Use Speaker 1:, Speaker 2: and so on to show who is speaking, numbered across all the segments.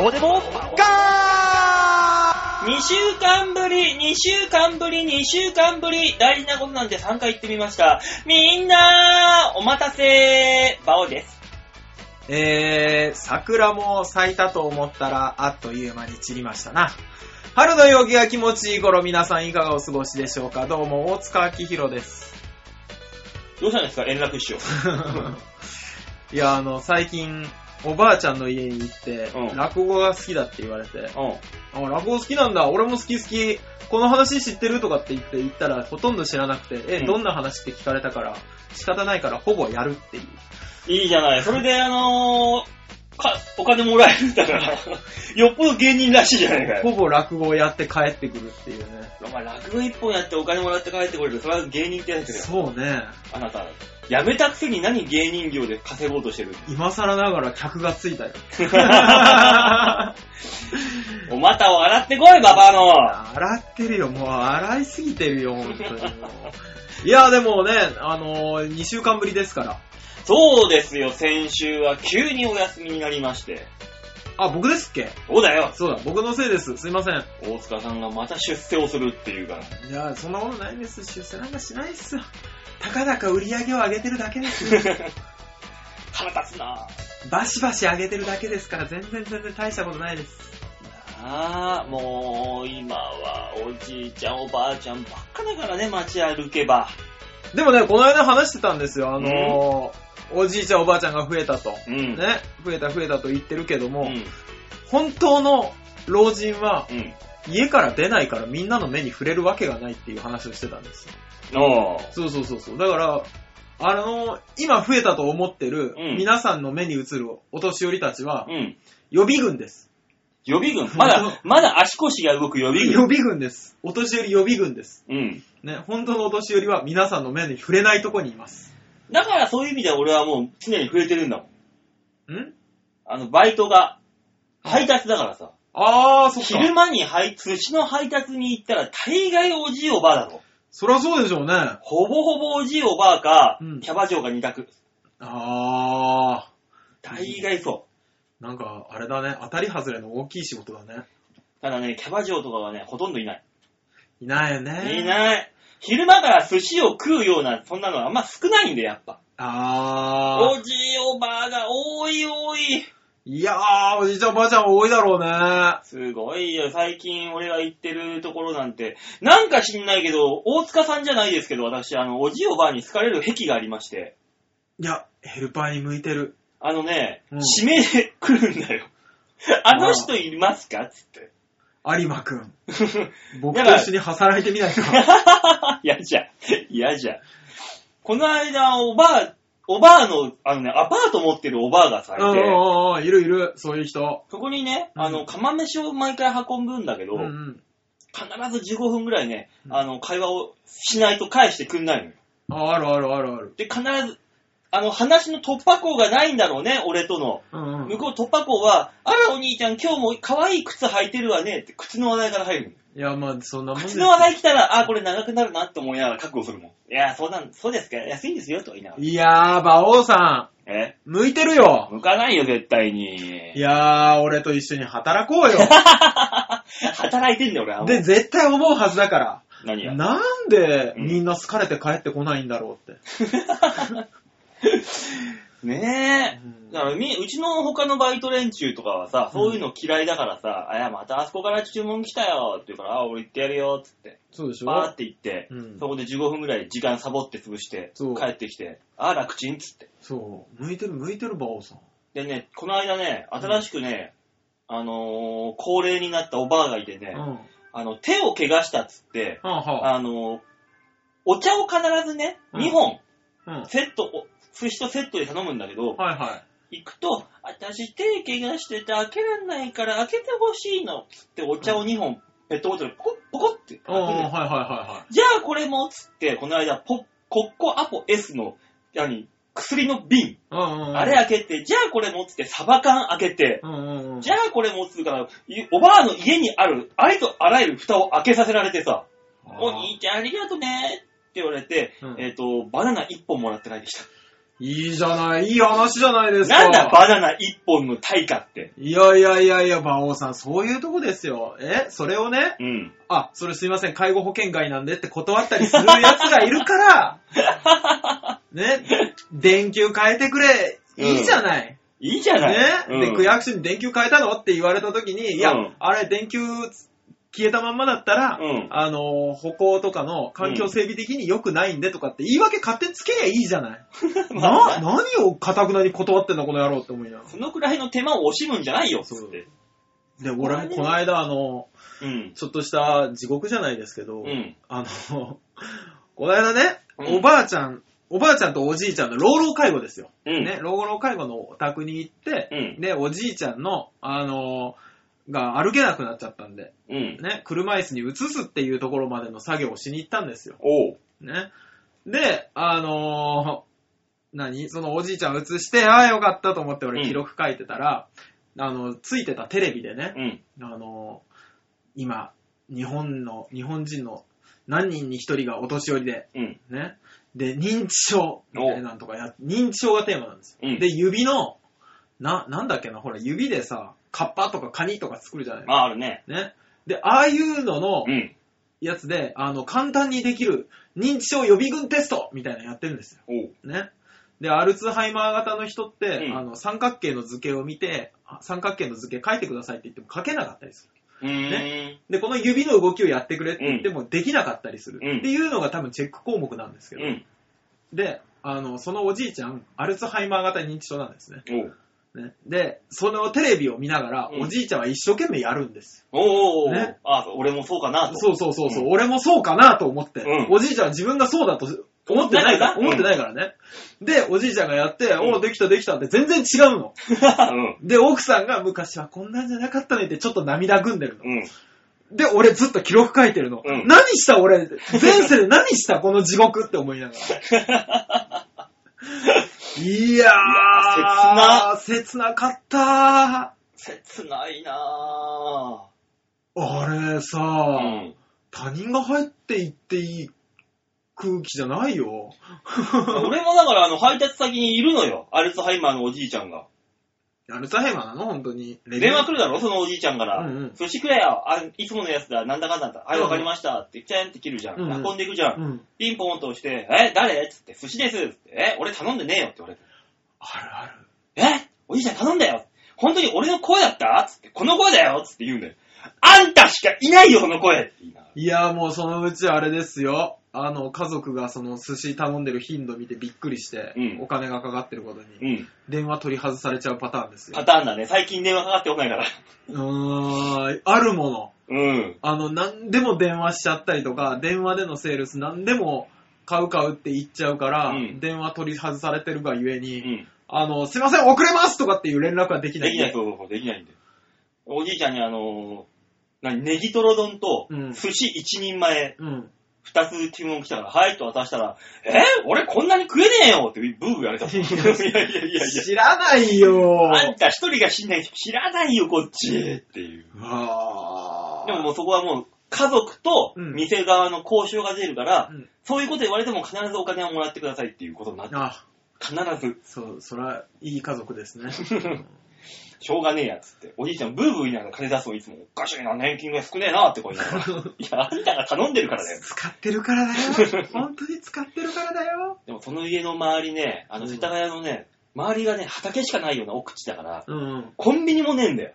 Speaker 1: こでもガー
Speaker 2: 2週間ぶり、2週間ぶり、2週間ぶり、大事なことなんて3回言ってみました。みんなお待たせバオです。
Speaker 1: えー、桜も咲いたと思ったら、あっという間に散りましたな。春の陽気が気持ちいい頃、皆さんいかがお過ごしでしょうかどうも、大塚明 宏です。
Speaker 2: どうしたんですか連絡しよ
Speaker 1: いや、あの、最近、おばあちゃんの家に行って、
Speaker 2: うん
Speaker 1: 落語が好きだって言われて、
Speaker 2: う。 うん。
Speaker 1: あ、落語好きなんだ、俺も好き好き、この話知ってるとかって言って言ったら、ほとんど知らなくて、え、
Speaker 2: うん
Speaker 1: どんな話って聞かれたから、仕方ないから、ほぼやるっていう。
Speaker 2: いいじゃない。それで、あのー、か、お金もらえるんだから、 よっぽど芸人らしいじゃないかよ。
Speaker 1: ほぼ落語をやって帰ってくるっていうね。
Speaker 2: お前、落語一本やってお金もらって帰ってこれる。それは芸人ってやつだよ。
Speaker 1: そうね。
Speaker 2: あなた、辞めたくせに何芸人業で稼ごうとしてる
Speaker 1: 今更ながら客がつい たよ。
Speaker 2: お股を洗ってこい、ババアの。
Speaker 1: 洗ってるよ、もう洗いすぎてるよ、本当にも う。いや、でもね、あのー、2週間ぶりですから。
Speaker 2: そうですよ、先週は急にお休みになりまして。
Speaker 1: あ、僕ですっけ
Speaker 2: そうだよ。
Speaker 1: そうだ、僕のせいです。すいません。
Speaker 2: 大塚さんがまた出世をするっていうから。
Speaker 1: いや、そんなことないです。出世なんかしないっすよ。たかだか売り上げを上げてるだけですよ。
Speaker 2: 腹立つなぁ。
Speaker 1: バシバシ上げてるだけですから、全然全然大したことないです。
Speaker 2: ああ、もう、今は、おじいちゃん、おばあちゃんばっかだからね、街歩けば。
Speaker 1: でもね、この間話してたんですよ。あのー、おじいちゃんおばあちゃんが増えたと。
Speaker 2: うん。
Speaker 1: ね、増えた増えたと言ってるけど
Speaker 2: う
Speaker 1: も、
Speaker 2: ん。
Speaker 1: 本当の老人は
Speaker 2: うん。
Speaker 1: 家から出ないからみんなの目に触れるわけがないっていう話をしてたんですよ。
Speaker 2: おー
Speaker 1: そうそうそうそう。だから、あの、今増えたと思ってる
Speaker 2: うん
Speaker 1: 皆さんの目に映るお年寄りたちは
Speaker 2: うん。
Speaker 1: 予備軍です。
Speaker 2: 予備軍。まだ、 まだ足腰が動く予備
Speaker 1: 予
Speaker 2: 軍。
Speaker 1: 備軍です。お年寄り予備軍です。
Speaker 2: うん。
Speaker 1: ね、本当のお年寄りは皆さんの目に触れないとこにいます。
Speaker 2: だからそういう意味では俺はもう常に触れてるんだもん。
Speaker 1: ん
Speaker 2: あの、バイトが、配達だからさ。
Speaker 1: あー、そっ
Speaker 2: 昼
Speaker 1: か。
Speaker 2: 間に配、寿司の配達に行ったら大概おじいおばあだろ。
Speaker 1: そりゃそうでしょうね。
Speaker 2: ほぼほぼおじいおばあか、
Speaker 1: うん
Speaker 2: キャバ嬢が二択。
Speaker 1: あ
Speaker 2: 大概そ
Speaker 1: ー、なんか、あれだね。当たり外れの大きい仕事だね。
Speaker 2: う。ただね、キャバ嬢とかはね、ほとんどいない。
Speaker 1: いないよね。
Speaker 2: いない。昼間から寿司を食うような、そんなのはあんま少ないんだよ、やっぱ。
Speaker 1: あー。
Speaker 2: おじいおばあが多い多い。
Speaker 1: いやー、おじいちゃんおばあちゃん多いだろうね。
Speaker 2: すごいよ。最近俺が行ってるところなんて、なんか知んないけど、大塚さんじゃないですけど、私、あの、おじいおばあに好かれる癖がありまして、
Speaker 1: いや、ヘルパーに向いてる。
Speaker 2: あのね、
Speaker 1: うん
Speaker 2: 指名で来るんだよ。あの人いますかつって。
Speaker 1: 有馬く ん。僕
Speaker 2: だ
Speaker 1: と
Speaker 2: から
Speaker 1: 一緒に働いてみないか。
Speaker 2: 嫌じゃん。嫌じゃん。この間、おばあ、おばあの、あのね、アパート持ってるおばあがさ、い
Speaker 1: うんうん
Speaker 2: て、
Speaker 1: うんうん、いるいる、そういう人。
Speaker 2: そこにね、
Speaker 1: うん
Speaker 2: あの、釜飯を毎回運ぶんだけど、
Speaker 1: うんうん。
Speaker 2: 必ず15分ぐらいね、
Speaker 1: うん
Speaker 2: あの、会話をしないと返してくんないのよ。
Speaker 1: あ、あるあるあるある。
Speaker 2: で、必ず、あの、話の突破口がないんだろうね、俺との。
Speaker 1: うんうん。
Speaker 2: 向こう突破口は、あらお兄ちゃん今日も可愛い靴履いてるわねって靴の話題から入る。
Speaker 1: いや、まあ、そんなもんです
Speaker 2: 靴の話題来たら、あ、これ長くなるなって思いながら覚悟するもん。いや、そうなん、そうですか安いんですよと言いなが
Speaker 1: いやー、馬王さ
Speaker 2: ら。え
Speaker 1: ん、向いてるよ。
Speaker 2: 向かないよ、絶対に
Speaker 1: い。やー、俺と一緒に働こ うよ。
Speaker 2: 働いてんだよ、俺は。
Speaker 1: で、絶対思うはずだから。
Speaker 2: 何や。
Speaker 1: なんでみんな好かれて帰ってこないんだろうって。
Speaker 2: ね
Speaker 1: うん
Speaker 2: え。だからみ、うちの他のバイト連中とかはさ、そういうの嫌いだからさ、あ、いや、またあそこから注文来たよって言うから、あ、俺行ってやるよ、つって。
Speaker 1: そうでしょ
Speaker 2: バーって行って、
Speaker 1: うん
Speaker 2: そこで15分ぐらい時間サボって潰して
Speaker 1: そう、
Speaker 2: 帰ってきて、あ、楽ちんっつって。
Speaker 1: そう。向いてる、向いてる、馬王さん。
Speaker 2: でね、この間ね、新しくね、あのー高齢になったおばあがいてね
Speaker 1: う、ん。は
Speaker 2: あの、手を怪我したっつって、
Speaker 1: あはあ。
Speaker 2: あのーお茶を必ずね、
Speaker 1: うん
Speaker 2: 2本、
Speaker 1: うん。はい
Speaker 2: セット、お寿司とセットで頼むんだけど、
Speaker 1: はい。
Speaker 2: 行くと、私手怪我してて開けらんないから開けてほしいのっつってお茶を2本、ペットボトルポコッポコって開
Speaker 1: うん、はい
Speaker 2: け
Speaker 1: はい
Speaker 2: て、
Speaker 1: はいはい。
Speaker 2: じゃあこれもっつって、この間ポ、コッコアポ S の、何、薬の瓶、
Speaker 1: うんうんうん。
Speaker 2: あれ開けて、じゃあこれもっつってサバ缶開けて、
Speaker 1: うんうんうん。
Speaker 2: じゃあこれもっつうから、いおばあの家にある、ありとあらゆる蓋を開けさせられてさ、
Speaker 1: あー
Speaker 2: お兄ちゃんありがとねって言われて、
Speaker 1: うん
Speaker 2: えっ、と、バナナ1本もらって帰ってきた。
Speaker 1: いいじゃない、いい話じゃないですか。
Speaker 2: なんだバナナ一本の対価って。
Speaker 1: いやいやいやいや、馬王さん、そういうとこですよ。えそれをね、
Speaker 2: うん。
Speaker 1: あ、それすいません、介護保険外なんでって断ったりする奴がいるから、 ね、電球変えてくれ、いいじゃない。
Speaker 2: いいじゃない。
Speaker 1: ね、で、区
Speaker 2: い。
Speaker 1: 役所に電球変えたのって言われた時に、いや、
Speaker 2: うん
Speaker 1: あれ電球消えたまんまだったら、
Speaker 2: うん
Speaker 1: あの、歩行とかの環境整備的に良くないんでとかって言い訳勝手につけりゃいいじゃない。
Speaker 2: ま
Speaker 1: な、
Speaker 2: あ、
Speaker 1: 何をかくなに断ってんだこの野郎って思いながら。
Speaker 2: そのくらいの手間を惜しむんじゃないよ、つって。
Speaker 1: で、俺もこの間あの、
Speaker 2: うん。
Speaker 1: ちょっとした地獄じゃないですけど、
Speaker 2: うん。
Speaker 1: あの、 この間ね、
Speaker 2: うん
Speaker 1: おばあちゃん、おばあちゃんとおじいちゃんの老老介護ですよ。
Speaker 2: うん。
Speaker 1: ね、老老介護のお宅に行って、
Speaker 2: うん。
Speaker 1: で、おじいちゃんの、あの、が歩けなくなっちゃったんで、
Speaker 2: うん。
Speaker 1: ね、車椅子に移すっていうところまでの作業をしに行ったんですよ。
Speaker 2: おう。
Speaker 1: ね。で、あのー何そのおじいちゃん移して、ああ、よかったと思って俺記録書いてたら、あの、ついてたテレビでね、
Speaker 2: うん。
Speaker 1: あの、今、日本の、日本人の何人に一人がお年寄りで、
Speaker 2: うん。
Speaker 1: ね。で、認知症みたいなのとかや、認知症がテーマなんですよ。
Speaker 2: うん
Speaker 1: で、指の、な、なんだっけな、ほら、指でさ、カッパとかカニとか作るじゃない
Speaker 2: まあ、あるね。
Speaker 1: ね。で、ああいうのの
Speaker 2: うん。
Speaker 1: やつで、あの、簡単にできる認知症予備軍テストみたいなのやってるんですよ。
Speaker 2: おう。
Speaker 1: ね。で、アルツハイマー型の人って、
Speaker 2: うん
Speaker 1: あの、三角形の図形を見て、あ三角形の図形書いてくださいって言っても書けなかったりする。
Speaker 2: うーん。
Speaker 1: で、この指の動きをやってくれって言ってもできなかったりする、
Speaker 2: うん
Speaker 1: っていうのが多分チェック項目なんですけど、
Speaker 2: うん。
Speaker 1: で、あの、そのおじいちゃん、アルツハイマー型認知症なんですね。
Speaker 2: おう。
Speaker 1: ねで、そのテレビを見ながら、
Speaker 2: うん
Speaker 1: おじいちゃんは一生懸命やるんです。
Speaker 2: おうおうおう。
Speaker 1: ね
Speaker 2: あ、そう俺もそうかなと。
Speaker 1: そうそうそうそう、
Speaker 2: うん
Speaker 1: 俺もそうかなと思って、
Speaker 2: うん
Speaker 1: おじいちゃんは自分がそうだと思ってないから、
Speaker 2: 思
Speaker 1: 思
Speaker 2: っ
Speaker 1: ってて
Speaker 2: な
Speaker 1: ないからね。で、おじいちゃんがやって、
Speaker 2: ん
Speaker 1: おできたできたって全然違うの。
Speaker 2: う
Speaker 1: で、奥さんが昔はこんなんじゃなかったねってちょっと涙ぐんでるの。
Speaker 2: ん。うん。
Speaker 1: で、俺ずっと記録書いてるの。
Speaker 2: うん
Speaker 1: 何した俺、前世で何したこの地獄って思いなが ら。いやー、切な。かった
Speaker 2: 切ないな
Speaker 1: ー。あれさ、
Speaker 2: ぁ。うん。
Speaker 1: 他人が入っていっていい空気じゃな いよ。
Speaker 2: 俺もだから、あの、配達先にいるのよ。アルツハイマーのおじいちゃんが。
Speaker 1: アルツハイマーなの本当に。レ
Speaker 2: 電話来るだろ、そのおじいちゃんから。
Speaker 1: うんうん
Speaker 2: そしてくれよ。あ、いつものやつだ。なんだかんだだ。はい、わかりました。って、チャーンって切るじゃん。
Speaker 1: うんうん
Speaker 2: 運んでいくじゃん。
Speaker 1: うん。
Speaker 2: ピンポンと押して、え、誰つって、寿司です。つって、え、俺頼んでねえよって言われて。
Speaker 1: あるある。
Speaker 2: えおじいちゃん頼んだよ。本当に俺の声だったつって、この声だよつって言うんだよ。あんたしかいないよ、その声って言いながら。
Speaker 1: いやーもうそのうちあれですよ。あの、家族がその寿司頼んでる頻度見てびっくりして、
Speaker 2: うん
Speaker 1: お金がかかってることに。
Speaker 2: うん。
Speaker 1: 電話取り外されちゃうパターンですよ
Speaker 2: パ。ターンだね。最近電話かかってこないから。
Speaker 1: うーん、あるもの。
Speaker 2: うん。
Speaker 1: あの、何でも電話しちゃったりとか、電話でのセールス何でも買う買うって言っちゃうから、
Speaker 2: うん
Speaker 1: 電話取り外されてるがゆえ
Speaker 2: う
Speaker 1: に、
Speaker 2: ん。
Speaker 1: あの、すいません、遅れますとかっていう連絡ができな
Speaker 2: で
Speaker 1: いん
Speaker 2: き
Speaker 1: で。
Speaker 2: ない、そうそうそう、できないんだよ。おじいちゃんにあのー、何、ネギトロ丼と
Speaker 1: うん、
Speaker 2: 寿司一人前、
Speaker 1: うん。
Speaker 2: 二つ注文来たから、はいと渡したら、え俺こんなに食えねえよってブーブー やれたもん。いやいやいやいや。
Speaker 1: 知らないよ
Speaker 2: あんた一人が死んない知らないよ、こっちっていう。
Speaker 1: わ
Speaker 2: でももうそこはもう、家族と
Speaker 1: うん
Speaker 2: 店側の交渉が出るから、
Speaker 1: うん
Speaker 2: そういうこと言われても必ずお金をもらってくださいっていうことになって、
Speaker 1: あ、
Speaker 2: 必ず、
Speaker 1: そう、そら、いい家族で すね。
Speaker 2: しょうがねえやつって、おじいちゃんブーブー言いながら金出すのいつも、おかしいな、年金が少ねえなってこう言いながら、いや、あんたが頼んでるからだよ。
Speaker 1: 使ってるからだよ。 本当に使ってるからだよ。
Speaker 2: でもその家の周りね、あの
Speaker 1: うん
Speaker 2: 世田谷のね、周りがね、畑しかないような奥地だから、
Speaker 1: うん。
Speaker 2: コンビニもねえんだよ。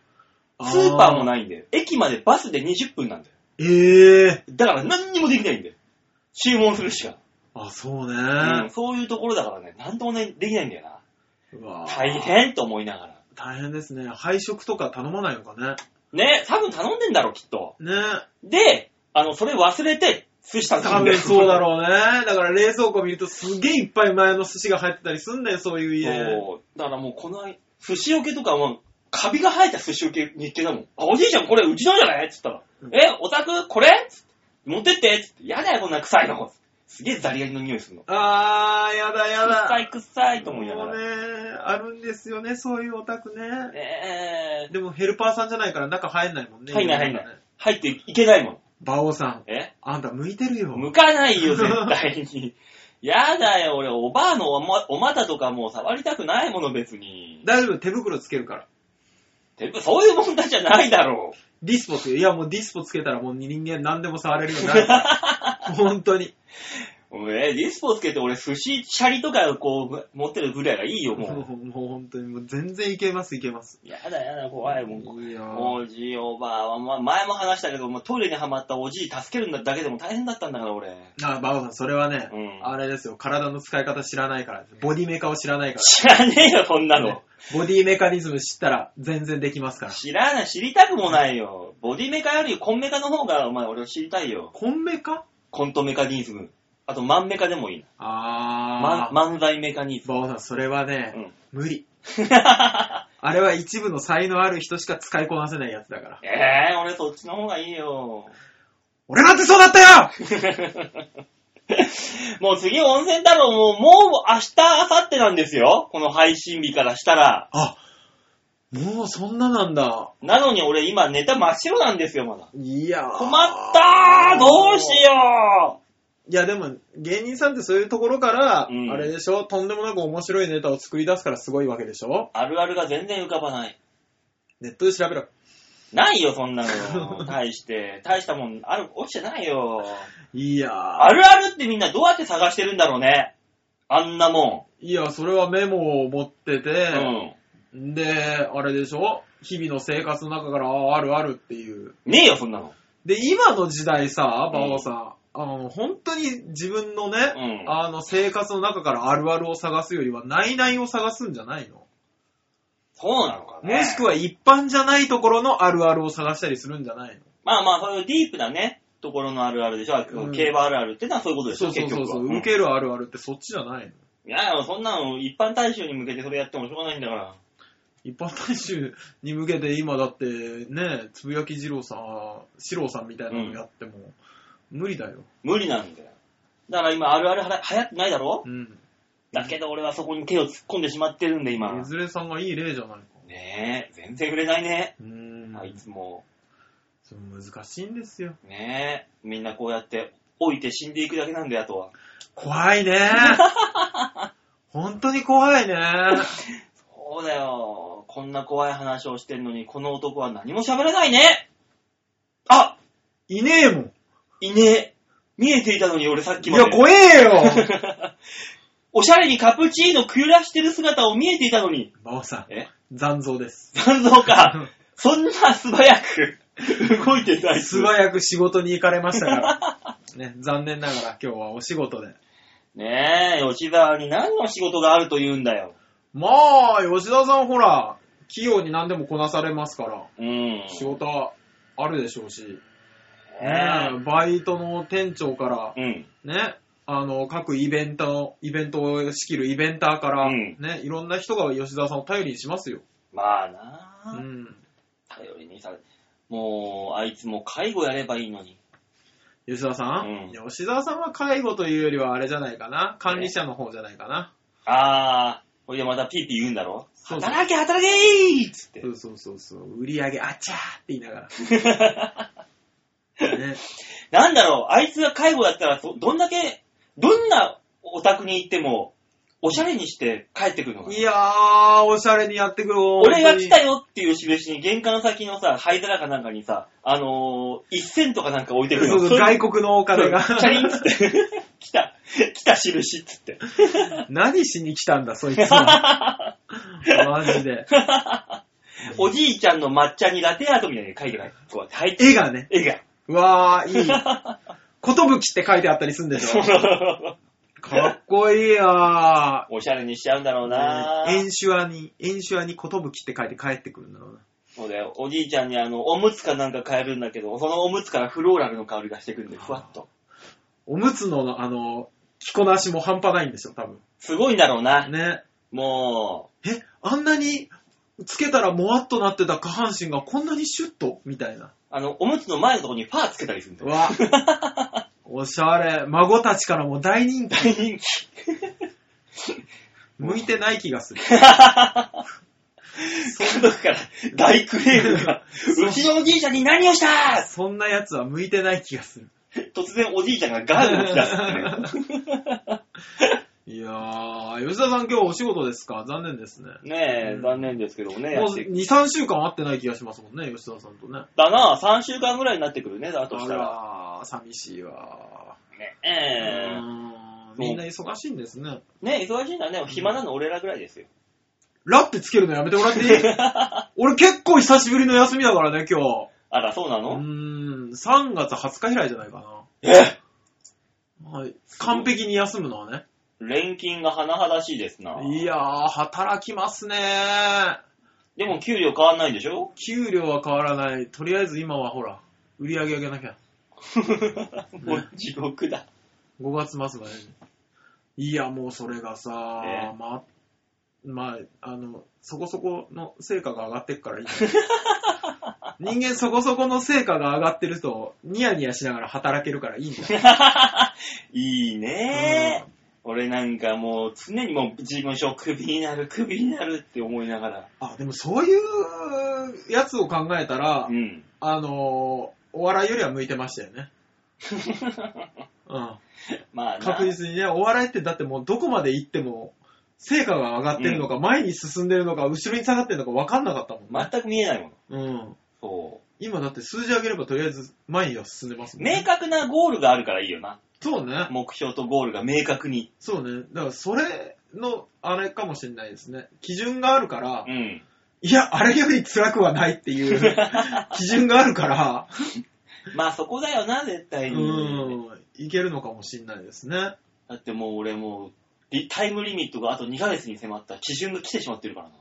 Speaker 2: スーパーも
Speaker 1: い。
Speaker 2: ないんだよ。駅までバスで20分なんだよ。
Speaker 1: ええー。
Speaker 2: だから何にもできないんだよ。注文するしか。
Speaker 1: あ、そう
Speaker 2: うん、
Speaker 1: ね。
Speaker 2: そういうところだからね、なんともね、できないんだよな。
Speaker 1: うわー
Speaker 2: 大。変と思いながら。
Speaker 1: 大変ですね。配食とか頼まないのかね。
Speaker 2: ね、多分頼んでんだろう、きっと。
Speaker 1: ね。
Speaker 2: で、あの、それ忘れて、寿司頼
Speaker 1: 多
Speaker 2: んで
Speaker 1: 分そうだ
Speaker 2: う。
Speaker 1: ろうね。だから冷蔵庫見るとすげえいっぱい前の寿司が入ってたりすんだよ、そういう家。
Speaker 2: そう。だからもうこの間、寿司受けとかは、カビが生えた寿司受けに行ってたもん。あ、おじいちゃんこれうちのじゃないって言ったら、え、お宅これつって持ってってつって、やだよ、こんな臭いの。すげえザリガニの匂いするの。
Speaker 1: あー、やだやだ。
Speaker 2: 臭い臭いと思いなが
Speaker 1: もう
Speaker 2: ら。ね
Speaker 1: ね、あるんですよね、そういうオタクね。
Speaker 2: え
Speaker 1: でもヘルパーさんじゃないから中入んないもんね。
Speaker 2: 入んない入んない。入っていけないもん。
Speaker 1: バオさん、
Speaker 2: え
Speaker 1: あんた向いてるよ。
Speaker 2: 向かないよ、絶対に。やだよ、俺、おばあのお,、ま、お股とかもう触りたくないもの、別に。
Speaker 1: 大丈夫、手袋つけるから。
Speaker 2: てぶそういう問題じゃないだろ
Speaker 1: ディスポつける。いや、もうディスポつけたらもう人間何でも触れるようにな るから。本当に。
Speaker 2: う。俺、ディスポつけて俺、寿司、シャリとかをこう、持ってるぐらいがいいよ、
Speaker 1: も
Speaker 2: も
Speaker 1: うもう本当に、もう全然いけます、いけます。
Speaker 2: う。やだやだ、怖い、もう。
Speaker 1: いや
Speaker 2: もうおじいおばあは、まあ、前も話したけど、もうトイレにはまったおじい助けるんだだけでも大変だったんだから、俺。
Speaker 1: あ、バオさん、それはね、
Speaker 2: うん
Speaker 1: あれですよ、体の使い方知らないから、ボディメカを知らないか
Speaker 2: 知らねえよ、そんな
Speaker 1: ら、
Speaker 2: の
Speaker 1: ね。ボディメカニズム知ったら全然できますから。
Speaker 2: 知らない、知りたくもないよ。ボディメカよりコンメカの方が、お前、俺を知りたいよ。
Speaker 1: コンメカ
Speaker 2: コントメカニズム。あと、マンメカでもいいな。
Speaker 1: あ
Speaker 2: ま
Speaker 1: ー、
Speaker 2: 漫才メカニズム。
Speaker 1: バオさん、それはね、
Speaker 2: うん
Speaker 1: 無理。あれは一部の才能ある人しか使いこなせないやつだから。
Speaker 2: ええー、俺そっちの方がいいよ。
Speaker 1: 俺だってそうだったよ
Speaker 2: もう次温泉太郎もう、もう明日、明後日なんですよ。この配信日からしたら。
Speaker 1: あ、もうそんななんだ。
Speaker 2: なのに俺今ネタ真っ白なんですよ、まだ。
Speaker 1: いやー
Speaker 2: 困ったーどうしよ
Speaker 1: いやでも、芸人さんってそういうところから、
Speaker 2: うん
Speaker 1: あれでしょとんでもなく面白いネタを作り出すからすごいわけでし
Speaker 2: う
Speaker 1: ょ
Speaker 2: あるあるが全然浮かばない。
Speaker 1: ネットで調べろ。
Speaker 2: ないよ、そんな の。大して。大したもん、ある、落ちてないよ。
Speaker 1: いやー。
Speaker 2: あるあるってみんなどうやって探してるんだろうね。あんなも
Speaker 1: いや、それはメモを持って
Speaker 2: ん。
Speaker 1: て、
Speaker 2: うん。
Speaker 1: で、あれでしょ日々の生活の中から、ああ、あるあるっていう。
Speaker 2: ねえよ、そんなの。
Speaker 1: で、今の時代さ、馬王さん、あの、本当に自分の
Speaker 2: う
Speaker 1: ね、
Speaker 2: ん。
Speaker 1: あの、生活の中からあるあるを探すよりは、ないないを探すんじゃないの
Speaker 2: そうなのかね。
Speaker 1: もしくは一般じゃないところのあるあるを探したりするんじゃないの
Speaker 2: まあまあ、そういうディープなね、ところのあるあるでしょ。
Speaker 1: うん
Speaker 2: 競馬あるあるってのはそういうことでし
Speaker 1: そ
Speaker 2: ょ、
Speaker 1: うそうそうそう、
Speaker 2: 結局
Speaker 1: 受
Speaker 2: は。
Speaker 1: けるあるあるってそっちじゃな
Speaker 2: う
Speaker 1: いの
Speaker 2: んいやいや、そんなの一般大衆に向けてそれやってもしょうがないんだから。
Speaker 1: 一般大衆に向けて今だってね、つぶやき二郎さん、四郎さんみたいなのやっても、無理だよ。
Speaker 2: 無理なんだよ。だから今、あるあるはら流行ってないだろ
Speaker 1: うん。
Speaker 2: だけど俺はそこに手を突っ込んでしまってるんで、今
Speaker 1: い。ずれさんがいい例じゃないか。
Speaker 2: ねえ、全然売れないね。
Speaker 1: うーん。
Speaker 2: あいつも。
Speaker 1: そう難しいんですよ。
Speaker 2: ねえ、みんなこうやって、置いて死んでいくだけなんだよ、あとは。
Speaker 1: 怖いね。 本当に怖いね。
Speaker 2: そうだよ。こんな怖い話をしてんのに、この男は何も喋らないね。あ
Speaker 1: いねえもん。
Speaker 2: いねえ。見えていたのに俺さっき
Speaker 1: い
Speaker 2: まで。
Speaker 1: や、怖え よ。
Speaker 2: おしゃれにカプチーノくらしてる姿を見えていたのに。
Speaker 1: 馬王さ
Speaker 2: え
Speaker 1: ん、残像です。
Speaker 2: 残像 か。そんな素早く動いてない
Speaker 1: 素早く仕事に行かれました から。ね、残念ながら今日はお仕事で。
Speaker 2: ねえ、吉沢に何の仕事があると言うんだよ。
Speaker 1: まあ、吉田さんほら、器用に何でもこなされますから、
Speaker 2: うん。
Speaker 1: 仕事はあるでしょうし、ね
Speaker 2: ね
Speaker 1: バイトの店長から
Speaker 2: え。、うん。
Speaker 1: ね、あの、各イベントの、イベントを仕切るイベンターから、
Speaker 2: うん
Speaker 1: ね、いろんな人が吉田さんを頼りにしますよ。
Speaker 2: まあな
Speaker 1: う
Speaker 2: あ、
Speaker 1: ん。
Speaker 2: 頼りにされもう、あいつも介護やればいいのに。
Speaker 1: 吉田さ
Speaker 2: う
Speaker 1: ん、
Speaker 2: ん
Speaker 1: 吉田さんは介護というよりはあれじゃないかな。管理者の方じゃないかな。
Speaker 2: ああ、ほいでまたピーピー言うんだろ
Speaker 1: そうそう
Speaker 2: 働け働けーっつって
Speaker 1: そ。うそうそうそう。売り上げ、あちゃーって言いなが ら。ね、
Speaker 2: なんだろう、あいつが介護やったら、そどんだけ、どんなお宅に行っても、おしゃれにして帰ってくるのかない
Speaker 1: やー、おしゃれにやってくる
Speaker 2: 俺が来た
Speaker 1: い。
Speaker 2: よっていう印に玄関先のさ、灰皿かなんかにさ、あのー、一銭とかなんか置いてくる
Speaker 1: そう
Speaker 2: の。
Speaker 1: そう外国のお金が。
Speaker 2: チャリンっつって。 来た、来た印っつって。
Speaker 1: 何しに来たんだ、そいつは。マジで。
Speaker 2: おじいちゃんの抹茶にラテアートみたいに書いてない。こうやって入って。
Speaker 1: 絵がね。
Speaker 2: 絵が。
Speaker 1: うわー、いい。ことぶきって書いてあったりすんでしょ。かっこいいや
Speaker 2: おしゃれにしちゃうんだろうな
Speaker 1: ー。演習話に、演習話にことぶきって書いて帰ってくるんだろうな。
Speaker 2: そうだよ。おじいちゃんにあの、おむつかなんか買えるんだけど、そのおむつからフローラルの香りがしてくるんで、ふわっと。
Speaker 1: おむつの、あの、着こなしも半端ないんでしょ、多分。
Speaker 2: すごいんだろうな。
Speaker 1: ね。
Speaker 2: も
Speaker 1: え、あんなに、つけたらもわっとなってた下半身がこんなにシュッとみたいな
Speaker 2: う。、あの、おむつの前のとこにファーつけたりするんだ
Speaker 1: う
Speaker 2: よ。
Speaker 1: わ。おしゃれ。孫たちからも大人気。
Speaker 2: 大人気。
Speaker 1: 向いてない気がする。
Speaker 2: 家族から大クレームが、うちのおじいちゃんに何をしたー
Speaker 1: そんな奴は向いてない気がする。
Speaker 2: 突然おじいちゃんがガードを出すってね。
Speaker 1: いやー、吉田さん今日お仕事ですか残念ですね。
Speaker 2: ね
Speaker 1: う
Speaker 2: え、
Speaker 1: ん
Speaker 2: 残念ですけどもね。や
Speaker 1: もう
Speaker 2: って
Speaker 1: 2、3週間会ってない気がしますもんね、吉田さんとね。
Speaker 2: だな、3週間ぐらいになってくるね、だとし
Speaker 1: あ
Speaker 2: たら。
Speaker 1: らー、寂しいわ
Speaker 2: ね
Speaker 1: ー。
Speaker 2: え
Speaker 1: うーんみんな忙しいんですね。
Speaker 2: ね忙しいのはね、暇なの俺らぐらいですよ。
Speaker 1: ラってつけるのやめてもら っていい俺結構久しぶりの休みだからね、今日。
Speaker 2: あら、そうな
Speaker 1: う
Speaker 2: の、
Speaker 1: ーん、3月20日以来じゃないか
Speaker 2: え
Speaker 1: な。はい。完璧に休むのはね。
Speaker 2: 錬金が甚だしいですな。
Speaker 1: いやー、働きますねー。
Speaker 2: でも給料変わんないんでしょ
Speaker 1: 給料は変わらない。とりあえず今はほら、売り上げ上げなきゃ。
Speaker 2: もう地獄だ。
Speaker 1: 5月末までに。いや、もうそれがさ、
Speaker 2: ええ
Speaker 1: まあ、まあ、あの、そこそこの成果が上がってくから いいんだよ人間そこそこの成果が上がってると、ニヤニヤしながら働けるからいいんだ よ。
Speaker 2: いいね俺なんかもう常にもう事務所クビになる、クビになるって思いながら。
Speaker 1: あ、でもそういうやつを考えたら、
Speaker 2: うん。
Speaker 1: あの、お笑いよりは向いてましたよ ね。うん。
Speaker 2: まあな
Speaker 1: 確実にね、お笑いってだってもうどこまで行っても、成果が上がってるのか、前に進んでるのか、後ろに下がってるのか分かんなかったもんね。
Speaker 2: 全く見えないもの。
Speaker 1: うん。
Speaker 2: そ
Speaker 1: 今だって数字上げればとりあえず前には進んでます
Speaker 2: う。
Speaker 1: もんね。
Speaker 2: 明確なゴールがあるからいいよな。
Speaker 1: そうね。
Speaker 2: 目標とゴールが明確に。
Speaker 1: そうね。だからそれの、あれかもしれないですね。基準があるから
Speaker 2: う、ん。
Speaker 1: いや、あれより辛くはないっていう 基準があるから、
Speaker 2: まあそこだよな、絶
Speaker 1: う
Speaker 2: 対に。
Speaker 1: ん、いけるのかもしれないですね。
Speaker 2: だってもう俺もう、リタイムリミットがあと2ヶ月に迫った基準が来てしまってるから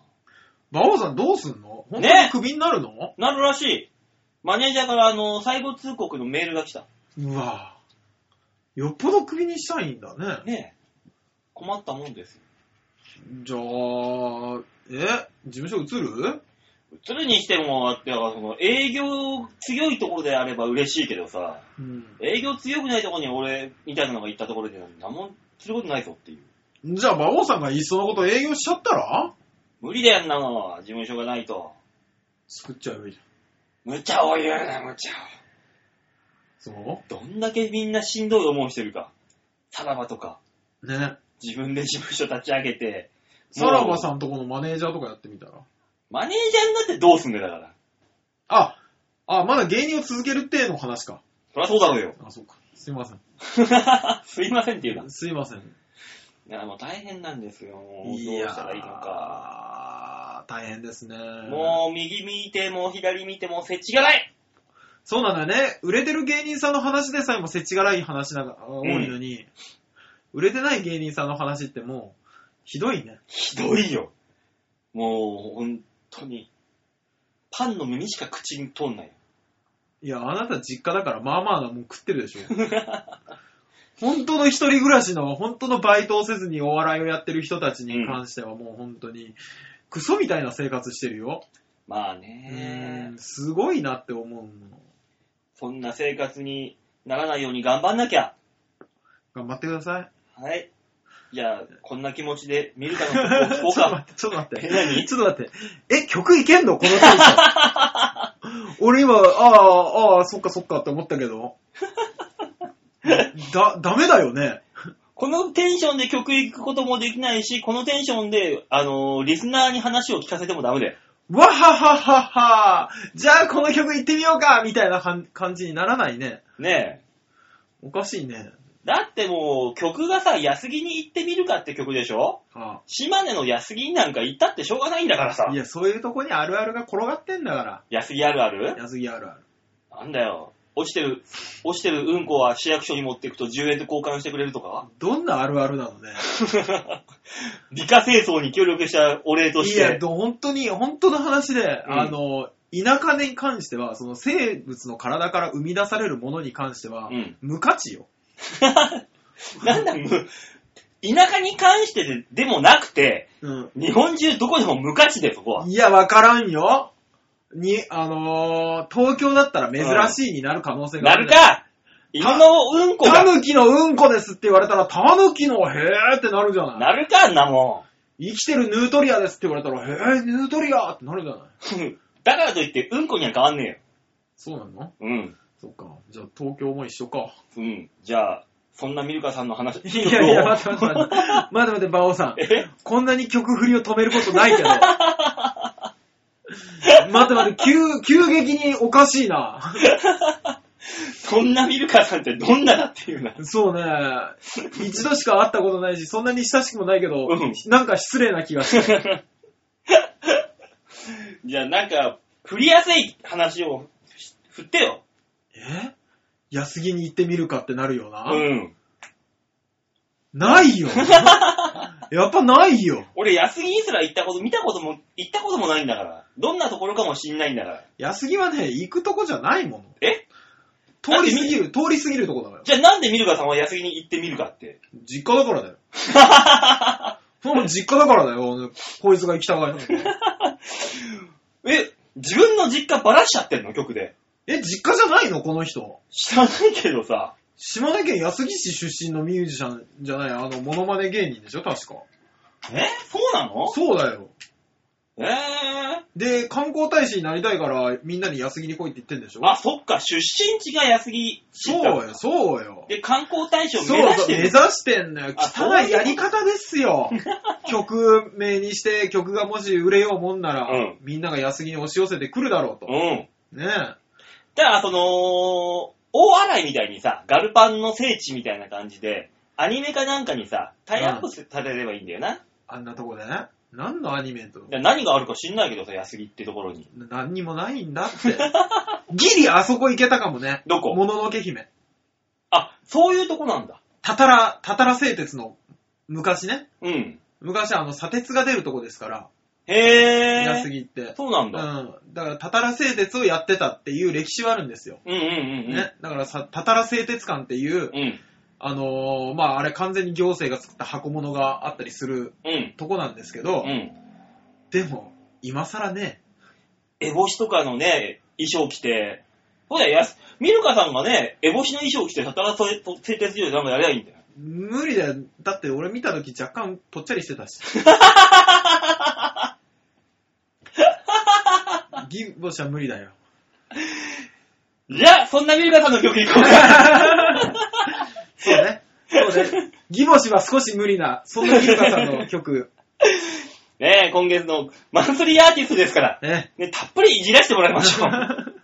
Speaker 1: 馬王さんどうすんの本当に
Speaker 2: ね
Speaker 1: クビになるの、
Speaker 2: な。なるらしい。マネージャーからあの、最後通告のメールが来た。
Speaker 1: うわぁ。よっぽどクビにしたいんだね。
Speaker 2: ねえ。困ったもんですよ。
Speaker 1: じゃあ、え事務所移る
Speaker 2: 映るにしても、だってその営業強いところであれば嬉しいけどさ、
Speaker 1: うん。
Speaker 2: 営業強くないところに俺みたいなのが行ったところで何もすることないぞっていう。
Speaker 1: じゃあ、馬王さんがいっそのこと営業しちゃったら
Speaker 2: 無理だよ、あんなのは。事務所がないと。
Speaker 1: 作っちゃえばいいじゃん。
Speaker 2: 無茶を言うな、無茶を。
Speaker 1: そ
Speaker 2: どんだけみんなしんどい思いしてるか。さらばとか、
Speaker 1: うね。
Speaker 2: 自分で事務所立ち上げて、
Speaker 1: さらばさんとこのマネージャーとかやってみたら。
Speaker 2: マネージャーになってどうすんだよ、だから。
Speaker 1: あ、あ、まだ芸人を続けるっての話か。
Speaker 2: そりゃそうだろうよ。
Speaker 1: あ、そうか。すいません。
Speaker 2: すいませんって言うな。
Speaker 1: すいません。
Speaker 2: いや、もう大変なんですよ。もうどうしたらいいのか。
Speaker 1: か。大変ですね。
Speaker 2: もう右見ても左見てもせちがない
Speaker 1: そうなんだよね。売れてる芸人さんの話でさえもせちがらい話なが多いのに、売れてない芸人さんの話ってもう、ひどいね。
Speaker 2: ひどいよ。もう、本当に。パンの耳しか口に通んないよ。
Speaker 1: いや、あなた実家だから、まあまあなもん食ってるでしょ。 本当の一人暮らしの、本当のバイトをせずにお笑いをやってる人たちに関してはもう本当に、クソみたいな生活してるよ。
Speaker 2: まあ
Speaker 1: う
Speaker 2: ね、
Speaker 1: ーん、すごいなって思うの。
Speaker 2: そんな生活にならないように頑張んなきゃ。
Speaker 1: 頑張ってくだ さい。
Speaker 2: はい。じゃあ、こんな気持ちで見るか の
Speaker 1: ち
Speaker 2: 曲
Speaker 1: ょ
Speaker 2: を聞こうか。
Speaker 1: っと待って、ちょっと待っ
Speaker 2: え
Speaker 1: て。
Speaker 2: 何
Speaker 1: ちょっと待って。え、曲いけんのこのテン ション。俺今、ああ、ああ、そっかそっかって思ったけど。だ、ダメだよね。
Speaker 2: このテンションで曲行くこともできないし、このテンションで、あのーリスナーに話を聞かせてもダメだよ。
Speaker 1: わははははじゃあこの曲行ってみようかみたいなかん感じにならないね。
Speaker 2: ねえ。
Speaker 1: おかしいね。
Speaker 2: だってもう、曲がさ、安木に行ってみるかって曲でしょ
Speaker 1: あ
Speaker 2: 島根の安木になんか行ったってしょうがないんだからさ
Speaker 1: あい。や、そういうとこにあるあるが転がってんだか
Speaker 2: 安木あるあ
Speaker 1: ら。
Speaker 2: る
Speaker 1: 安木あるある。
Speaker 2: なんだよ。落ちてる、落ちてるうんこは市役所に持っていくと10円で交換してくれるとか
Speaker 1: どんなあるあるなのね。
Speaker 2: 美化清掃に協力したお礼とし
Speaker 1: いや、
Speaker 2: て。
Speaker 1: ど本当に、本当の話で、
Speaker 2: うん
Speaker 1: あの、田舎に関しては、その生物の体から生み出されるものに関しては、
Speaker 2: うん
Speaker 1: 無価値よ。
Speaker 2: なんだ、む、田舎に関してででもなくて、
Speaker 1: うん。
Speaker 2: 日本中どこでも無価値で、そこは。
Speaker 1: いや、わからんよ。に、あのー東京だったら珍しいになる可能性があ
Speaker 2: な
Speaker 1: る、
Speaker 2: るか犬のうんこ
Speaker 1: タ
Speaker 2: が。
Speaker 1: ヌキのうんこですって言われたら、タヌキのへーってなるじゃない。
Speaker 2: なるか、あんなも
Speaker 1: 生きてるヌートリアですって言われたら、へー、ヌートリアってなるじゃない。
Speaker 2: ん。 だからといって、うんこには変わんね
Speaker 1: そうなの
Speaker 2: えよ。うん。
Speaker 1: そっか。じゃあ東京も一緒か。
Speaker 2: うん。じゃあ、そんなミルカさんの話。
Speaker 1: いやいや、待って待って待って。待って待って、馬王さん。
Speaker 2: え
Speaker 1: こんなに曲振りを止めることない けど。待って待って、急、急激におかしいな。
Speaker 2: そんなミルカさんってどんなだっていうな。
Speaker 1: そうね。一度しか会ったことないし、そんなに親しくもないけど、
Speaker 2: うん
Speaker 1: なんか失礼な気がして。
Speaker 2: じゃあなんか、振りやすい話をし振ってよ。
Speaker 1: え安木に行ってみるかってなるよな。
Speaker 2: うん。
Speaker 1: ない よ。やっぱないよ。
Speaker 2: 俺、安木にすら行ったこと、見たことも、行ったこともないんだから。どんなところかも知んないんだから。
Speaker 1: 安木はね、行くとこじゃないもの。
Speaker 2: え
Speaker 1: 通り過ぎる、通り過ぎるとこだから。
Speaker 2: じゃあなんでミルカさんは安木に行ってみるかって。
Speaker 1: 実家だ からだよ。その実家だからだよ、こいつが行きたがるの。
Speaker 2: え、自分の実家ばらしちゃってんの曲で。
Speaker 1: え、実家じゃないのこの人。
Speaker 2: 知らないけどさ。
Speaker 1: 島根県安木市出身のミュージシャンじゃない、あの、モノマネ芸人でしょ確か。
Speaker 2: えそうなの
Speaker 1: そうだよ。
Speaker 2: え
Speaker 1: で、観光大使になりたいから、みんなに安木に来いって言ってんでしょ
Speaker 2: ー。あ、そっか、出身地が安木市
Speaker 1: そう
Speaker 2: だ
Speaker 1: よ、そうよ。
Speaker 2: で、観光大使を
Speaker 1: そ
Speaker 2: 目指
Speaker 1: うそ
Speaker 2: し
Speaker 1: う、
Speaker 2: て
Speaker 1: 目
Speaker 2: る
Speaker 1: 指してんのよ。
Speaker 2: あそう
Speaker 1: 汚
Speaker 2: いうこと
Speaker 1: いやり方です よ。曲名にして、曲がもし売れようもんなら、
Speaker 2: うん
Speaker 1: みんなが安木に押し寄せてくるだろうと。
Speaker 2: うん。
Speaker 1: ねえ。
Speaker 2: だから、その、大洗みたいにさ、ガルパンの聖地みたいな感じで、アニメかなんかにさ、タイアップされればいいんだよな。
Speaker 1: あんなとこでね。何のアニメと。
Speaker 2: で何があるか知んないけどさ、安木ってところに。
Speaker 1: 何にもないんだって。ギリあそこ行けたかもね。
Speaker 2: どこ
Speaker 1: もののけ姫。
Speaker 2: あ、そういうとこなんだ。
Speaker 1: たたら、たたら製鉄の、昔ね。
Speaker 2: うん。
Speaker 1: 昔あの、砂鉄が出るとこですから、
Speaker 2: へ
Speaker 1: 安
Speaker 2: ー。
Speaker 1: ぎって。
Speaker 2: そうなん
Speaker 1: うん。
Speaker 2: だ。
Speaker 1: だから、たたら製鉄をやってたっていう歴史はあるんですよ。
Speaker 2: うんうんうんうん。
Speaker 1: ね。だからさ、たたら製鉄館っていう、
Speaker 2: うん。
Speaker 1: あのーまあ、あれ完全に行政が作った箱物があったりする
Speaker 2: うん。
Speaker 1: とこなんですけど、
Speaker 2: うん。
Speaker 1: でも、今更ね、
Speaker 2: エボシとかのね、衣装着て、そうだよ、安、ミルカさんがね、エボシの衣装着て、たたらそれと製鉄所でなんかやりゃいいんだよ。
Speaker 1: 無理だよ。だって俺見た時若干ぽっちゃりし てたし。ギボシは無理だよ。
Speaker 2: じゃあ、そんなミルカさんの曲いこうか。
Speaker 1: そうね。そうね。ギボシは少し無理な、そんなギルカさんの曲、
Speaker 2: ねえ、今月のマンスリーアーティストですから、
Speaker 1: ね。
Speaker 2: ね、たっぷりいじらせてもらいましょう。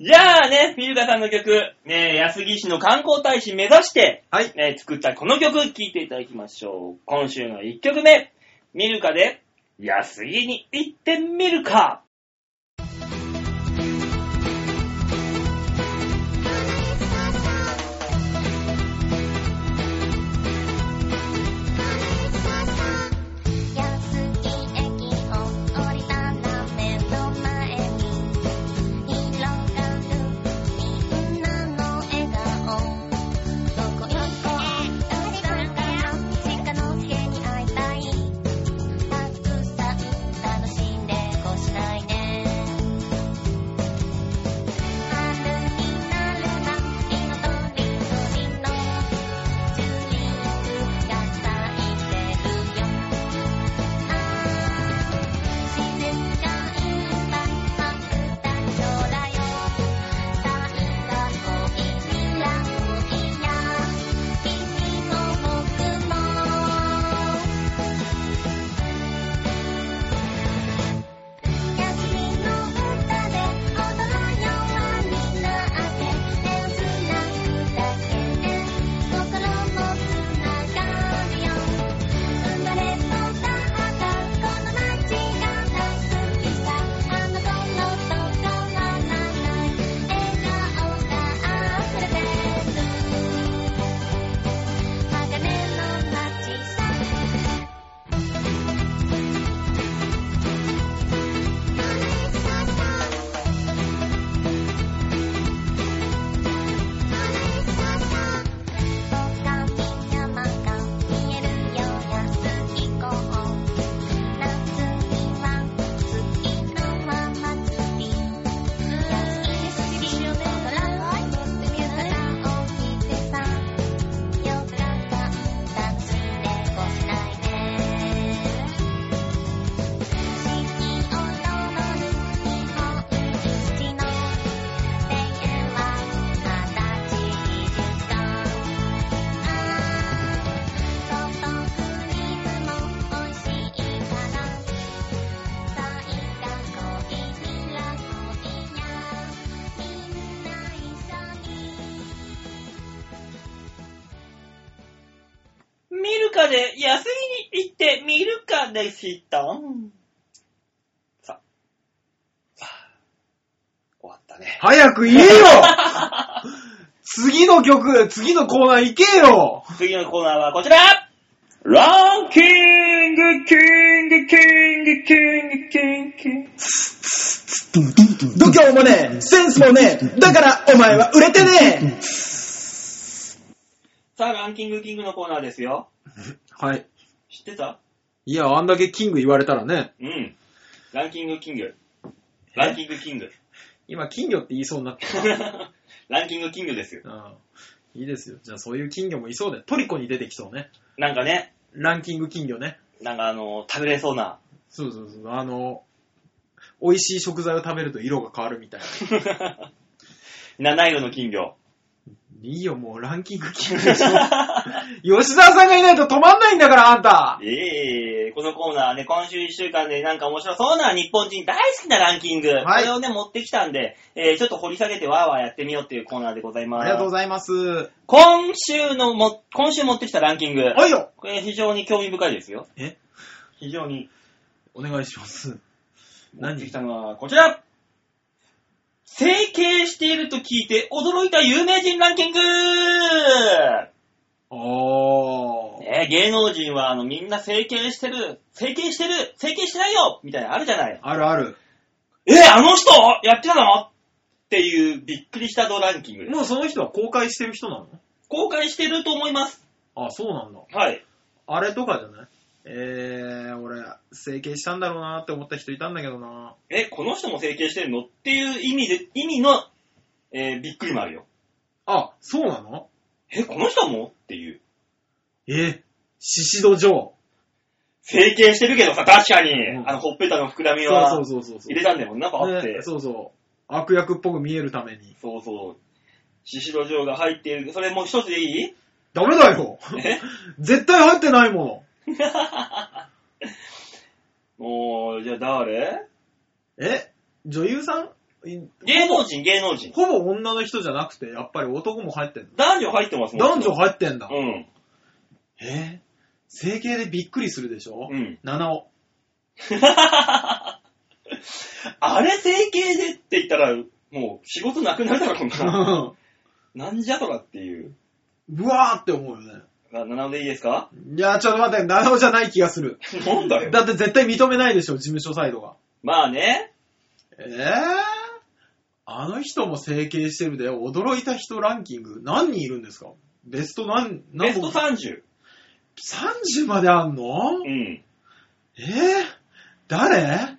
Speaker 2: じゃあね、ミルカさんの曲、ねえ、安木市の観光大使目指して、
Speaker 1: はい。
Speaker 2: ねえ、作ったこの曲聴いていただきましょう。今週の1曲目、ミルカで、安木に行ってみるか。
Speaker 3: 安い駅を降りたら目の前に広がるみんなの笑顔どこ行こうどうしたかな鹿の知恵に会いたいたくさん楽しんでこしたい
Speaker 2: かで安いに行ってみるかでした。さあ。さあ終わった ね。
Speaker 1: 早く言えよ次の曲、次のコーナー行けよ
Speaker 2: 次のコーナーはこちらランキング、キング、キング、キング、キング、キング。
Speaker 1: 度胸もねえ、センスもねえ、だからお前は売れてね
Speaker 2: さあ、ランキング、キングのコーナーですよ。
Speaker 1: えはい。
Speaker 2: 知ってた
Speaker 1: いや、あんだけキング言われたらね。
Speaker 2: うん。ランキング、キング。ランキング、キング。
Speaker 1: 今、金魚って言いそうになった。
Speaker 2: ランキング、キングですよ。
Speaker 1: いいですよ。じゃあ、そういう金魚もいそうで。トリコに出てきそうね。
Speaker 2: なんかね、
Speaker 1: ランキング金魚ね。
Speaker 2: なんかあの、食べれそうな。
Speaker 1: そうそうそう。あの、美味しい食材を食べると色が変わるみたいな。
Speaker 2: 七色の金 魚。
Speaker 1: いいよ、もうランキング金魚でしょ。 吉沢さんがいないと止まんないんだから、あんた。
Speaker 2: ええこのコーナーね、今週1週間でなんか面白そうな日本人大好きなランキング。
Speaker 1: はい
Speaker 2: これをね、持ってきたんで、えーちょっと掘り下げてわーわーやってみようっていうコーナーでございます。
Speaker 1: ありがとうございます。は
Speaker 2: 今週のも、今週持ってきたランキング。
Speaker 1: いよ。
Speaker 2: これ非常に興味深いですよ。
Speaker 1: え
Speaker 2: 非常に。
Speaker 1: お願いします。
Speaker 2: 持
Speaker 1: 何
Speaker 2: ってきたのはこちら整形していると聞いて驚いた有名人ランキング
Speaker 1: あー。
Speaker 2: ねえ、芸能人はあのみんな整形してる、整形してる、整形してないよみたいなのあるじゃない。
Speaker 1: あるある。
Speaker 2: えあの人やってたのっていうびっくりした度ランキングです。
Speaker 1: もうその人は公開してる人なの
Speaker 2: 公開してると思います。
Speaker 1: あ、そうなんだ。
Speaker 2: はい。
Speaker 1: あれとかじゃないえー、俺、整形したんだろうなって思った人いたんだけどな。
Speaker 2: え、この人も整形してるのっていう意味で、意味の、えーびっくりもあるよ。
Speaker 1: あ、そうなの
Speaker 2: え、この人もっていう。
Speaker 1: え、シシドジョー。
Speaker 2: 整形してるけどさ、確かに、
Speaker 1: うん
Speaker 2: あの、ほっぺたの膨らみは、
Speaker 1: そうそうそうそう。
Speaker 2: 入れたんだよ、なんかあって。
Speaker 1: ねそうそう。悪役っぽく見えるために。
Speaker 2: そうそう。シシドジョーが入っている。それもう一つでい い
Speaker 1: ダメだよ
Speaker 2: え
Speaker 1: 絶対入ってないも
Speaker 2: もう、じゃあ誰
Speaker 1: の。え女優さんい
Speaker 2: 芸能人、芸能人。
Speaker 1: ほぼ女の人じゃなくて、やっぱり男も入ってんの。
Speaker 2: 男女入ってますもん
Speaker 1: 男女入ってんだ。
Speaker 2: うん。
Speaker 1: え整形でびっくりするでしょ、
Speaker 2: うん。
Speaker 1: 七尾。
Speaker 2: あれ整形でって言ったら、もう仕事なくなるだろう な。なんじゃとかっていう。
Speaker 1: うわーって思うよね。
Speaker 2: な七尾でいいですか
Speaker 1: いやー、ちょっと待って、七尾じゃない気がする。
Speaker 2: なんだよ。
Speaker 1: だって絶対認めないでしょ、事務所サイドが。
Speaker 2: まあね。
Speaker 1: えー、あの人も整形してるで、驚いた人ランキング、何人いるんですかベスト何、
Speaker 2: ベ
Speaker 1: 何
Speaker 2: スト30。
Speaker 1: 30まであんの
Speaker 2: うん。
Speaker 1: えー、誰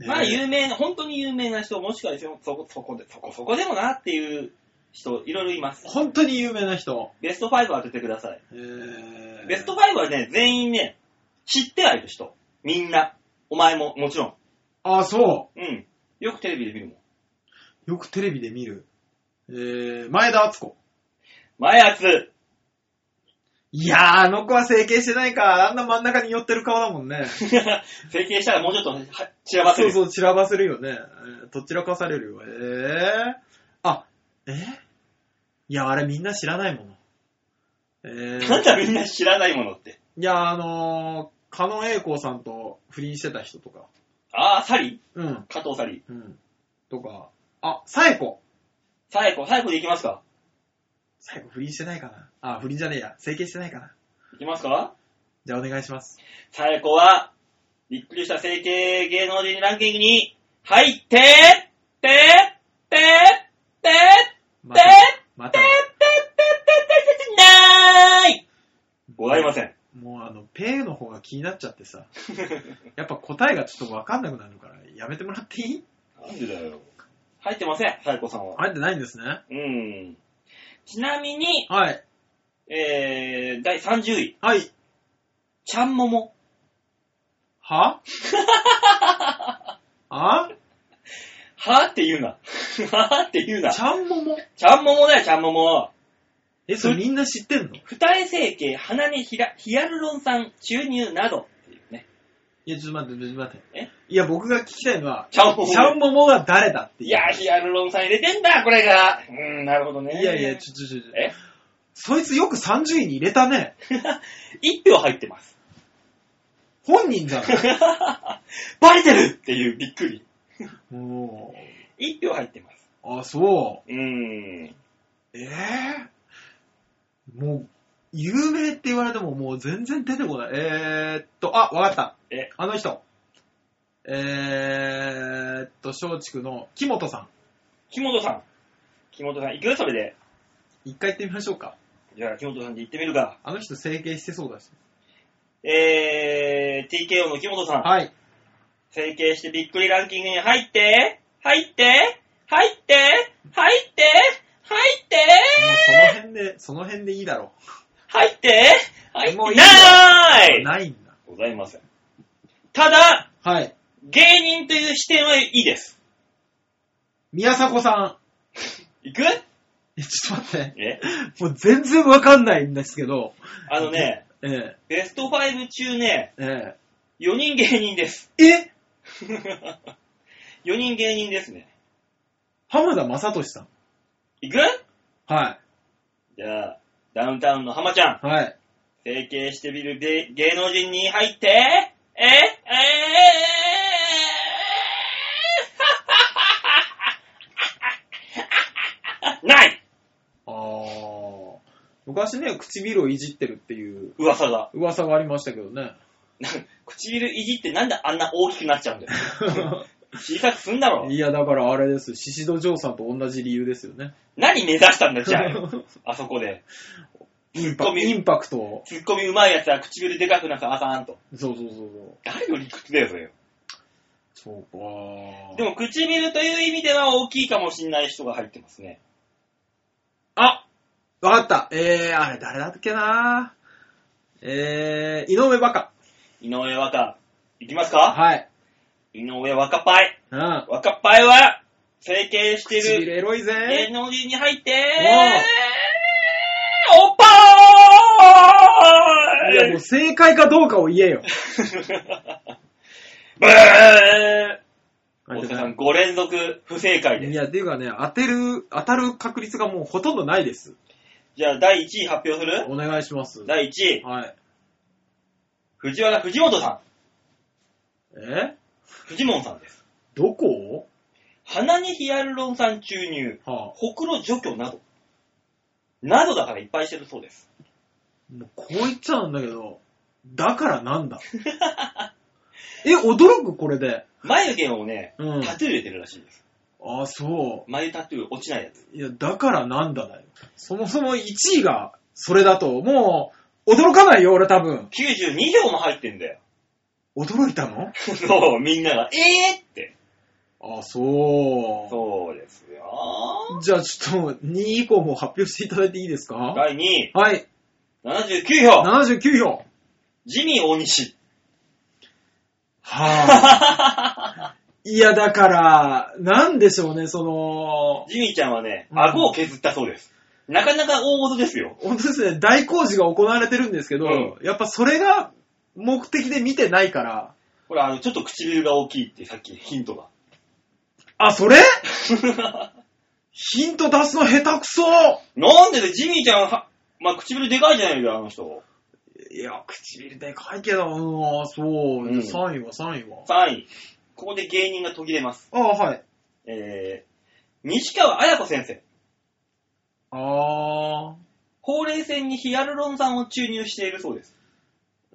Speaker 2: まあ
Speaker 1: ねえ
Speaker 2: 有名な、本当に有名な人、もしくはですよそこ、そこで、そこそこでもなっていう人、いろいろいます。
Speaker 1: 本当に有名な人。
Speaker 2: ベスト5を当ててください。
Speaker 1: えー、
Speaker 2: ベスト5はね、全員ね、知ってはいる人。みんな。お前も、もちろん。
Speaker 1: あ、そ
Speaker 2: うん。よくテレビで見るもん。
Speaker 1: う。よくテレビで見る。えー、前田敦子。
Speaker 2: 前圧。
Speaker 1: いやー、あの子は整形してないか。あんな真ん中に寄ってる顔だもんね。
Speaker 2: 整形したらもうちょっと、は散らばって
Speaker 1: そう
Speaker 2: る。
Speaker 1: そう、散らばせるよね。えーとっちらかされるよ。えー、あ、えーいや、あれみんな知らないもの。え
Speaker 2: なん
Speaker 1: ー、
Speaker 2: だみんな知らないものって。
Speaker 1: いや、あのー、加納栄光さんと不倫してた人とか。
Speaker 2: あー、サリ
Speaker 1: うん、
Speaker 2: 加藤サリ。
Speaker 1: うん。とか、あ、サエコ。
Speaker 2: サエコ、サエコでいきますか
Speaker 1: サエコ不倫してないかな。あ、不倫じゃねえや。整形してないかな。
Speaker 2: いきますか
Speaker 1: じゃあお願いします。
Speaker 2: サエコは、びっくりした整形芸能人ランキングに、入って、て、て、て、
Speaker 1: また
Speaker 2: えー、
Speaker 1: ま
Speaker 2: て、て、て、て
Speaker 1: た、、
Speaker 2: て、て、なーいございません。
Speaker 1: もうあの、ペーの方が気になっちゃってさ。 やっぱ答えがちょっとわかんなくなるから、やめてもらっていい
Speaker 2: なんでだよ。入ってません、サイコさんは。
Speaker 1: 入ってないんですね。
Speaker 2: うん。ちなみに、
Speaker 1: はい。
Speaker 2: えー、第30位、
Speaker 1: はい。
Speaker 2: ちゃんもも。
Speaker 1: はあ
Speaker 2: はーって言うな。はーって言うな。
Speaker 1: ちゃんもも
Speaker 2: ちゃんももだよ、ちゃんもも。
Speaker 1: え、それみんな知ってんのい
Speaker 2: 二重整形、鼻にひらヒアルロン酸注入など。っていうね。
Speaker 1: や、ちょっと待って、ちょっと待って。
Speaker 2: え
Speaker 1: いや、僕が聞きたいのは、
Speaker 2: ちゃんもも
Speaker 1: ちゃんももが誰だってい
Speaker 2: い
Speaker 1: う。
Speaker 2: や、ヒアルロン酸入れてんだ、これが。うーん、なるほど
Speaker 1: い
Speaker 2: ね。
Speaker 1: やいや、ちょ、ちょ、ちょ、ちょ
Speaker 2: え
Speaker 1: そいつよく30位に入れたね。
Speaker 2: 一票入ってます。
Speaker 1: 本人じゃ ない。
Speaker 2: バレてるっていうびっくり。
Speaker 1: も
Speaker 2: 一票入ってます。
Speaker 1: う、あ、そう
Speaker 2: ーん。
Speaker 1: う。ええもう、有名って言われてももう全然出てこない。えー、っと、あ、わかった。
Speaker 2: え、
Speaker 1: あの人。えー、っと、松竹の木本さん。
Speaker 2: 木本さん。木本さん、行くよ、それで。
Speaker 1: 一回行ってみましょうか。
Speaker 2: じゃあ、木本さんで行ってみるか。
Speaker 1: あの人整形してそうだし。
Speaker 2: えー、TKO の木本さん。
Speaker 1: はい。
Speaker 2: 整形してびっくりランキングに入って、入って、入って、入って、入って、
Speaker 1: もうその辺で、その辺でいいだろ
Speaker 2: 入って、入って、
Speaker 1: もういいよ
Speaker 2: な
Speaker 1: う。
Speaker 2: い
Speaker 1: ないんだ。
Speaker 2: ございません。ただ、
Speaker 1: はい。
Speaker 2: 芸人という視点はいいです。
Speaker 1: 宮迫さ
Speaker 2: 行く
Speaker 1: ん。え、ちょっと待って。
Speaker 2: え
Speaker 1: もう全然わかんないんですけど。
Speaker 2: あのね、
Speaker 1: ええ、
Speaker 2: ベスト5中ね、
Speaker 1: え
Speaker 2: 4人芸人です。
Speaker 1: え。え
Speaker 2: 4人芸人ですね。
Speaker 1: 浜田雅俊さん。
Speaker 2: 行く
Speaker 1: は
Speaker 2: じゃあ、ダウンタウンの浜ちゃん、
Speaker 1: い。はい。
Speaker 2: 整形してみる芸芸能人に入って、ええーない
Speaker 1: あー。昔ね、唇をいじってるっていう
Speaker 2: 噂が。
Speaker 1: 噂がありましたけど ね。
Speaker 2: 唇いじってなんであんな大きくなっちゃうんだよ。小さくすんだろ。
Speaker 1: いや、だからあれです。シシドジョーさんと同じ理由ですよね。
Speaker 2: 何目指したんだ、じゃあ。あそこで。
Speaker 1: イン
Speaker 2: ツッ
Speaker 1: パ
Speaker 2: コミ
Speaker 1: インパクトを。
Speaker 2: ツッコミ上手いやつは唇でかくなきゃあかんと。
Speaker 1: そうそうそうそう。
Speaker 2: 誰の理屈だよ、それ。
Speaker 1: そうか。
Speaker 2: でも、唇という意味では大きいかもしんない人が入ってますね。
Speaker 1: あわかった。えー、あれ誰だっけなえー、井上バカ。
Speaker 2: 井上若、いきますか
Speaker 1: はい。
Speaker 2: 井上若パイ。
Speaker 1: うん。
Speaker 2: 若パイは、整形してる
Speaker 1: 唇エロい
Speaker 2: 芸
Speaker 1: ぜ。
Speaker 2: 能人に入っておっぱ
Speaker 1: いや、も
Speaker 2: ー
Speaker 1: う
Speaker 2: い
Speaker 1: 正解かどうかを言えよ。
Speaker 2: ブー大塚さん5連続不正解で
Speaker 1: い
Speaker 2: す。
Speaker 1: や、っていうかね、当てる、当たる確率がもうほとんどないです。
Speaker 2: じゃあ、第1位発表する
Speaker 1: お願いします。
Speaker 2: 第1位、
Speaker 1: はい。
Speaker 2: 藤原藤本さん。
Speaker 1: え
Speaker 2: 藤本さんです。
Speaker 1: どこ
Speaker 2: 鼻にヒアルロン酸注入、
Speaker 1: はあ、
Speaker 2: ほくろ除去など。などだからいっぱいしてるそうです。
Speaker 1: もうこう言っちゃうんだけど、だからなん だえ、驚くこれで。
Speaker 2: 眉毛をね、
Speaker 1: うん。
Speaker 2: タトゥー入れてるらしいです。
Speaker 1: あ、そ
Speaker 2: 眉タトゥー落ちないやつ。
Speaker 1: う。いや、だからなんだだよ。そもそも1位がそれだと、もう、驚かないよ、俺多分。
Speaker 2: 92票も入ってんだよ。
Speaker 1: 驚いたの
Speaker 2: そう、みんなが、えぇ、って。
Speaker 1: あ、そ
Speaker 2: そうですよ。
Speaker 1: う。じゃあちょっと、2位以降も発表していただいていいですか
Speaker 2: 第2位、
Speaker 1: はい。
Speaker 2: 79票、
Speaker 1: 79票。
Speaker 2: ジミー大 西。
Speaker 1: はぁ、いや、だから、なんでしょうね、その、
Speaker 2: ジミーちゃんはね、
Speaker 1: うん
Speaker 2: 顎を削ったそうです。なかなか大事ですよ。
Speaker 1: 本当ですね、大工事が行われてるんですけど、
Speaker 2: う
Speaker 1: やっぱそれが目的で見てないから、
Speaker 2: ほら、あの、ちょっと唇が大きいってさっきヒントが。
Speaker 1: あ、それヒント出すの下手くそ
Speaker 2: なんでね、ジミーちゃんは、まあ、唇でかいじゃないよ、あの人。
Speaker 1: いや、唇でかいけど、うん、あそう、
Speaker 2: うん
Speaker 1: 3位は3位は。
Speaker 2: 3位。ここで芸人が途切れます。
Speaker 1: あはい。
Speaker 2: えー、西川綾子先生。
Speaker 1: あ
Speaker 2: ほうれい線にヒアルロン酸を注入しているそうです。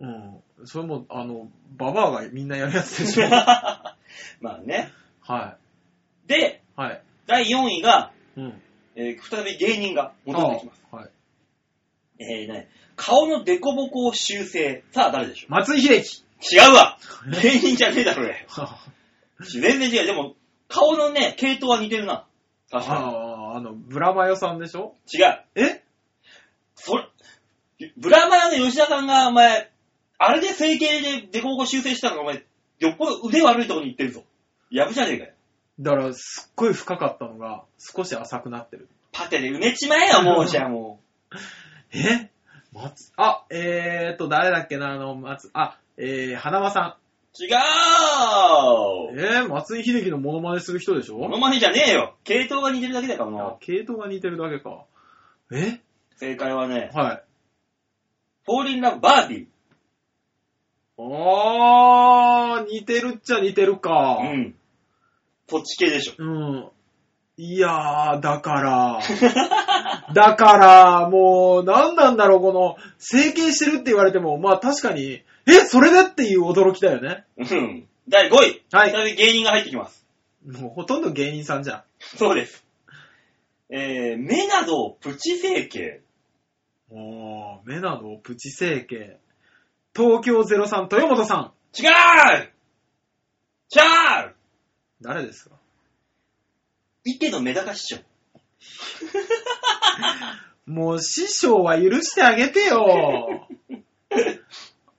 Speaker 1: ー、うん。それも、あの、ババアがみんなやるやつで しょ。は
Speaker 2: まあね。
Speaker 1: い。
Speaker 2: で、
Speaker 1: はい。
Speaker 2: 第4位が、
Speaker 1: うん。
Speaker 2: えー再び芸人が戻ってきます。
Speaker 1: あはい。
Speaker 2: えーね、顔のデコボコを修正。さあ、誰でしょ
Speaker 1: 松井秀 喜。
Speaker 2: う違うわ芸人じゃねえだろ、ね、
Speaker 1: あ
Speaker 2: 全然違う。でも、顔のね、系統は似てるな。確か
Speaker 1: あー、あの、ブラマヨさんでしょ
Speaker 2: に。違う。
Speaker 1: え
Speaker 2: それ、ブラマヨの吉田さんが、お前、あれで整形でデコボコ修正したのが、お前、よっぽど腕悪いとこに行ってるぞ。やぶじゃねえかよ。
Speaker 1: だから、すっごい深かったのが、少し浅くなってる。
Speaker 2: パテで埋めちまえよ、もう、じゃあも
Speaker 1: え松、あ、えーっと、誰だっけな、あの、松、あ、えー、花輪さ。
Speaker 2: う。違うん
Speaker 1: えー、松井秀喜のモノマネする人でし
Speaker 2: モ
Speaker 1: ょ
Speaker 2: ノマネじゃねえよ。系統が似てるだけだからな。
Speaker 1: あ系統が似てるだけか。え
Speaker 2: 正解はね、
Speaker 1: はい。
Speaker 2: フォーリンラブバービー。
Speaker 1: あー、似てるっちゃ似てるか。
Speaker 2: うん。そっち系でしょ。
Speaker 1: うん。いやー、だから、 だから、もう、なんなんだろう、この、整形してるって言われても、まあ確かに、え、それでっていう驚きだよね。
Speaker 2: うん。第5位。
Speaker 1: はい
Speaker 2: それで芸人が入ってきます。
Speaker 1: もうほとんど芸人さんじゃ
Speaker 2: そうです。えー、目などをプチ整形。
Speaker 1: ん。おー、目などプチ整形。東京03、豊本さん。
Speaker 2: 違う違う
Speaker 1: 誰ですか
Speaker 2: 池のメダカ師匠。
Speaker 1: もう師匠は許してあげて よ。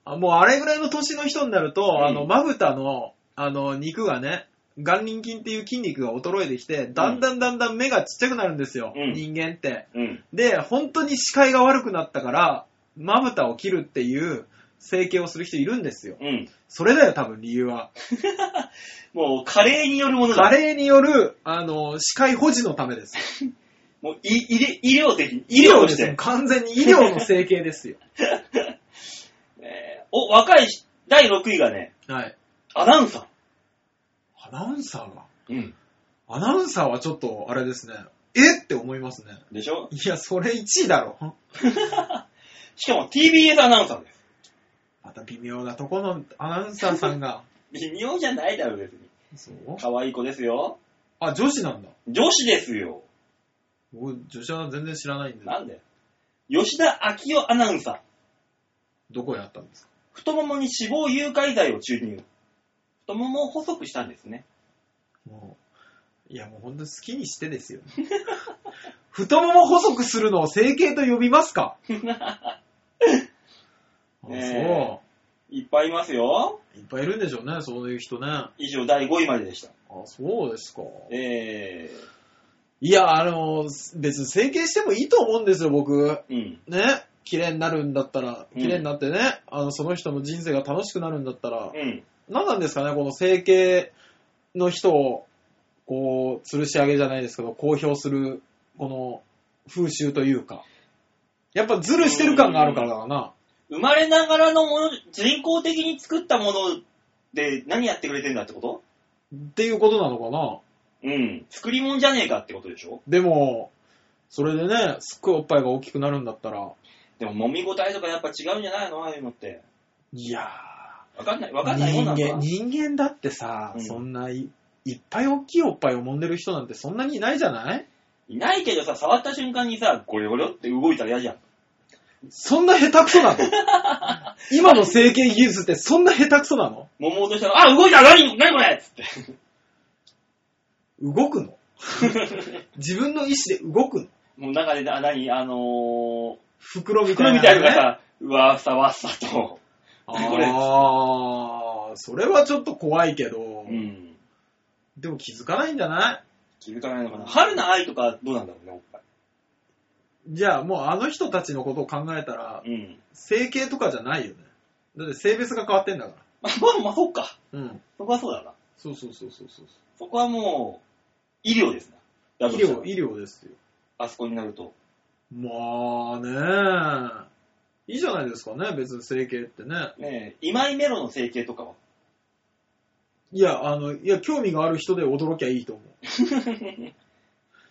Speaker 1: あもうあれぐらいの年の人になると、
Speaker 2: ん
Speaker 1: あの、まぶたの、あの、肉がね、眼輪筋っていう筋肉が衰えてきて、だんだんだんだん目がちっちゃくなるんですよ、
Speaker 2: うん
Speaker 1: 人間って。
Speaker 2: うん。
Speaker 1: で、本当に視界が悪くなったから、まぶたを切るっていう整形をする人いるんですよ。
Speaker 2: うん。
Speaker 1: それだよ、多分理 由は。
Speaker 2: もう、加齢によるものだ。
Speaker 1: 加齢による、あの、視界保持のためです。
Speaker 2: もう、い医療医療的に、医療とし
Speaker 1: ですよ
Speaker 2: て。
Speaker 1: 完全に医療の整形ですよ。
Speaker 2: えーお、若いし、第6位がね、
Speaker 1: はい。
Speaker 2: アナウンサ
Speaker 1: アナウンサーが。
Speaker 2: ー。うん。
Speaker 1: アナウンサーはちょっと、あれですね。えって思いますね。
Speaker 2: でしょ
Speaker 1: いや、それ1位だろ。
Speaker 2: しかも TBS アナウンサーです。
Speaker 1: また微妙なとこのアナウンサーさんが。
Speaker 2: 微妙じゃないだろ、別に。
Speaker 1: そう
Speaker 2: 可愛い子ですよ。
Speaker 1: あ、女子なんだ。
Speaker 2: 女子ですよ。
Speaker 1: 僕、女子は全然知らないんで。
Speaker 2: なんだよ。吉田昭夫アナウンサー。
Speaker 1: どこやったんですか
Speaker 2: 太ももに脂肪誘拐剤を注入。太ももを細くしたんですね。
Speaker 1: もう。いや、もう本当に好きにしてです よ。太もも細くするのを整形と呼びます かあ
Speaker 2: ね
Speaker 1: そ
Speaker 2: いっぱいいますよ。
Speaker 1: う。いっぱいいるんでしょうね、そういう人ね。あ、
Speaker 2: 以上、第5位まででした。
Speaker 1: そうですか。
Speaker 2: え
Speaker 1: いや、あの、別に整形してもいいと思うんですよ、僕。
Speaker 2: ー、うん。
Speaker 1: ね、綺麗になるんだったら、
Speaker 2: うん
Speaker 1: 綺麗になってね、あの、その人の人生が楽しくなるんだったら、
Speaker 2: うん。
Speaker 1: 何なんですかね、この整形の人を、こう、吊るし上げじゃないですけど、公表する、この、風習というか。やっぱズルしてる感があるからだな。
Speaker 2: 生まれながらのもの、人工的に作ったもので何やってくれてんだってこと
Speaker 1: っていうことなのかな。
Speaker 2: うん。作り物じゃねえかってことでしょ
Speaker 1: でも、それでね、すっごいおっぱいが大きくなるんだったら、
Speaker 2: でも、揉み応えとかやっぱ違うんじゃないのああいうのって。
Speaker 1: いや
Speaker 2: わかんない、わかんないも
Speaker 1: 人
Speaker 2: んなんだ
Speaker 1: 間、。人間だってさ、
Speaker 2: うん
Speaker 1: そんない、いっぱい大きいおっぱいを揉んでる人なんてそんなにいないじゃない
Speaker 2: いないけどさ、触った瞬間にさ、ゴリョゴリョって動いたら嫌じゃん。
Speaker 1: そんな下手く そなの今の整形技術ってそんな下手くそなの
Speaker 2: 揉もうとしたら、あ、動いた何何これっつって。
Speaker 1: 動くの自分の意志で動くの
Speaker 2: もう中で、あ、何あのー、
Speaker 1: 袋みた
Speaker 2: 袋
Speaker 1: いな、
Speaker 2: みたいなのがさ、うわさわっさと。これ
Speaker 1: あー、それはちょっと怖いけど、
Speaker 2: うん。
Speaker 1: でも気づかないんじゃない
Speaker 2: 気づかないのかな。春の愛とかどうなんだろうね、おっぱい。
Speaker 1: じゃあもうあの人たちのことを考えたら、
Speaker 2: うん。
Speaker 1: 整形とかじゃないよね。だって性別が変わってんだか
Speaker 2: まあ、まあ、まあ、そっか。
Speaker 1: ら。うん。
Speaker 2: そこはそうだな。
Speaker 1: そうそうそうそうそう。
Speaker 2: そこはもう、医療ですな。だと
Speaker 1: 医
Speaker 2: したら
Speaker 1: 療、医療ですよ。
Speaker 2: あそこになると。
Speaker 1: まあねいいじゃないですかね、別に整形ってね。
Speaker 2: ねえ、今井メロの整形とかは。
Speaker 1: いや、あの、いや、興味がある人で驚きゃいいと思う。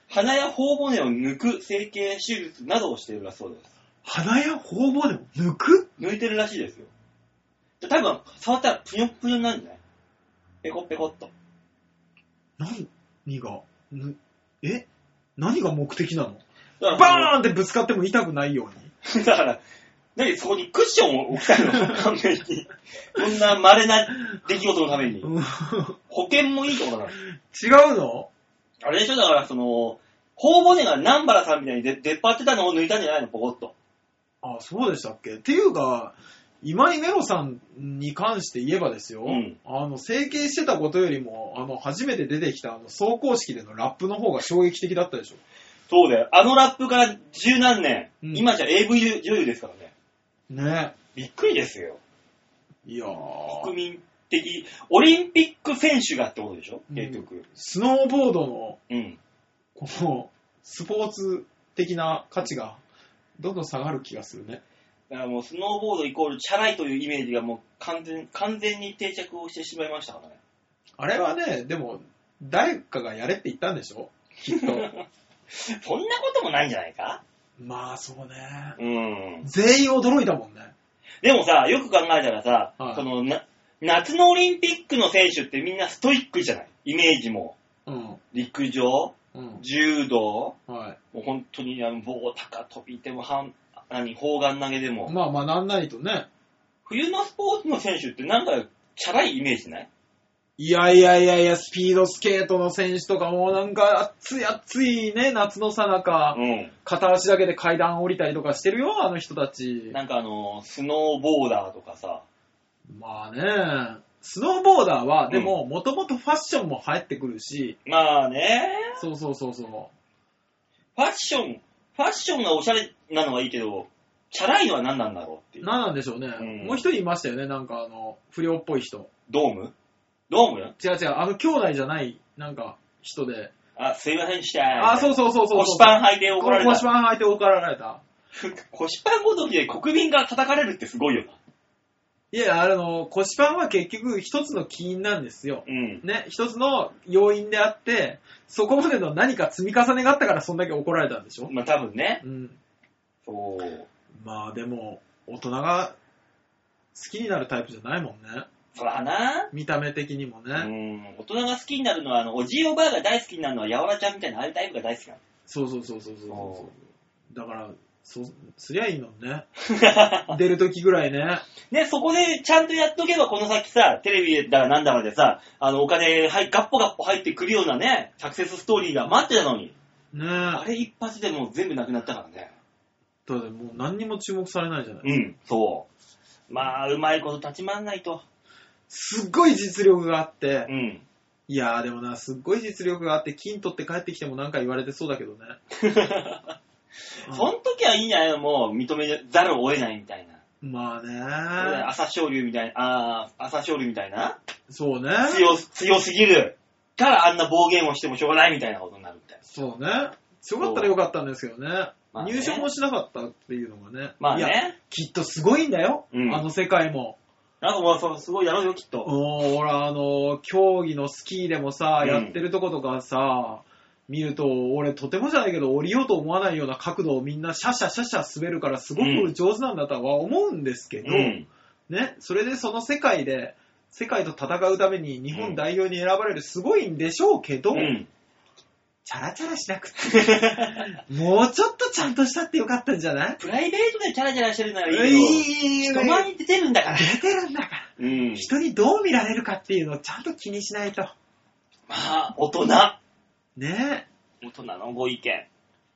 Speaker 2: 鼻や頬骨を抜く整形手術などをしているらそうです。
Speaker 1: 鼻や頬骨を抜く
Speaker 2: 抜いてるらしいですよ。で多分、触ったらぷよぷよになるんじゃないペコペコっと。
Speaker 1: 何がぬえ何が目的なの
Speaker 2: だ
Speaker 1: バ
Speaker 2: から
Speaker 1: ーンってぶつかっても痛くないように。
Speaker 2: だから、何そこにクッションを置きたいの完全に。こんな稀な出来事のために。
Speaker 1: うん違
Speaker 2: 保険もいいところだから。
Speaker 1: うの
Speaker 2: あれでしょだから、その、頬骨が南原さんみたいに出出っ張ってたのを抜いたんじゃないのポコッと。
Speaker 1: あ、そうでしたっけっていうか、今井メロさんに関して言えばですよ、
Speaker 2: うん
Speaker 1: あの、整形してたことよりも、あの、初めて出てきた、あの、走行式でのラップの方が衝撃的だったでしょ。
Speaker 2: そうだよ。あのラップから十何年、
Speaker 1: うん
Speaker 2: 今じゃ AV 女優ですからね。
Speaker 1: ね
Speaker 2: びっくりですよ。
Speaker 1: いやー
Speaker 2: 国民的、オリンピック選手がってことでしょ
Speaker 1: うん
Speaker 2: 結局。
Speaker 1: スノーボードの
Speaker 2: うん。
Speaker 1: このスポーツ的な価値がどんどん下がる気がするね。
Speaker 2: だからもうスノーボードイコールチャラいというイメージがもう完全完全に定着をしてしまいましたからね。
Speaker 1: あれはね、でも、誰かがやれって言ったんでしょき っと。
Speaker 2: そんなこともないんじゃないか
Speaker 1: まあ、そうね。
Speaker 2: うん。
Speaker 1: 全員驚いたもんね。
Speaker 2: でもさ、よく考えたらさ、
Speaker 1: はい
Speaker 2: そのな夏のオリンピックの選手ってみんなストイックじゃないイメージも。
Speaker 1: うん。
Speaker 2: 陸上、
Speaker 1: うん。
Speaker 2: 柔道、
Speaker 1: はい。
Speaker 2: もう本当にあの棒高跳びでも、はん何、砲丸投げでも。
Speaker 1: まあまあ、なんないとね。
Speaker 2: 冬のスポーツの選手ってなんかチャラいイメージない
Speaker 1: いやいやいやいや、スピードスケートの選手とかもなんか暑い暑いね、夏のさなか、
Speaker 2: うん。
Speaker 1: 片足だけで階段降りたりとかしてるよ、あの人たち。
Speaker 2: なんかあの、スノーボーダーとかさ、
Speaker 1: まあね、スノーボーダーは、
Speaker 2: ん
Speaker 1: でも、もともとファッションも流行ってくるし、
Speaker 2: まあね、
Speaker 1: そうそうそうそ。
Speaker 2: ファッション、ファッションがおしゃれなのはいいけど、チャラいのは何なんだろうっていうう。
Speaker 1: 何なんでしょうね。
Speaker 2: うん
Speaker 1: もう一人いましたよね、なんかあの、不良っぽい人。
Speaker 2: ドームドーム
Speaker 1: 違う違う、あの兄弟じゃない、なんか、人で。
Speaker 2: あ、すいませんでした。
Speaker 1: あ、そううそうそうそうそう。
Speaker 2: 腰パン履いて怒られた。
Speaker 1: 腰パン履いて怒られた。
Speaker 2: 腰パンごときで国民が叩かれるってすごいよな。
Speaker 1: いや、あの、腰パンは結局一つの起因なんですよ。
Speaker 2: うん。
Speaker 1: ね、一つの要因であって、そこまでの何か積み重ねがあったからそんだけ怒られたんでしょ
Speaker 2: まあ多分ね。
Speaker 1: うん。
Speaker 2: そう。
Speaker 1: まあでも、大人が好きになるタイプじゃないもんね。
Speaker 2: そらな。
Speaker 1: 見た目的にも
Speaker 2: う
Speaker 1: ね。
Speaker 2: ん。大人が好きになるのは、あの、おじいおばあが大好きになるのは、やわらちゃんみたいな、ああいうタイプが大好きなの。
Speaker 1: そうそうそうそうそ
Speaker 2: そ
Speaker 1: うそう。だから、そう、すりゃいいのに ね。出る時ぐらいね。
Speaker 2: ね、そこでちゃんとやっとけば、この先さ、テレビだらなんだまでさ、あの、お金、はい、ガッポガッポ入ってくるようなね、サクセスストーリーが待ってたのに、
Speaker 1: ね
Speaker 2: あれ一発でもう全部なくなったからね。
Speaker 1: だってもう何にも注目されないじゃない。
Speaker 2: うん、そう。まあ、うまいこと立ち回んないと。
Speaker 1: すっごい実力があって
Speaker 2: う、 ん。
Speaker 1: いやーでもな、すっごい実力があって、金取って帰ってきてもなんか言われてそうだけど ね。うん
Speaker 2: そん時はいいんじゃないのもう認めざるを得ないみたいな。
Speaker 1: まあね
Speaker 2: 朝青龍みたいな、あー朝青龍みたいな、
Speaker 1: そうね。
Speaker 2: 強、強すぎるからあんな暴言をしてもしょうがないみたいなことになるみたいな。
Speaker 1: そうね。強かったらよかったんですけどね。
Speaker 2: まあね
Speaker 1: 入賞もしなかったっていうのがね。
Speaker 2: まあ
Speaker 1: いや、
Speaker 2: ね。
Speaker 1: きっとすごいんだよ。
Speaker 2: うん
Speaker 1: あの世界も。
Speaker 2: なんかもうそう、すごいやろうよ、きっと。
Speaker 1: おーほら、あのー、競技のスキーでもさ、
Speaker 2: うん
Speaker 1: やってるとことかさ、見ると、俺とてもじゃないけど降りようと思わないような角度をみんなシャシャシャシャ滑るからすごく上手なんだとは思うんですけど、
Speaker 2: うん。
Speaker 1: ね、それでその世界で、世界と戦うために日本代表に選ばれるすごいんでしょうけ ど、
Speaker 2: うん。
Speaker 1: チャラチャラしなくて、もうちょっとちゃんとしたってよかったんじゃない
Speaker 2: プライベートでチャラチャラしてるならいい
Speaker 1: い
Speaker 2: け
Speaker 1: いいい
Speaker 2: ど、人前に出てるんだから。
Speaker 1: 出てるんだから、
Speaker 2: うん。
Speaker 1: 人にどう見られるかっていうのをちゃんと気にしないと。
Speaker 2: まあ、大人。
Speaker 1: ね
Speaker 2: 大人のご意見。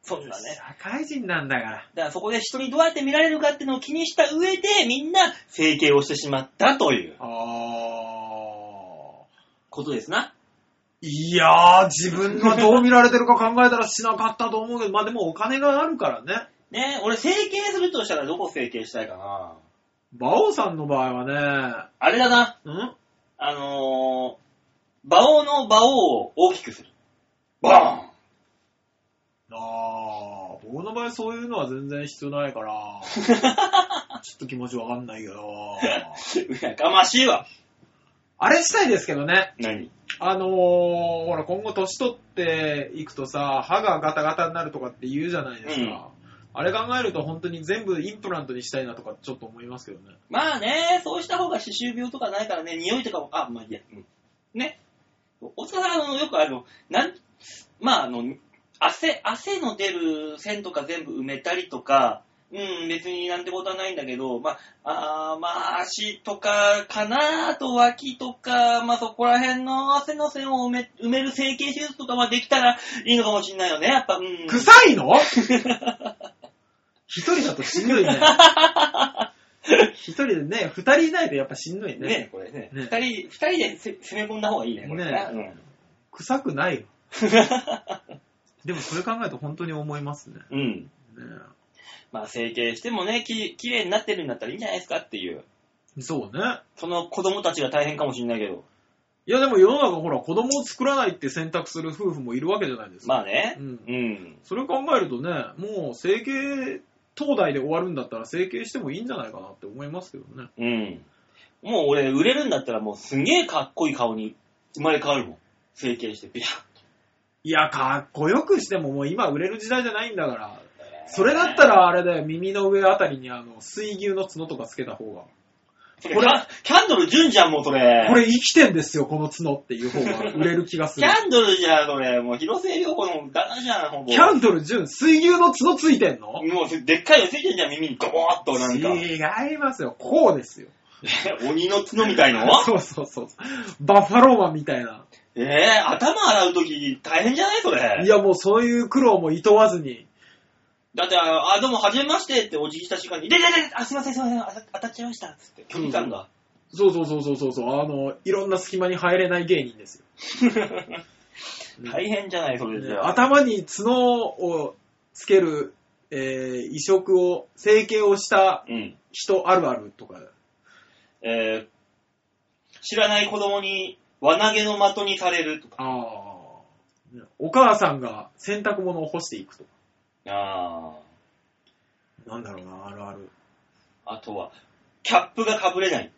Speaker 2: そんなね。
Speaker 1: 社会人なんだから。
Speaker 2: だからそこで人にどうやって見られるかっていうのを気にした上で、みんな整形をしてしまったという
Speaker 1: あー。
Speaker 2: ことですな。
Speaker 1: いやー、自分がどう見られてるか考えたらしなかったと思うけど、まあでもお金があるからね。
Speaker 2: ね俺整形するとしたらどこ整形したいかな。
Speaker 1: 馬王さんの場合は
Speaker 2: あれだな、
Speaker 1: ね、ん
Speaker 2: あのー、馬王の馬王を大きくする。バ
Speaker 1: あー、僕の場合そういうのは全然必要ない から、ちょっと気持ちわかんないけど。
Speaker 2: ーン やかましいわ。
Speaker 1: あれしたいですけどね。
Speaker 2: 何
Speaker 1: あのー、ほら、今後年取っていくとさ、歯がガタガタになるとかって言うじゃないですか。あれ考えると本当に全部インプラントにしたいなとかちょっと思いますけどね。
Speaker 2: まあね、そうした方が歯周病とかないからね、匂いとかも、あ、まあいいや、うん。ね。おさん、あの、よくあの、なん、まああの、汗、汗の出る線とか全部埋めたりとか、うん、別になんてことはないんだけど、まあ、あーまあ、足とかかな、あと脇とか、まあそこら辺の汗の線を埋め、埋める整形手術とかはできたらいいのかもしれないよね、やっぱ、うん。
Speaker 1: 臭いの一人だとしんど いね。一人でね、二人いないとやっぱしんどいね。
Speaker 2: ね、これね。二、人、
Speaker 1: ね
Speaker 2: 二人でせ攻め込んだ方がいいね、これ
Speaker 1: ね
Speaker 2: うん
Speaker 1: 臭くないよ。でもそれ考えると本当に思いますね。
Speaker 2: うん。
Speaker 1: ね
Speaker 2: まあ整形してもね、き綺麗になってるんだったらいいんじゃないですかっていう。
Speaker 1: そうね。
Speaker 2: その子供たちが大変かもしれないけど。
Speaker 1: いやでも世の中ほら子供を作らないって選択する夫婦もいるわけじゃないですか。
Speaker 2: まあね
Speaker 1: う。ん
Speaker 2: うん。
Speaker 1: それ考えるとね、もう整形東大で終わるんだったら整形してもいいんじゃないかなって思いますけどね。
Speaker 2: うん。もう俺、売れるんだったらもうすげえかっこいい顔に生まれ変わるもん。整形して、ビャッ
Speaker 1: いや、かっこよくしてももう今売れる時代じゃないんだから、それだったらあれだよ、耳の上あたりにあの、水牛の角とかつけた方が。
Speaker 2: それ
Speaker 1: こ
Speaker 2: キ
Speaker 1: れ
Speaker 2: ャキャンドル純じゃん、もうそれ。
Speaker 1: これ生きてんですよ、この角っていう方が売れる気がす
Speaker 2: キ
Speaker 1: る。
Speaker 2: ャンドルじゃん、それ。もう広末涼子のガラじゃん、ほぼ。
Speaker 1: キャンドル純、水牛の角ついてんの
Speaker 2: もうでっかいのついてんじゃん、耳にゴボーっとなんか。
Speaker 1: 違いますよ、こうですよ。
Speaker 2: 鬼の角みたいの
Speaker 1: そうそうそう。バッファローマンみたいな。
Speaker 2: ええ頭洗うとき大変じゃないそれ
Speaker 1: い。や、もうそういう苦労も厭わずに。
Speaker 2: だって、あ、あどうも、はじめましてってお辞儀した瞬間に、ででであ、すいません、すいません、あ当たっちゃいました、つって。距離感が。
Speaker 1: そうそうそうそうそうそう、あの、いろんな隙間に入れない芸人ですよ。うん
Speaker 2: 大変じゃない、それじゃ。
Speaker 1: 頭に角をつける、えー移植を、整形をした
Speaker 2: うん。
Speaker 1: 人あるあるとか。
Speaker 2: えー、知らない子供に輪投げの的にされるとか。
Speaker 1: ああ。お母さんが洗濯物を干していくとか。
Speaker 2: あ
Speaker 1: なんだろうな、あるある。
Speaker 2: あ。あとは、キャップが被れない。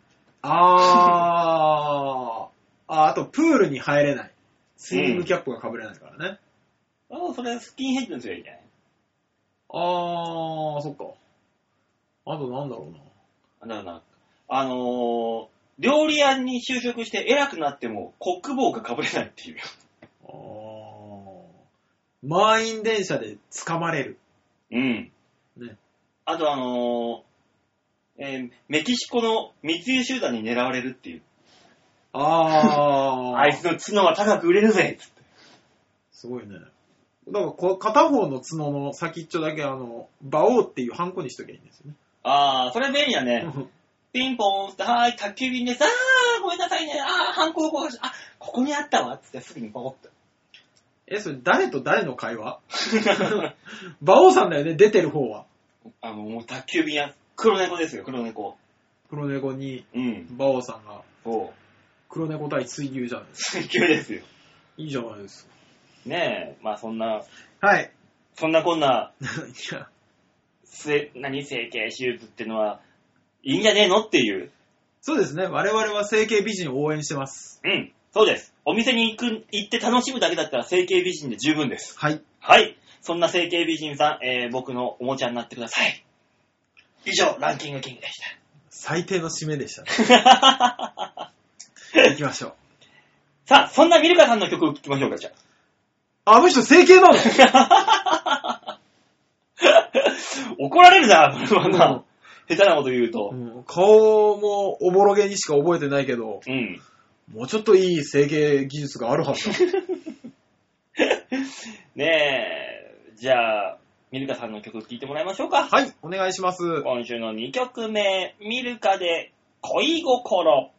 Speaker 1: あーあ。あと、プールに入れない。スイミングキャップが被れないからね。
Speaker 2: ああ、それスキンヘッドにすればいいんじゃない
Speaker 1: あー、そっか。あとなんだろうな。
Speaker 2: なんだろうな。あのー、料理屋に就職して偉くなっても、コック帽が被れないっていう。
Speaker 1: あー。満員電車で掴まれる。
Speaker 2: うん。
Speaker 1: ね
Speaker 2: あとあのー、えーメキシコの密輸集団に狙われるっていう。
Speaker 1: あー。
Speaker 2: あいつの角は高く売れるぜっつって
Speaker 1: すごいね。だからこう、片方の角の先っちょだけ、あの、馬王っていうハンコにしときゃいいんですよね。
Speaker 2: ああ、それ便利だね。ピンポンって、はーい、宅急便です。あー、ごめんなさいね。あー、ハンコをこうあ、ここにあったわ。つってすぐにポコって。
Speaker 1: え、それ誰と誰の会話 馬王さんだよね、出てる方は。
Speaker 2: あの、もう宅急便や、黒猫ですよ、黒猫。
Speaker 1: 黒猫に、
Speaker 2: うん。
Speaker 1: 馬王さんが、
Speaker 2: そう。
Speaker 1: 黒猫対水牛じゃないですか。
Speaker 2: 追求ですよ。
Speaker 1: いいじゃないです
Speaker 2: ねえ、まあそんな、
Speaker 1: か。はい。
Speaker 2: そんなこんな、
Speaker 1: いや、
Speaker 2: せ、何、整形手術ってのは、いいんじゃねえのっていう。
Speaker 1: そうですね。我々は整形美人を応援してます。
Speaker 2: うん、そうです。お店に行く、行って楽しむだけだったら整形美人で十分です。
Speaker 1: はい。
Speaker 2: はい。そんな整形美人さん、えー、僕のおもちゃになってください。以上、ランキングキングでした。
Speaker 1: 最低の締めでしたね。行きま しょう。
Speaker 2: さあ、そんなミルカさんの曲を聴きましょうか、じゃあ。
Speaker 1: あの人整形なの
Speaker 2: 怒られるな、これはな。
Speaker 1: うん
Speaker 2: 下手なこと言うと。
Speaker 1: うん顔もおぼろげにしか覚えてないけど、
Speaker 2: うん。
Speaker 1: もうちょっといい整形技術があ るはずだ。
Speaker 2: ねえ、じゃあ、ミルカさんの曲聴いてもらいましょうか。
Speaker 1: はい、お願いします。
Speaker 2: 今週の2曲目、ミルカで恋心。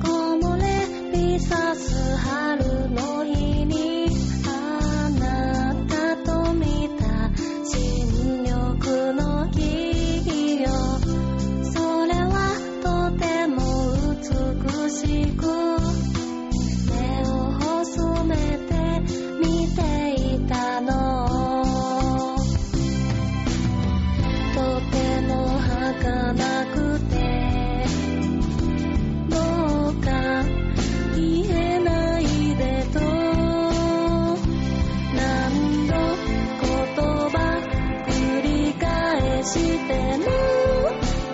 Speaker 3: 木漏れ日差す春の日にあなたと見た新緑の木よそれはとても美しく目を細めて見ていたのとても儚くてどうか言えないでと何度言葉繰り返しても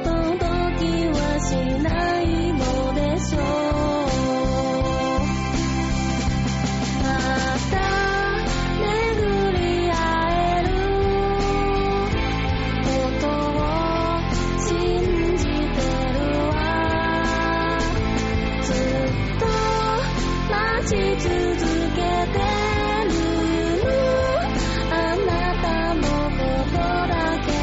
Speaker 3: 届きはしないのでしょうまた巡り会えることを信じてるわずっと待ち続けてるあなたのことだけを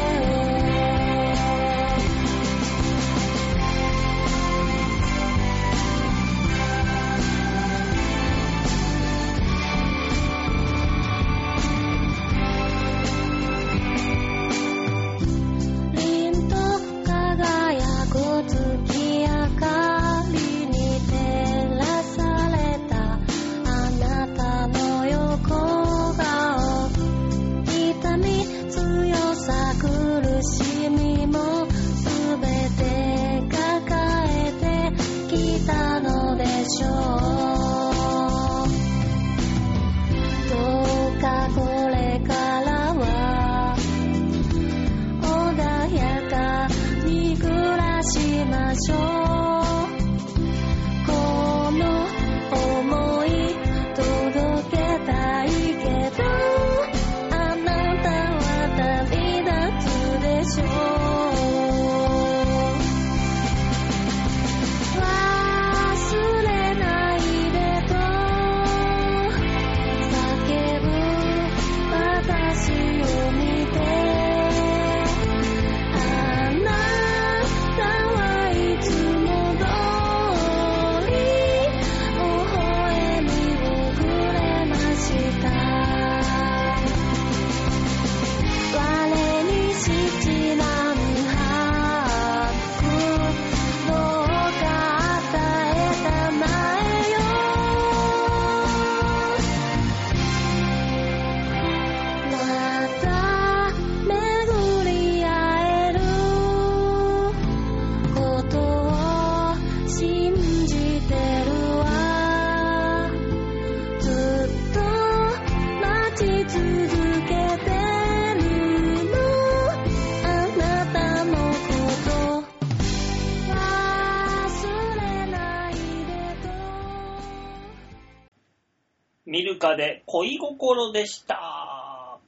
Speaker 2: ミルカで恋心でした。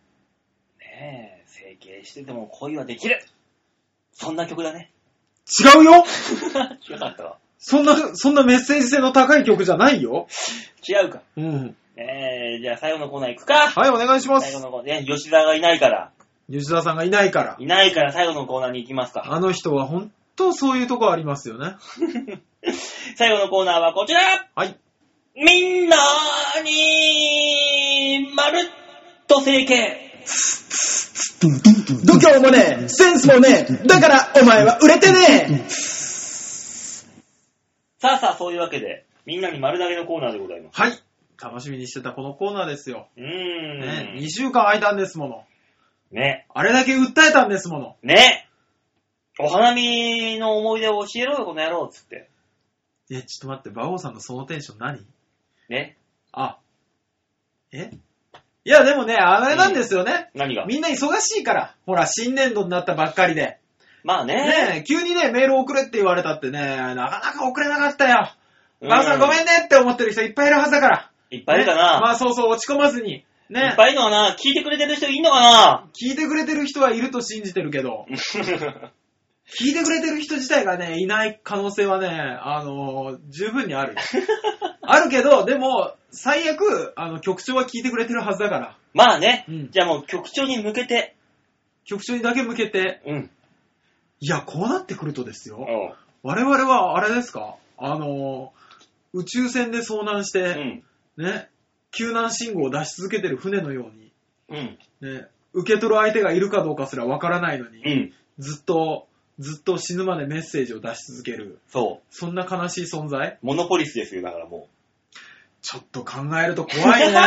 Speaker 2: ねえ、整形してても恋はできる。そんな曲だ ね。
Speaker 1: 違うよ
Speaker 2: 違かったわ。
Speaker 1: そんな、そんなメッセージ性の高い曲じゃないよ。
Speaker 2: 違うか。
Speaker 1: うん。
Speaker 2: えー、じゃあ最後のコーナー行くか。
Speaker 1: はい、お願いしま
Speaker 2: 最後
Speaker 1: す。
Speaker 2: のコーナー、ね、吉田がいないから、
Speaker 1: 吉田さんがいないから。
Speaker 2: いないから最後のコーナーに行きますか。
Speaker 1: あの人は本当そういうとこありますよね。
Speaker 2: 最後のコーナーはこちら
Speaker 1: はい。
Speaker 2: みんなに、まるっと整形。
Speaker 4: 度胸もねえ、センスもねえ、だからお前は売れてねえ。
Speaker 2: さあさあ、そういうわけで、みんなに丸投げのコーナーでございます。
Speaker 1: はい。楽しみにしてたこのコーナーですよ。
Speaker 2: うーん。
Speaker 1: ね、2週間空いたんですもの。
Speaker 2: ね。
Speaker 1: あれだけ訴えたんですもの。
Speaker 2: ね。お花見の思い出を教えろよ、この野郎、つって。
Speaker 1: え、ちょっと待って、馬王さんのそのテンション何
Speaker 2: ね。
Speaker 1: あ。えいや、でもね、あれなんですよね。
Speaker 2: 何が
Speaker 1: みんな忙しいから。ほら、新年度になったばっかりで。
Speaker 2: まあね。
Speaker 1: ねえ、急にね、メール送れって言われたってね、なかなか送れなかったよ。馬王さん
Speaker 2: う
Speaker 1: ごめんねって思ってる人いっぱいいるはずだから。
Speaker 2: いっぱいいるか
Speaker 1: ねま
Speaker 2: な、
Speaker 1: あそうそう、落ち込まずに。
Speaker 2: いっ
Speaker 1: ね。
Speaker 2: ぱいいるのかな聞いてくれてる人いんのかな
Speaker 1: 聞いてくれてる人はいると信じてるけど、聞いてくれてる人自体がね、いない可能性はね、あのー十分 にある。あるけど、でも、最悪、あの、局長は聞いてくれてるはずだから、
Speaker 2: まあね、
Speaker 1: うん
Speaker 2: じゃあもう局長に向けて、
Speaker 1: 局長にだけ向けて、
Speaker 2: うん。
Speaker 1: いや、こうなってくるとですよ。
Speaker 2: おう
Speaker 1: 我々は、あれですかあのー宇宙船で遭難し
Speaker 2: う
Speaker 1: て、
Speaker 2: ん。
Speaker 1: ね、救難信号を出し続けてる船のよう
Speaker 2: うん。
Speaker 1: に、ね、受け取る相手がいるかどうかすらわからないのに、
Speaker 2: うん。
Speaker 1: ずっと、ずっと死ぬまでメッセージを出し続ける。
Speaker 2: そ
Speaker 1: そんな悲しい存在
Speaker 2: う。モノポリスですよ、だからも
Speaker 1: ちょっと考えると 怖いね。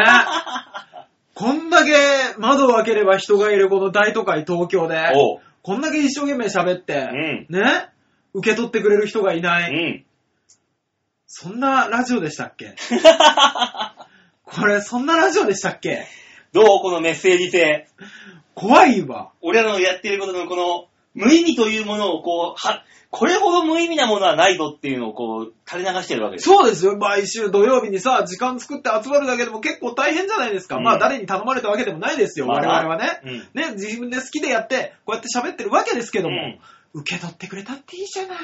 Speaker 1: こんだけ窓を開ければ人がいるこの大都会東京
Speaker 2: う。
Speaker 1: で、
Speaker 2: おう。
Speaker 1: こんだけ一生懸命喋って、
Speaker 2: うん
Speaker 1: ね受け取ってくれる人がいな
Speaker 2: う
Speaker 1: い。
Speaker 2: ん。
Speaker 1: そんなラジオでしたっ けこれ、そんなラジオでしたっけ
Speaker 2: どうこのメッセージ性。
Speaker 1: 怖いわ。
Speaker 2: 俺らのやってることのこの、無意味というものをこう、は、これほど無意味なものはないぞっていうのをこう、垂れ流してるわけです。
Speaker 1: そうですよ。毎週土曜日にさ、時間作って集まるだけでも結構大変じゃないですか。
Speaker 2: うん
Speaker 1: まあ、誰に頼まれたわけでもないですよ、
Speaker 2: まあ
Speaker 1: 我
Speaker 2: な
Speaker 1: 々はね。
Speaker 2: うん。
Speaker 1: ね、自分で好きでやって、こうやって喋ってるわけですけども、
Speaker 2: うん
Speaker 1: 受け取ってくれたっていいじゃない。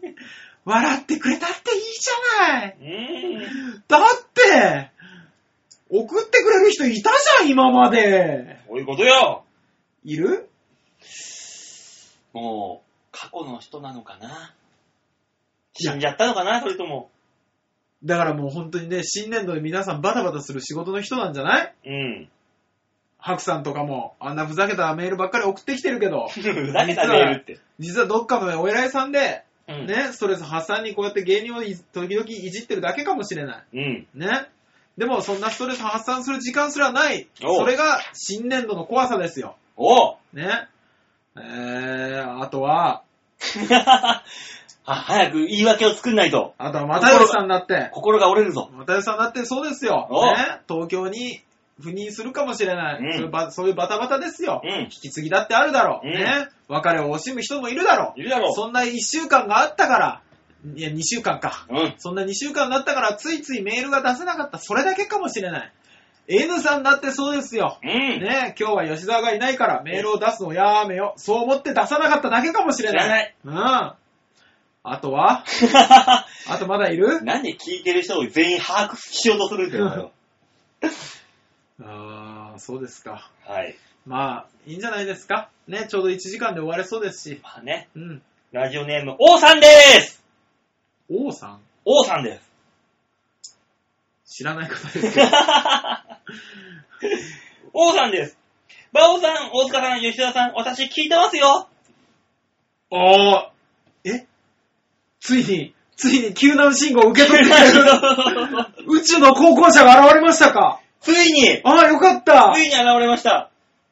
Speaker 1: 笑ってくれたっていいじゃない。
Speaker 2: うーん。
Speaker 1: だって、送ってくれる人いたじゃん、今まで。
Speaker 2: こういうことよ。
Speaker 1: いる
Speaker 2: もう、過去の人なのかな。死んじゃったのかな、それとも。
Speaker 1: だからもう本当にね、新年度で皆さんバタバタする仕事の人なんじゃない
Speaker 2: うん。
Speaker 1: 白さんとかも、あんなふざけたメールばっかり送ってきてるけ ど、
Speaker 2: ふざけたメールって。
Speaker 1: 実はどっかのお偉いさんで、
Speaker 2: うん。
Speaker 1: ね、ストレス発散にこうやって芸人をい時々いじってるだけかもしれない。
Speaker 2: うん。
Speaker 1: ね。でも、そんなストレス発散する時間すらない。
Speaker 2: おう
Speaker 1: それが新年度の怖さですよ。
Speaker 2: おう
Speaker 1: ね。えー、あとは、
Speaker 2: あ、早く言い訳を作んないと。
Speaker 1: あとは又吉さんだって、
Speaker 2: 心が折れるぞ。
Speaker 1: 又吉さんだってそうですよ。
Speaker 2: おう
Speaker 1: ね。東京に赴任するかもしれない。
Speaker 2: うん
Speaker 1: そういうばそういうバタバタですよ。
Speaker 2: うん
Speaker 1: 引き継ぎだってあるだろう。
Speaker 2: うん
Speaker 1: ね。別れを惜しむ人もいるだろう。
Speaker 2: いるだろう。
Speaker 1: そんな1週間があったから、いや、2週間か。
Speaker 2: うん。
Speaker 1: そんな2週間だったから、ついついメールが出せなかった、それだけかもしれない。N さんだってそうですよ。
Speaker 2: うん。
Speaker 1: ねえ、今日は吉沢がいないからメールを出すのやめよう。そう思って出さなかっただけかもしれない。うん。あとはあとまだいる
Speaker 2: なんで聞いてる人を全員把握しようとするんだよお前は、
Speaker 1: ああ、そうですか。
Speaker 2: はい。
Speaker 1: まあ、いいんじゃないですか。ね、ちょうど1時間で終われそうですし。
Speaker 2: まあね、
Speaker 1: うん。
Speaker 2: ラジオネーム、王さんでーす
Speaker 1: 王さん
Speaker 2: 王さんです。
Speaker 1: 知らない方ですけど。
Speaker 2: 王さんです。馬王さん、大塚さん、吉田さん、私聞いてます よ。
Speaker 1: ああえついに、ついに救難信号を受け取ってくれる 宇宙の高校者が現れましたか
Speaker 2: ついに、
Speaker 1: ああ、よかった
Speaker 2: ついに現れました。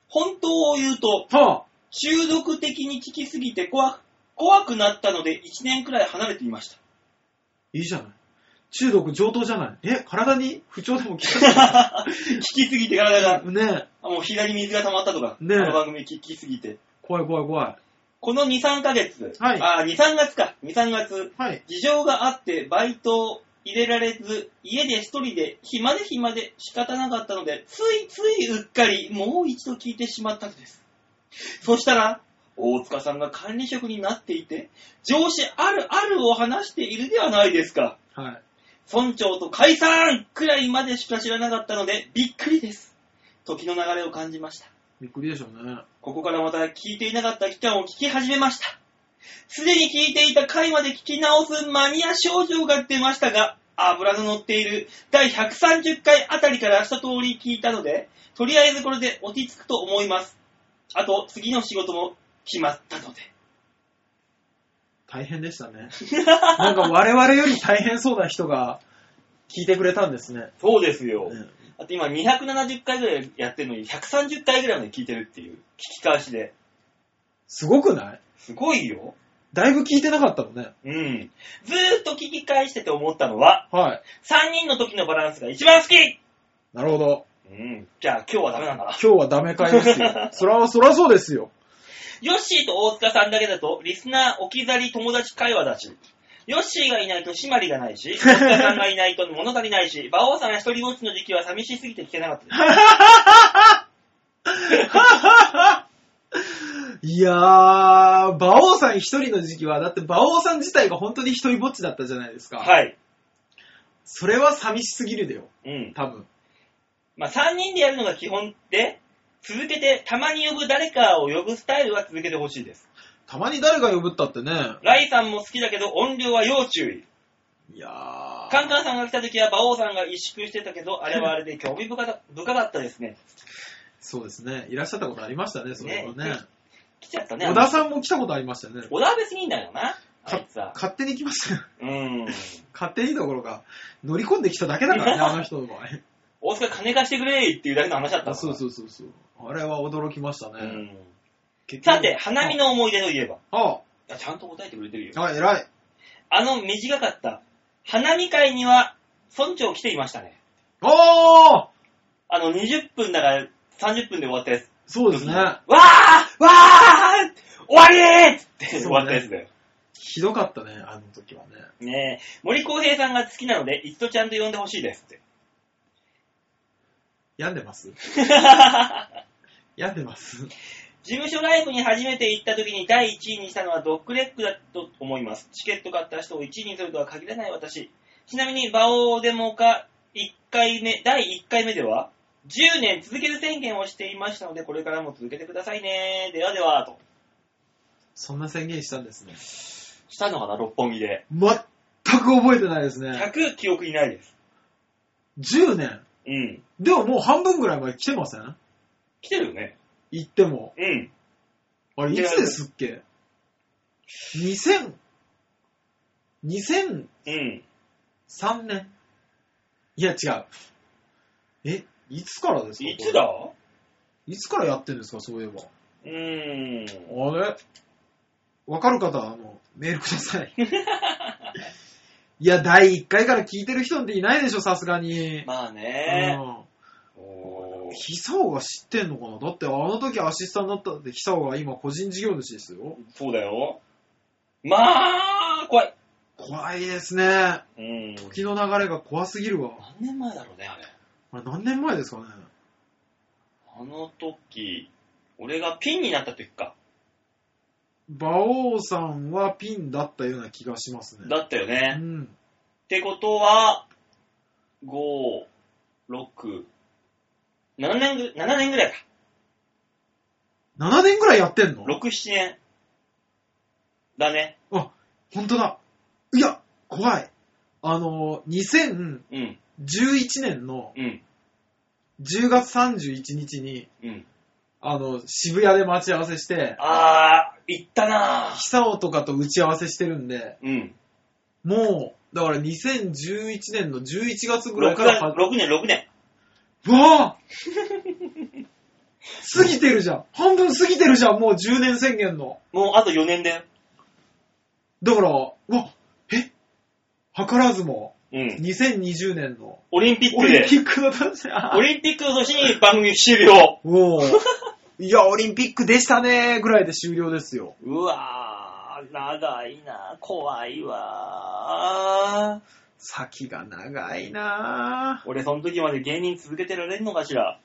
Speaker 2: 本当を言うと、
Speaker 1: はあ、
Speaker 2: 中毒的に聞きすぎて怖く、怖くなったので1年くらい離れていま した。
Speaker 1: いいじゃない。中毒上等じゃない。え、体に不調でも来た
Speaker 2: 聞きすぎて体が、
Speaker 1: ねえ、
Speaker 2: もう左水が溜まったとか、
Speaker 1: ねえ
Speaker 2: この番組聞きすぎて。
Speaker 1: 怖い怖い怖い。
Speaker 2: この2、3ヶ月、
Speaker 1: はい
Speaker 2: あ、2、3月か、2、3月、
Speaker 1: はい。
Speaker 2: 事情があってバイト入れられず、家で一人で暇で暇で仕方なかったので、ついついうっかりもう一度聞いてしまったのです。そしたら、大塚さんが管理職になっていて、上司あるあるを話しているではないですか。
Speaker 1: はい。
Speaker 2: 村長と解散くらいまでしか知らなかったので、びっくりです。時の流れを感じました。
Speaker 1: びっくりでしょうね。
Speaker 2: ここからまた聞いていなかった期間を聞き始めました。すでに聞いていた回まで聞き直すマニア症状が出ましたが、油の乗っている第130回あたりから一通り聞いたので、とりあえずこれで落ち着くと思います。あと、次の仕事も決まったので。
Speaker 1: 大変でした ね。なんか我々より大変そうな人が聞いてくれたんですね。
Speaker 2: そうですよ
Speaker 1: うん
Speaker 2: あと今270回ぐらいやってるのに130回ぐらいまで聞いてるっていう、聞き返しで。
Speaker 1: すごくない
Speaker 2: すごいよ。
Speaker 1: だいぶ聞いてなかったもんね。
Speaker 2: うん。ずーっと聞き返してて思ったのは、
Speaker 1: はい。
Speaker 2: 3人の時のバランスが一番好き
Speaker 1: なるほど。
Speaker 2: うん。じゃあ今日はダメなんだな。
Speaker 1: 今日はダメ会ですよ。そら、そらそうですよ。
Speaker 2: ヨッシーと大塚さんだけだと、リスナー置き去り友達会話だし、ヨッシーがいないと締まりがないし、 大塚さんがいないと物足りないし、馬王さんが一人ぼっちの時期は寂しすぎて聞けなかったです。
Speaker 1: いやー、馬王さん一人の時期は、だって馬王さん自体が本当に一人ぼっちだったじゃないですか。い。
Speaker 2: はい。
Speaker 1: それは寂しすぎるだよ。
Speaker 2: うん。
Speaker 1: 多分。
Speaker 2: まあ3人でやるのが基本で、続けて、たまに呼ぶ誰かを呼ぶスタイルは続けてほしいです。
Speaker 1: たまに誰が呼ぶったってね。
Speaker 2: ライさんも好きだけど音量は要注意。
Speaker 1: いやー。
Speaker 2: カンカンさんが来た時は馬王さんが萎縮してたけど、あれはあれで興味深か深かったですね。
Speaker 1: そうですね。いらっしゃったことありましたね、それはね。
Speaker 2: ね来ちゃったね。
Speaker 1: 小田さんも来たことありましたよね。
Speaker 2: 小田は別にいいんだよな。あ
Speaker 1: か
Speaker 2: いつは。
Speaker 1: 勝手に来ましたよ。
Speaker 2: うん。
Speaker 1: 勝手にどころか、乗り込んできただけ だからね、あの人の場合。
Speaker 2: 大塚金貸してくれっていうだけの話だった
Speaker 1: あそう
Speaker 2: う。
Speaker 1: そうそうそう。あれは驚きました
Speaker 2: う
Speaker 1: ね。
Speaker 2: ん、
Speaker 1: 結局
Speaker 2: さて、花見。の思い出といえば。
Speaker 1: あ
Speaker 2: いやちゃんと答えてくれてるよ。
Speaker 1: あ、あ、偉い。
Speaker 2: あの短かった、花見会には村長来ていましたね。
Speaker 1: おー
Speaker 2: あの20分だから30分で終わったやつ。
Speaker 1: そうです ね。
Speaker 2: わーわー終わりーっつって終わったやつだ よ。
Speaker 1: ひどかったね、あの時はね。
Speaker 2: ねえ、森公平さんが好きなので、一度ちゃんと呼んでほしいですって。
Speaker 1: 病んでます病んでます。
Speaker 2: 事務所ライブに初めて行った時に第1位にしたのはドッグレッグだと思います。チケット買った人を1位にするとは限らない私。ちなみに、馬王デモか1回目、第1回目では、10年続ける宣言をしていましたので、これからも続けてくださいね。ではでは、と。
Speaker 1: そんな宣言したんですね。
Speaker 2: したのかな、六本木で。
Speaker 1: 全く覚えてないですね。
Speaker 2: 100記憶にないです。
Speaker 1: 10年。
Speaker 2: うん。
Speaker 1: でももう半分ぐらいまで来てません
Speaker 2: 来てるよね。
Speaker 1: 行っても。
Speaker 2: うん。
Speaker 1: あれ、いつですっけ ?2000、
Speaker 2: う
Speaker 1: 2003
Speaker 2: ん。
Speaker 1: 年いや、違う。え、いつからですか
Speaker 2: いつ
Speaker 1: こ
Speaker 2: だ
Speaker 1: れいつからやってんですかそういえば。
Speaker 2: うーん。
Speaker 1: あれわかる方は、あの、メールく ださい。いや、第1回から聞いてる人なんていないでしょ、さすがに。
Speaker 2: まあ
Speaker 1: う
Speaker 2: ね。
Speaker 1: ん
Speaker 2: おー
Speaker 1: 久男が知ってんのかなだってあの時アシスタントだったって久男が今個人事業主ですよ。
Speaker 2: そうだよ。まあ、怖い。
Speaker 1: 怖いですね。
Speaker 2: うん。
Speaker 1: 時の流れが怖すぎるわ。
Speaker 2: 何年前だろうね、あれ。
Speaker 1: あれ何年前ですかね
Speaker 2: あの時、俺がピンになった時か。
Speaker 1: 馬王さんはピンだったような気がしますね。
Speaker 2: だったよ
Speaker 1: う
Speaker 2: ね。
Speaker 1: ん。
Speaker 2: ってことは、5、6、7年ぐ、7年ぐらいか。
Speaker 1: 7年ぐらいやってんの
Speaker 2: 6、7年。だね。
Speaker 1: あ、本当だ。いや、怖い。あの、2011
Speaker 2: うん、
Speaker 1: 年の
Speaker 2: うん、
Speaker 1: 10月31日に、
Speaker 2: うん。
Speaker 1: あの、渋谷で待ち合わせして、
Speaker 2: あー、行ったなぁ。
Speaker 1: 久男とかと打ち合わせしてるんで、
Speaker 2: うん。
Speaker 1: もう、だから2011年の11月ぐら
Speaker 2: 6
Speaker 1: いから
Speaker 2: 年、
Speaker 1: は、
Speaker 2: 6年、6年。
Speaker 1: うわぁ過ぎてるじゃん半分過ぎてるじゃんもう10年宣言の。
Speaker 2: もうあと4年だよ。
Speaker 1: だから、うわ、え図らずも、
Speaker 2: うん。
Speaker 1: 2020年の
Speaker 2: オリンピッ
Speaker 1: オ
Speaker 2: ク
Speaker 1: リン
Speaker 2: で、
Speaker 1: ピックの年、あ
Speaker 2: オリンピックの年に番組終了。
Speaker 1: おぉ。いや、オリンピックでしたねぐらいで終了ですよ。
Speaker 2: うわぁ、長いなぁ、怖いわぁ。
Speaker 1: 先が長いなぁ。
Speaker 2: 俺、その時まで芸人続けてられんのかしら。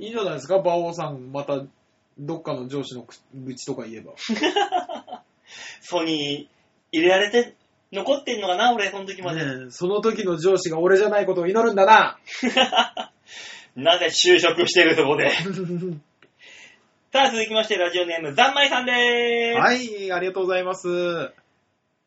Speaker 1: いいんじゃないですか、馬王さん、また、どっかの上司の口愚痴とか言えば。
Speaker 2: ソニー、入れられて、残ってんのかな、俺、その時まで。
Speaker 1: ねえその時の上司が俺じゃないことを祈るんだ な
Speaker 2: なぜ就職してるとこ で。さあ、続きまして、ラジオネーム、ざんまいさんでーす。
Speaker 1: はい、ありがとうございます。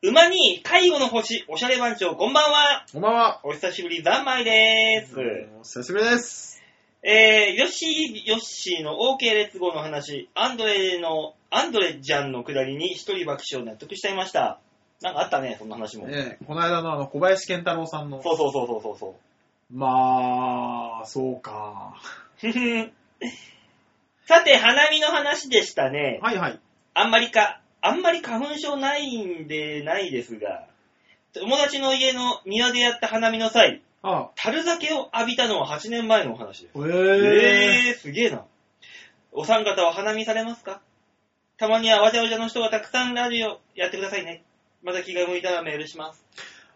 Speaker 2: 馬に介護の星、おしゃれ番長、こんばんは。
Speaker 1: こんばんは。
Speaker 2: お久しぶり、ざんまいでーす。
Speaker 1: お久しぶりです。
Speaker 2: えー、ヨッシー、ヨッシーの OK 列号の話、アンドレの、アンドレちゃんのくだりに一人爆笑納得しちゃいました。なんかあったね、そんな話も。
Speaker 1: ねえこの間のあの、小林健太郎さんの。
Speaker 2: そうそうそうそうそうそう。
Speaker 1: まあ、そうか。
Speaker 2: ふふんさて、花見の話でしたね。
Speaker 1: はいはい。
Speaker 2: あんまりか、あんまり花粉症ないんでないですが、友達の家の庭でやった花見の際、
Speaker 1: あ
Speaker 2: 樽酒を浴びたのは8年前のお話です。
Speaker 1: ええ
Speaker 2: えー、すげえな。お三方は花見されますかたまにはわちゃわちゃの人がたくさんラジオやってくださいね。また気が向いたらメールします。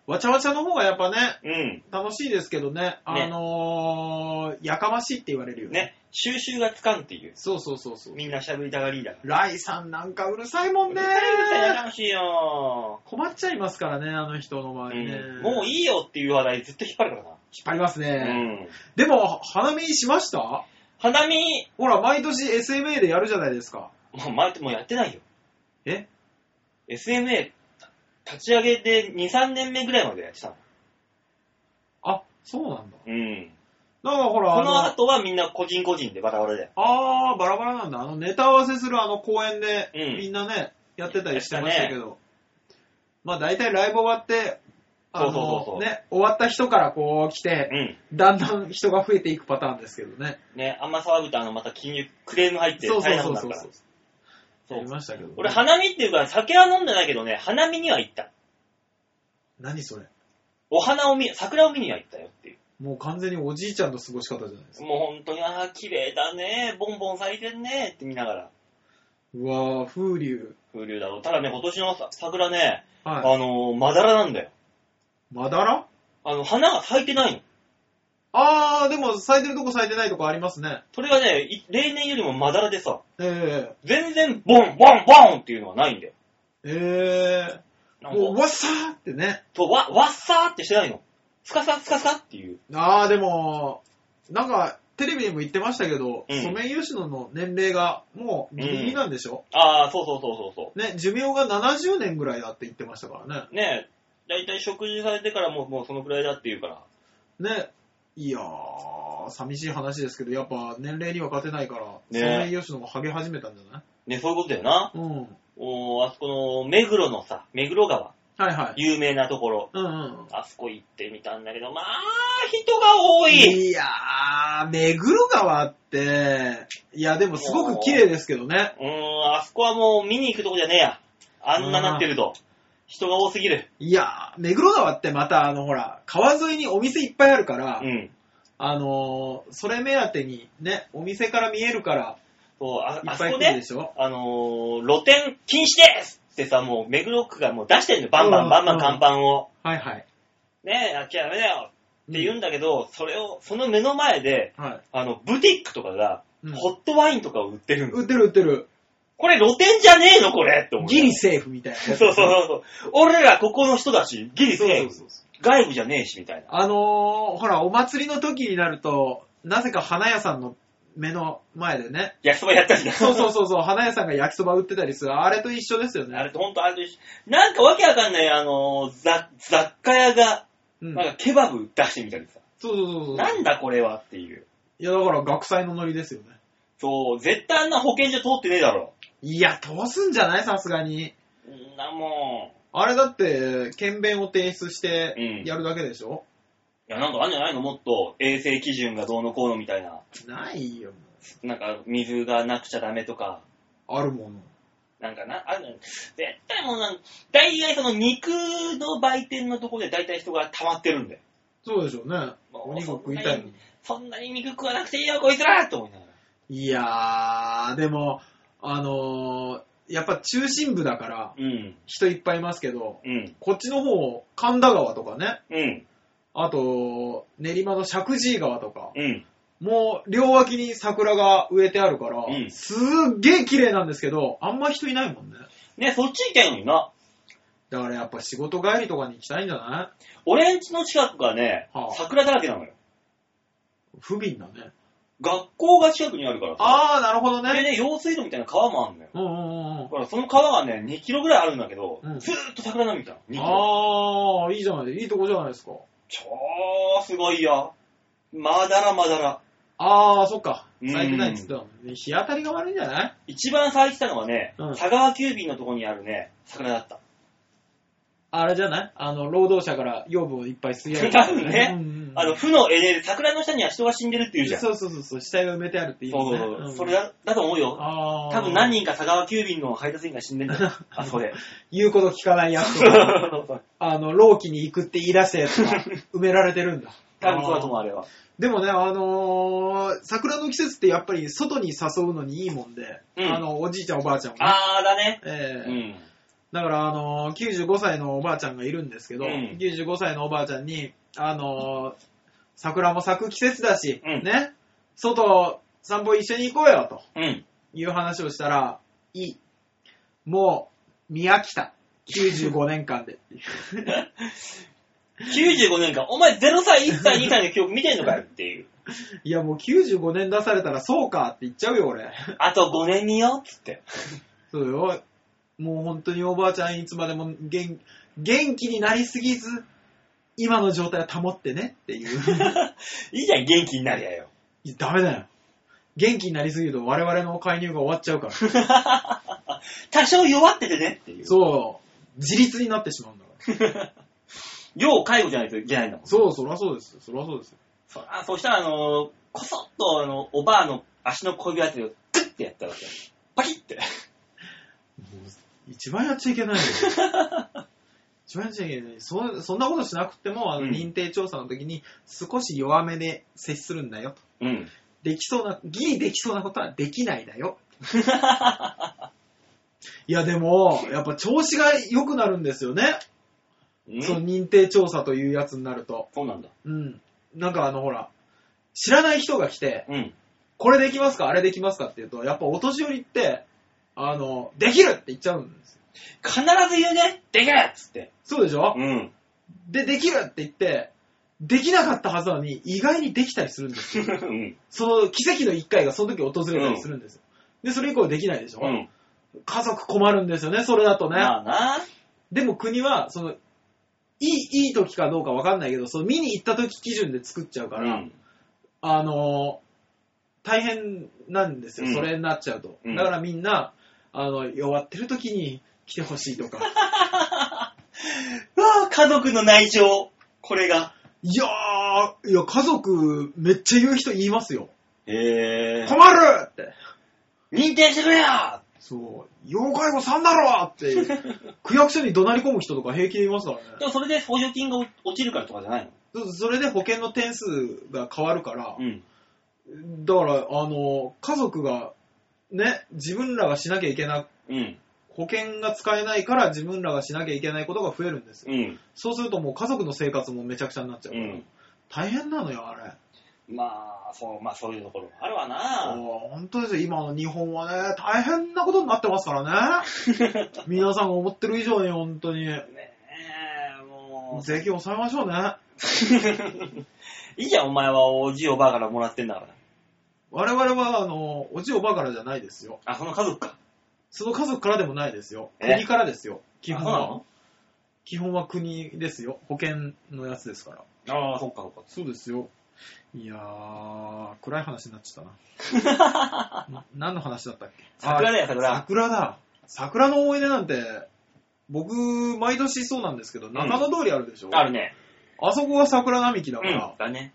Speaker 1: わちゃわちゃの方がやっぱね、
Speaker 2: うん。
Speaker 1: 楽しいですけどね、あのー、やかましいって言われるよね。
Speaker 2: ね、収集がつかんっていう。
Speaker 1: そうそうそうそう。
Speaker 2: みんなしゃぶりたがりだか
Speaker 1: ライさんなんかうるさいもんね
Speaker 2: ら。うるさいやかましいよ
Speaker 1: 困っちゃいますからね、あの人の場合ね。
Speaker 2: うんもう
Speaker 1: 引っ
Speaker 2: いいよっていう話題ずっと引っ張るか
Speaker 1: 張ります
Speaker 2: らな。
Speaker 1: ね。
Speaker 2: うん
Speaker 1: でも、花見しました
Speaker 2: 花見、
Speaker 1: ほら、毎年 SMA でやるじゃないですか。
Speaker 2: もう前ってもうやってないよ。
Speaker 1: え
Speaker 2: SMA、立ち上げで2、3年目ぐらいまでやってたの。
Speaker 1: あ、そうなんだ。
Speaker 2: うん。
Speaker 1: だからほ
Speaker 2: こ
Speaker 1: ら、
Speaker 2: の
Speaker 1: あの
Speaker 2: 後はみんな個人個人でバラバラだよ。
Speaker 1: あー、バラバラなんだ。あの、ネタ合わせするあの公演で、
Speaker 2: うん
Speaker 1: みんなね、やってたりしてましたけど、まあ大体ライブ終わって、あ
Speaker 2: そ
Speaker 1: の
Speaker 2: うそうそうそう
Speaker 1: ね、終わった人からこう来て、
Speaker 2: うん。
Speaker 1: だんだん人が増えていくパターンですけどね。
Speaker 2: ね、あんま騒ぐとあの、また金融、クレーム入って
Speaker 1: そう
Speaker 2: 大
Speaker 1: そ
Speaker 2: 変
Speaker 1: う
Speaker 2: なこ
Speaker 1: そ
Speaker 2: と
Speaker 1: う
Speaker 2: だ
Speaker 1: そ
Speaker 2: か
Speaker 1: う
Speaker 2: ら。
Speaker 1: そう。やりましたけど、
Speaker 2: 俺、花見っていうか、酒は飲んでないけどね、花見には行った。
Speaker 1: 何それ
Speaker 2: お花を見、桜を見には行ったよっていう。
Speaker 1: もう完全におじいちゃんの過ごし方じゃないですか。
Speaker 2: もう本当に、ああ、綺麗だね、ボンボン咲いてんね、って見ながら。
Speaker 1: うわー、風流。
Speaker 2: 風流だろう。ただね、今年のさ桜ね、
Speaker 1: はい。
Speaker 2: あのーまだらなんだよ。
Speaker 1: まだら
Speaker 2: あの、花が咲いてないの。
Speaker 1: あー、でも咲いてるとこ咲いてないとこありますね。
Speaker 2: それがね、い例年よりもまだらでさ、
Speaker 1: え
Speaker 2: 全然ボンボンボンっていうのはないんだよ。
Speaker 1: えええ
Speaker 2: な
Speaker 1: も
Speaker 2: ん
Speaker 1: う、
Speaker 2: か、
Speaker 1: わっさーってね。
Speaker 2: そうわ、わっさーってしてないの。スカスカスカスカっていう。
Speaker 1: ああ、でも、なんか、テレビでも言ってましたけど、
Speaker 2: うん
Speaker 1: ソメイヨシノの年齢がもうギリギリなんでしょ、
Speaker 2: ああ、そうそうそうそうそう。
Speaker 1: ね、寿命が70年ぐらいだって言ってましたから
Speaker 2: ねえ、大体食事されてからもうもうそのくらいだって言うから。
Speaker 1: ね。ね、いやー、寂しい話ですけど、やっぱ年齢には勝てないから、
Speaker 2: ね
Speaker 1: ソメイヨシノがハゲ始めたんじゃない
Speaker 2: ね、そういうことだよな。
Speaker 1: うん。
Speaker 2: おーあそこの目黒のさ、目黒川、
Speaker 1: はいはい。
Speaker 2: 有名なところ。
Speaker 1: うんうん。
Speaker 2: あそこ行ってみたんだけど、まあ、人が多い。
Speaker 1: いやー、目黒川って、いや、でもすごく綺麗ですけどね。
Speaker 2: うーん、あそこはもう見に行くとこじゃねえや。あんななってると。人が多すぎる。
Speaker 1: いやー、目黒川ってまた、あの、ほら、川沿いにお店いっぱいあるから、
Speaker 2: うん。
Speaker 1: あのー、それ目当てにね、お店から見えるから、
Speaker 2: そう、あ
Speaker 1: い
Speaker 2: あ
Speaker 1: っ
Speaker 2: そ
Speaker 1: ぱい
Speaker 2: こ
Speaker 1: 来るで
Speaker 2: ね、
Speaker 1: しょ
Speaker 2: あのー、露店禁止ですってさ、もう目黒区がもう出してんのよ。バンバ
Speaker 1: うん
Speaker 2: ンバンバン看板を。
Speaker 1: はいはい。
Speaker 2: ねえ、やっちゃダメだよって言うんんだけど、それを、その目の前で、
Speaker 1: はい。
Speaker 2: あの、ブティックとかが、
Speaker 1: うん
Speaker 2: ホットワインとかを売ってるんです
Speaker 1: 売ってる売ってる。
Speaker 2: これ露店じゃねえのこれって思う。
Speaker 1: ギリセーフみたいな。
Speaker 2: そうそう
Speaker 1: う。
Speaker 2: そうそう。俺らここの人だし、ギリ
Speaker 1: そう
Speaker 2: セ
Speaker 1: そ
Speaker 2: ー
Speaker 1: う
Speaker 2: フ。
Speaker 1: そうそう。
Speaker 2: 外部じゃねえし、みたいな。
Speaker 1: あのー、ほら、お祭りの時になると、なぜか花屋さんの目の前 でね、
Speaker 2: 焼きそばやったりだ。
Speaker 1: そうそうそうそう、花屋さんが焼きそば売ってたりする、あれと一緒ですよ
Speaker 2: あれ
Speaker 1: ね。
Speaker 2: ほんとあれと一緒。なんかわけわかんない、あのー、雑雑貨屋が、
Speaker 1: うん、
Speaker 2: なんかケバブ出してみたりさ。
Speaker 1: そうそうそうそう。
Speaker 2: なんだこれはっていう。
Speaker 1: いや、だから学祭のノリですよね。
Speaker 2: そう、絶対あんな保健所通ってねえだろ。
Speaker 1: いや、通すんじゃないさすがに。
Speaker 2: んなも
Speaker 1: あれだって、検便を提出して
Speaker 2: うん
Speaker 1: やるだけでしょ、
Speaker 2: ん。いや、なんかあんじゃないのもっと衛生基準がどうのこうのみたいな。
Speaker 1: ないよ、も
Speaker 2: なんか水がなくちゃダメとか。
Speaker 1: うあるもの。
Speaker 2: なんかな、ある絶対もうなん、大概その肉の売店のところで大体人が溜まってるんだよ。
Speaker 1: そうでしょうね。
Speaker 2: まあ
Speaker 1: お肉食いたいのに。
Speaker 2: そんなに肉食わなくていいよ、こいつらと思いながら。
Speaker 1: いやー、でも、あのーやっぱ中心部だから、
Speaker 2: うん。
Speaker 1: 人いっぱいいますけど、
Speaker 2: うん。
Speaker 1: こっちの方、神田川とかね、
Speaker 2: うん。
Speaker 1: あと、練馬の石神井川とか、
Speaker 2: うん。
Speaker 1: もう両脇に桜が植えてあるから、
Speaker 2: うん
Speaker 1: すっげえ綺麗なんですけど、あんま人いないもんね。
Speaker 2: ね、そっち行きゃいいのにな。
Speaker 1: だからやっぱ仕事帰りとかに行きたいんじゃな
Speaker 2: 俺んちの近くがね
Speaker 1: はあ、
Speaker 2: 桜だらけなのよ。
Speaker 1: い不憫だね。
Speaker 2: 学校が近くにあるからさ。
Speaker 1: あー、なるほど
Speaker 2: で
Speaker 1: ね。
Speaker 2: ね、用水路みたいな川もあるのよ。
Speaker 1: うんうんうん
Speaker 2: だからその川がね、2キロぐらいあるんだけど、
Speaker 1: うん
Speaker 2: ずーっと桜並木なの。2
Speaker 1: う
Speaker 2: キ
Speaker 1: ん。
Speaker 2: ロ。
Speaker 1: あー、いいじゃない、いいとこじゃないですか。
Speaker 2: 超すごいよ。まだらまだら。
Speaker 1: あー、そっか。
Speaker 2: うん
Speaker 1: 咲いてないっつってたもんね日当たりが悪いんじゃない
Speaker 2: 一番咲いてたのはね、
Speaker 1: うん
Speaker 2: 佐川急便のとこにあるね、桜だった。
Speaker 1: あれじゃないあの、労働者から養分をいっぱい吸い上げ
Speaker 2: 多分ね
Speaker 1: うんうんうん
Speaker 2: あの、負のエネルギー、桜の下には人が死んでるって言うじゃん。そう
Speaker 1: そうそうそうそう、死体が埋めてあるっていいよ
Speaker 2: そう
Speaker 1: ね。
Speaker 2: そう。
Speaker 1: ん
Speaker 2: それだだと思うよ。
Speaker 1: あー
Speaker 2: 多分何人か佐川急便の配達員が死んでんだよ。あそこで。
Speaker 1: 言うこと聞かないやつとか、
Speaker 2: 多
Speaker 1: あの、老期に行くって言い出したやつが埋められてるんだ。
Speaker 2: 分そうだ と思う、あれは。
Speaker 1: でもね、あのー桜の季節ってやっぱり外に誘うのにいいもんで、
Speaker 2: うん
Speaker 1: あの、おじいちゃんおばあちゃんもね、
Speaker 2: あーだね。
Speaker 1: え
Speaker 2: う
Speaker 1: え
Speaker 2: ん。
Speaker 1: だから、あのー95歳のおばあちゃんがいるんですけど、
Speaker 2: うん
Speaker 1: 95歳のおばあちゃんに、あのー桜も咲く季節だし、
Speaker 2: うん
Speaker 1: ね、外散歩一緒に行こうよ、と
Speaker 2: うん。
Speaker 1: いう話をしたら、いい。もう、見飽きた。95年間で。
Speaker 2: 95年間、お前0歳、1歳、2歳の記憶見てんのかよっていう。
Speaker 1: いや、もう95年出されたらそうかって言っちゃうよ、俺。
Speaker 2: あと5年見ようっつって。
Speaker 1: そうよ。もう本当におばあちゃんいつまでも元元気になりすぎず、今の状態を保ってねっていう。
Speaker 2: いいじゃん、元気になりゃ よ。
Speaker 1: い やダメだよ。元気になりすぎると我々の介入が終わっちゃうから。
Speaker 2: 多少弱っててねっていう。
Speaker 1: そう。自立になってしまうんだから。
Speaker 2: 要介護じゃないといけないんだもん。
Speaker 1: そう、そらそうですよ。そらそうですよ。
Speaker 2: そあそしたら、あのーこそっと、あの、おばあの足の小指あたりをグッてやったわけ。パキッて。
Speaker 1: もう一番やっちゃいけ ないよ。一番やっちゃいけない。そそんなことしなくても、あの
Speaker 2: うん
Speaker 1: 認定調査の時に少し弱めで接するんだよ。
Speaker 2: うん。
Speaker 1: できそうな、ギリできそうなことはできない だよ。いや、でも、やっぱ調子が良くなるんですよね。その
Speaker 2: そ
Speaker 1: 認定調査というやつになると。
Speaker 2: うなんだ。
Speaker 1: うん。なんかあの、ほら、知らない人が来て、
Speaker 2: うん。
Speaker 1: これできますかあれできますかって言うと、やっぱお年寄りって、あの、できるって言っちゃうんですよ。
Speaker 2: 必ず言うね。でけえっつって。
Speaker 1: そうでしょ、
Speaker 2: うん。
Speaker 1: で、できるって言って、できなかったはずなのに、意外にできたりするんですよ。
Speaker 2: うん。
Speaker 1: その奇跡の一回がその時訪れたりするんですよ。で、それ以降できないでしょ、
Speaker 2: うん。
Speaker 1: 家族困るんですよね、それだとね。
Speaker 2: まあな。
Speaker 1: でも国は、その、いい、いい時かどうかわかんないけど、その見に行った時基準で作っちゃうから、
Speaker 2: うん。
Speaker 1: あのー大変なんですよ、
Speaker 2: うん
Speaker 1: それになっちゃうと。
Speaker 2: うん
Speaker 1: だからみんな、あの、弱ってる時に来てほしいとか、
Speaker 2: うわぁ、家族の内情。これが。
Speaker 1: いやー、いや、家族めっちゃ言う人言いますよ。
Speaker 2: え
Speaker 1: 困るって。
Speaker 2: 認定してくれよー
Speaker 1: そう、妖怪語さんだろっていう、 区役所に怒鳴り込む人とか平気でいますからね。
Speaker 2: でもそれで補助金が落ちるからとかじゃないの
Speaker 1: そうそれで保険の点数が変わるから、
Speaker 2: ん。
Speaker 1: だから、あの、家族が、ね、自分らがしなきゃいけな、
Speaker 2: うん。
Speaker 1: 保険が使えないから自分らがしなきゃいけないことが増えるんですよ。
Speaker 2: うん。
Speaker 1: そうするともう家族の生活もめちゃくちゃになっちゃ
Speaker 2: う
Speaker 1: うから、
Speaker 2: ん。
Speaker 1: 大変なのよ、あれ。
Speaker 2: まあ、そう、まあそういうところもあるわ
Speaker 1: あ
Speaker 2: な
Speaker 1: 本当ですよ、今の日本はね、大変なことになってますからね。 皆さんが思ってる以上に本当に、
Speaker 2: ねえ、もう。
Speaker 1: 税金抑えましょうね。
Speaker 2: いいじゃん、お前はおじいおばあからもらってんだから。
Speaker 1: 我々は、あの、おじおばからじゃないですよ。
Speaker 2: あ、その家族か。
Speaker 1: その家族からでもないですよ。
Speaker 2: え
Speaker 1: 国からですよ。基
Speaker 2: あ
Speaker 1: 本
Speaker 2: そうな
Speaker 1: は
Speaker 2: の。
Speaker 1: 基本は国ですよ。保険のやつですから。
Speaker 2: ああ、そっかそっか。
Speaker 1: そうですよ。いやー、暗い話になっちゃった な。な何の話だったっけ
Speaker 2: 桜だよ、
Speaker 1: あ
Speaker 2: 桜。
Speaker 1: 桜だ。桜の思い出なんて、僕、毎年そうなんですけど、中野通りあるでしょ、
Speaker 2: あるね。
Speaker 1: あそこが桜並木だ
Speaker 2: う
Speaker 1: から
Speaker 2: ん。、だね。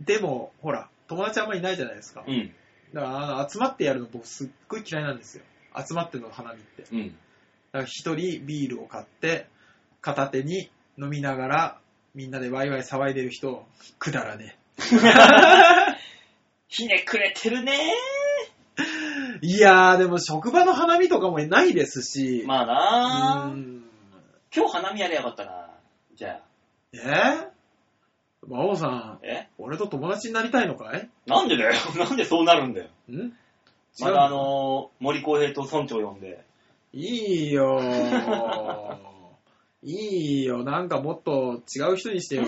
Speaker 1: でも、ほら、友達あんまりいないじゃないですか。
Speaker 2: うん。
Speaker 1: だから、あの集まってやるの僕すっごい嫌いなんですよ。集まっての花見って。だ
Speaker 2: うん。
Speaker 1: から一人ビールを買って、片手に飲みながら、みんなでワイワイ騒いでる人、くだらねえ。
Speaker 2: ひねくれてるね
Speaker 1: いやー、でも職場の花見とかもないですし。
Speaker 2: まあ
Speaker 1: うー
Speaker 2: なぁ。
Speaker 1: ん
Speaker 2: 今日花見やればよかったなじゃあ。
Speaker 1: えー馬王さん、
Speaker 2: え
Speaker 1: 俺と友達になりたいのかい
Speaker 2: なんでだよ。 なんでそうなるんだよ。
Speaker 1: ん違う
Speaker 2: まだあのー、森公平と村長呼んで。
Speaker 1: いいよー。いいよ、なんかもっと違う人にし てよ。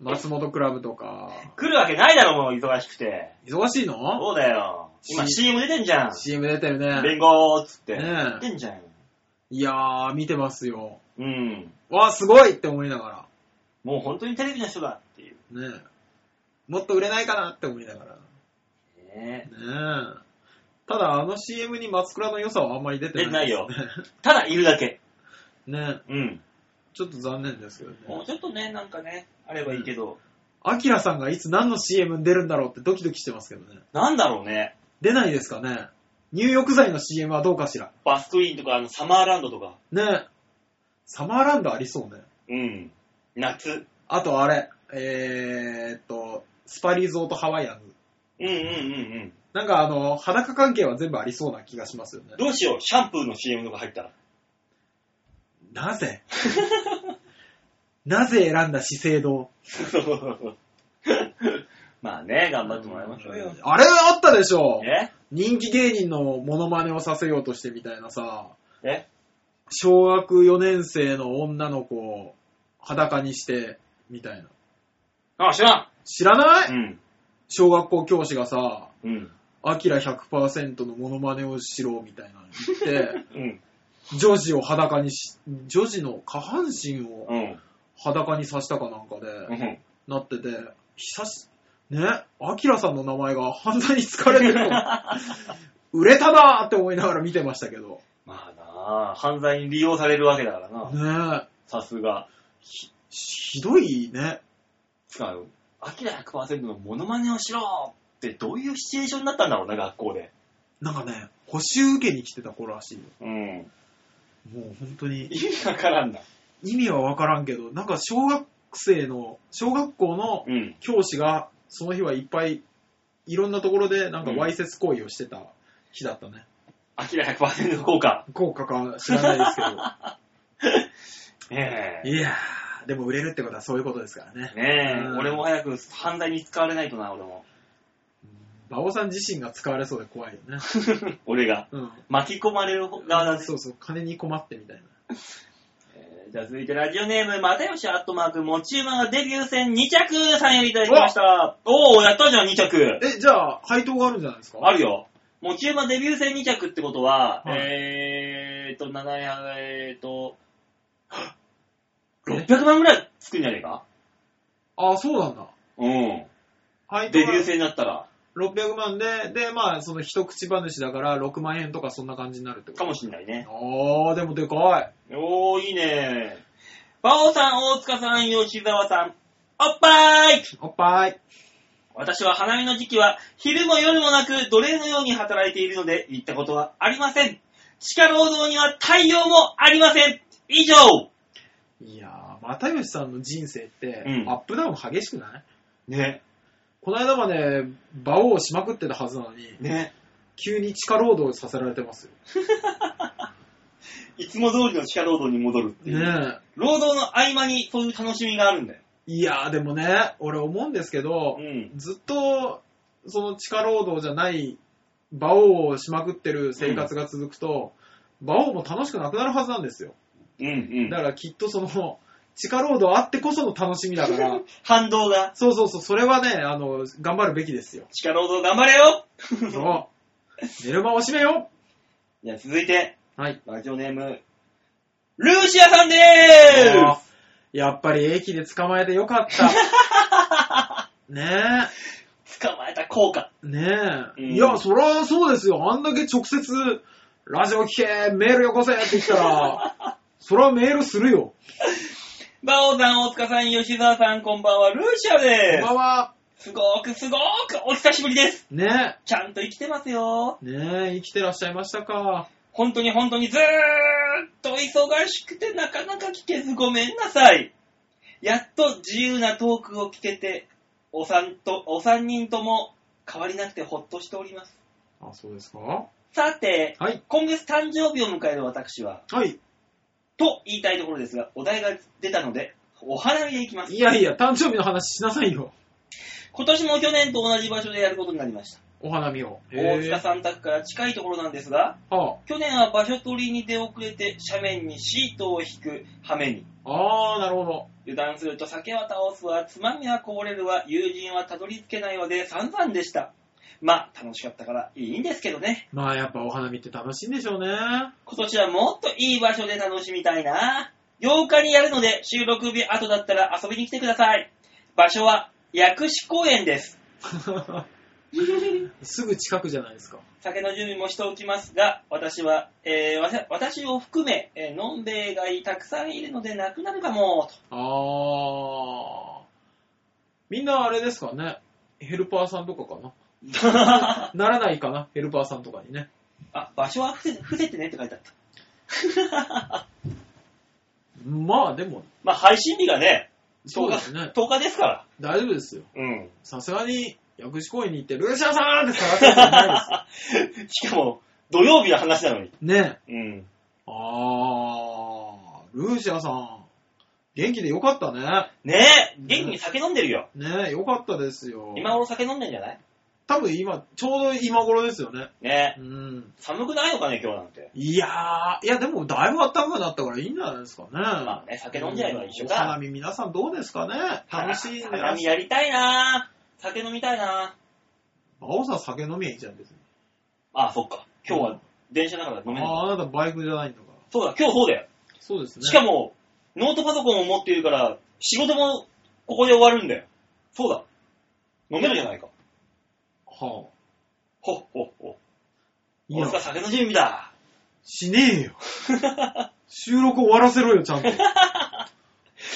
Speaker 1: 松本クラブとか。
Speaker 2: 来るわけないだろ、もう忙しくて。
Speaker 1: 忙しいの
Speaker 2: そうだよ。今 CM 出てんじゃん。
Speaker 1: ?CM 出てるね。
Speaker 2: 弁護ーっつって。
Speaker 1: ねえ
Speaker 2: 出てんじゃん。
Speaker 1: いやー、見てますよ。
Speaker 2: うん。
Speaker 1: わー、すごいって思いなが
Speaker 2: もう本当にテレビの人だっていう。
Speaker 1: ら。ねえもっと売れないかなって思いながら。
Speaker 2: ね
Speaker 1: ねえ。ただ、あの CM に松倉の良さはあんまり出てない、
Speaker 2: 出て。ただいるだけ。
Speaker 1: ねえ。
Speaker 2: うん。
Speaker 1: ちょっと残念ですけど
Speaker 2: もう
Speaker 1: ね。
Speaker 2: ちょっとね、なんかね、あればいいけど。
Speaker 1: アキラさんがいつ何の CM に出るんだろうってドキドキしてますけどね。
Speaker 2: なんだろうね。
Speaker 1: 出ないですかね。入浴剤の CM はどうかしら。
Speaker 2: バスクイーンとか、あの、サマーランドとか。
Speaker 1: ねえ。サマーランドありそうね。
Speaker 2: うん。夏。
Speaker 1: あとあれ、えー、っと、スパリゾートハワイアンズ。
Speaker 2: うんうんうんうん。
Speaker 1: なんかあの、裸関係は全部ありそうな気がしますよね。
Speaker 2: どうしよう、シャンプーの CM とか入ったら。
Speaker 1: なぜなぜ選んだ資生堂
Speaker 2: まあね、頑張ってもらいましょうよ。
Speaker 1: あれあったでしょ
Speaker 2: え
Speaker 1: 人気芸人のモノマネをさせようとしてみたいなさ、
Speaker 2: え
Speaker 1: 小学4年生の女の子を裸にして、みたいな。
Speaker 2: あ、知ら
Speaker 1: 知らない、
Speaker 2: ん。うん。
Speaker 1: 小学校教師がさ、
Speaker 2: うん。
Speaker 1: アキラ100%のモノマネをしろ、みたいなの言 って、
Speaker 2: うん。
Speaker 1: 女児を裸にし、女児の下半身
Speaker 2: う
Speaker 1: を
Speaker 2: ん。
Speaker 1: 裸にさしたかなんか
Speaker 2: う
Speaker 1: で、
Speaker 2: ん。
Speaker 1: なってて、久し、ね、アキラさんの名前が 犯罪に使われてるの。売れたなーって思いながら見てましたけど。
Speaker 2: まあなあ、犯罪に利用されるわけだからな。
Speaker 1: ねえ。
Speaker 2: さすが。
Speaker 1: ひどいね。
Speaker 2: 使う。アキラ100%のモノマネをしろってどういうシチュエーションになったんだろうな、学校で。
Speaker 1: なんかね、補修受けに来てた頃らしいよ。
Speaker 2: うん。
Speaker 1: もう本当に、
Speaker 2: 意味わからんだ。
Speaker 1: 意味はわからんけど、なんか小学生の、小学校の
Speaker 2: うん。
Speaker 1: 教師が、その日はいっぱい、いろんなところで、なんか
Speaker 2: うん
Speaker 1: わいせつ行為をしてた日だったね。
Speaker 2: アキラ100%効果。
Speaker 1: 効果か知らないですけど。
Speaker 2: ねえ。
Speaker 1: いやー、でも売れるってことはそういうことですからね。
Speaker 2: ねえ、
Speaker 1: うん
Speaker 2: 俺も早く犯罪に使われないとな、俺も。
Speaker 1: 馬王さん自身が使われそうで怖いよね。
Speaker 2: 俺が。
Speaker 1: うん。
Speaker 2: 巻き込まれる側だね。
Speaker 1: そうそう、金に困ってみたいな。
Speaker 2: えーじゃあ続いてラジオネーム、またよしアットマーク、もち馬がデビュー戦2着さんよりいただきました。おー、やったじゃん、2着。
Speaker 1: え、じゃあ、配当があるんじゃないですか
Speaker 2: あるよ。もち馬デビュー戦2着ってことは、
Speaker 1: はい
Speaker 2: えーっと、700、えーっと、
Speaker 1: え
Speaker 2: 600万ぐらいつくんじゃねえか
Speaker 1: あ、そうなんだ。
Speaker 2: うん。
Speaker 1: 配当
Speaker 2: デビ
Speaker 1: が
Speaker 2: ュー戦だったら、
Speaker 1: 600万で、で、まあ、その一口話だから6万円とかそんな感じになるってこと
Speaker 2: かもしんないね。
Speaker 1: あー、でもでかい。
Speaker 2: おー、いいねバオさん、大塚さん、吉沢さん、おっぱーい
Speaker 1: おっぱい。
Speaker 2: 私は花見の時期は昼も夜もなく奴隷のように働いているので行ったことはありません。地下労働には太陽もありません。以上
Speaker 1: いやー、又吉さんの人生って、
Speaker 2: うん
Speaker 1: アップダウン激しくない
Speaker 2: ね、
Speaker 1: この間まで、馬王しまくってたはずなのに、
Speaker 2: ね。
Speaker 1: 急に地下労働させられてますよ。
Speaker 2: いつも通りの地下労働に戻るっていう。
Speaker 1: ねえ。
Speaker 2: 労働の合間にそういう楽しみがあるんだよ。
Speaker 1: いやー、でもね、俺思うんですけど、
Speaker 2: うん。
Speaker 1: ずっと、その地下労働じゃない、馬王をしまくってる生活が続くと、馬王も楽しくなくなるはずなんですよ。
Speaker 2: うんうん
Speaker 1: だ。からきっとその、地下労働あってこその楽しみ だから、
Speaker 2: 反動が、
Speaker 1: そうそうそう、それはね、あの、頑張るべきで すよ。
Speaker 2: 地下労働頑張れ よ
Speaker 1: そう。寝る間を閉めよ
Speaker 2: じゃあ続いて、
Speaker 1: うはい。
Speaker 2: ラジオネーム、ルーシアさんでー
Speaker 1: あ
Speaker 2: す
Speaker 1: やっぱり駅で捕まえてよかった。ね
Speaker 2: 捕まえた効果。
Speaker 1: え、ねえ。
Speaker 2: うん
Speaker 1: いや、そらそうですよ。あんだけ直接、ラジオ聞け、メールよこせって言ったら、 そらメールするよ。
Speaker 2: バオさん、大塚さん、吉沢さん、こんばんは、ルーシアで
Speaker 1: こ
Speaker 2: す
Speaker 1: んばんは。
Speaker 2: すごーくすごーくお久しぶりです
Speaker 1: ね
Speaker 2: ちゃんと生きてますよ
Speaker 1: え。ねえ、生きてらっしゃいましたか。
Speaker 2: 本当に本当にずーっと忙しくてなかなか聞けずごめんなさい。やっと自由なトークを聞けて、お三と、お三人とも変わりなくてほっとしております。
Speaker 1: あ、そうですか
Speaker 2: さて、
Speaker 1: はい。
Speaker 2: 今月誕生日を迎える私は、
Speaker 1: はい。
Speaker 2: と言いたいところですが、お題が出たので、お花見でいきます。
Speaker 1: いやいや、誕生日の話しなさいよ。
Speaker 2: 今年も去年と同じ場所でやることになりました。
Speaker 1: お花見を。
Speaker 2: 大塚
Speaker 1: ん。
Speaker 2: さん宅から近いところなんですが、
Speaker 1: は
Speaker 2: 去年は場所取りに出遅れて、斜面にシートを引く羽目に。
Speaker 1: あ。ああ、なるほど。
Speaker 2: 油断すると酒は倒すわ、つまみはこぼれるわ、友人はたどり着けないわで散々でした。まあ、楽しかったからいいんですけどね。
Speaker 1: まあやっぱお花見って楽しいんでしょうね。
Speaker 2: 今年はもっといい場所で楽しみたいな。8日にやるので収録日後だったら遊びに来てください。場所は薬師公園です。
Speaker 1: すぐ近くじゃないですか。
Speaker 2: 酒の準備もしておきますが、私は、えーわた私を含め、えーのんべえがたくさんいるのでなくなるかも、と。
Speaker 1: ああ。みんなあれですかね。ヘルパーさんとかかな。 ならないかな、ヘルパーさんとかにね。
Speaker 2: あ、場所は伏せ伏せてねって書いてあった。
Speaker 1: まあでも、
Speaker 2: まあ、配信日がね、
Speaker 1: そうですね。
Speaker 2: 10日ですから。
Speaker 1: 大丈夫ですよ。
Speaker 2: うん。
Speaker 1: さすがに、薬師公園に行って、ルーシャーさんって探すわけじゃない
Speaker 2: しかも、土曜日の話なのに。
Speaker 1: ですよ。 ねえ。
Speaker 2: うん。
Speaker 1: あー、ルーシャーさん。元気でよかったね。
Speaker 2: ねえ、元気に酒飲んでるよ。
Speaker 1: ねえ、よかったですよ。
Speaker 2: 今頃酒飲んでんじゃない
Speaker 1: 多分今、ちょうど今頃ですよね。
Speaker 2: ねえ。
Speaker 1: うん。
Speaker 2: 寒くないのかね、今日なんて。
Speaker 1: いやー、いやでもだいぶ暖かくなったからいいんじゃないですかね。
Speaker 2: まあね、酒飲んじゃえば一緒
Speaker 1: お花
Speaker 2: か。
Speaker 1: 見皆さんどうですかね楽しいね。
Speaker 2: 花見やりたいなぁ酒飲みたいなぁ
Speaker 1: 青さん酒飲みはいいじゃん、別に。
Speaker 2: あ、そっか。今日は電車だから飲めない。
Speaker 1: あー、あなたバイクじゃないんだから。
Speaker 2: そうだ、今日そうだよ。
Speaker 1: そうですね。
Speaker 2: しかも、ノートパソコンを持っているから、仕事もここで終わるんだよ。そうだ。飲めるじゃないか。
Speaker 1: も、はあ、
Speaker 2: ほっほっほ。
Speaker 1: い
Speaker 2: 俺
Speaker 1: や
Speaker 2: が、酒の準備だ。
Speaker 1: しね えよ。収録終わらせろよ、ちゃんと。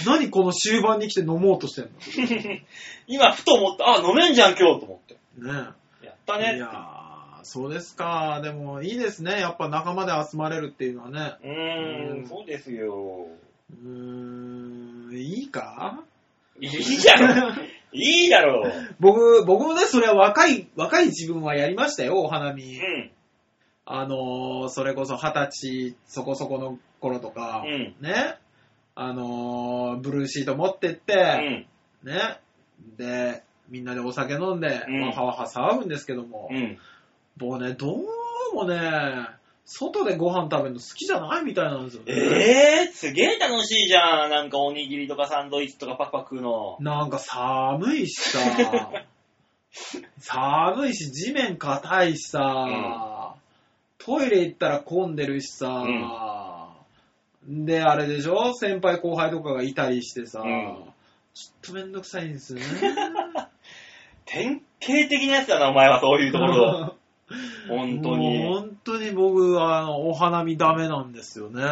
Speaker 1: 何この終盤に来て飲もうとしてん
Speaker 2: 今、ふと思った。あ、飲めんじゃん、今日と思って。
Speaker 1: のねえ。
Speaker 2: やったね
Speaker 1: いやーそうですか。でも、いいですね。やっぱ仲間で集まれるっていうのはね。
Speaker 2: うー
Speaker 1: うん
Speaker 2: ん、そうですよ。
Speaker 1: うーん、いいか
Speaker 2: いいじゃろ。いいだろう。
Speaker 1: 僕、僕もね、それは若い、若い自分はやりましたよ、お花見。
Speaker 2: うん。
Speaker 1: あのー、それこそ二十歳そこそこの頃とか、
Speaker 2: うん
Speaker 1: ね。あのー、ブルーシート持ってっ
Speaker 2: う
Speaker 1: て、
Speaker 2: ん。
Speaker 1: ね。で、みんなでお酒飲んで、
Speaker 2: うん
Speaker 1: わはわは騒ぐんですけども、
Speaker 2: うん。
Speaker 1: 僕ね、どうもね、外でご飯食べるの好きじゃないみたいなんですよね。
Speaker 2: えー、すげえ楽しいじゃん。なんかおにぎりとかサンドイッチとかパクパク食うの。
Speaker 1: なんか寒いしさ、 寒いし地面硬いしさ、トイレ行ったら混んでるしさ、で、あれでしょ先輩後輩とかがいたりしてさ、
Speaker 2: うん
Speaker 1: ちょっとめんどくさいんですよね。
Speaker 2: 典型的なやつだな、お前はそういうとこ ろ。 本当
Speaker 1: もう
Speaker 2: に。
Speaker 1: 本当に僕はあのお花見ダメなんですよね。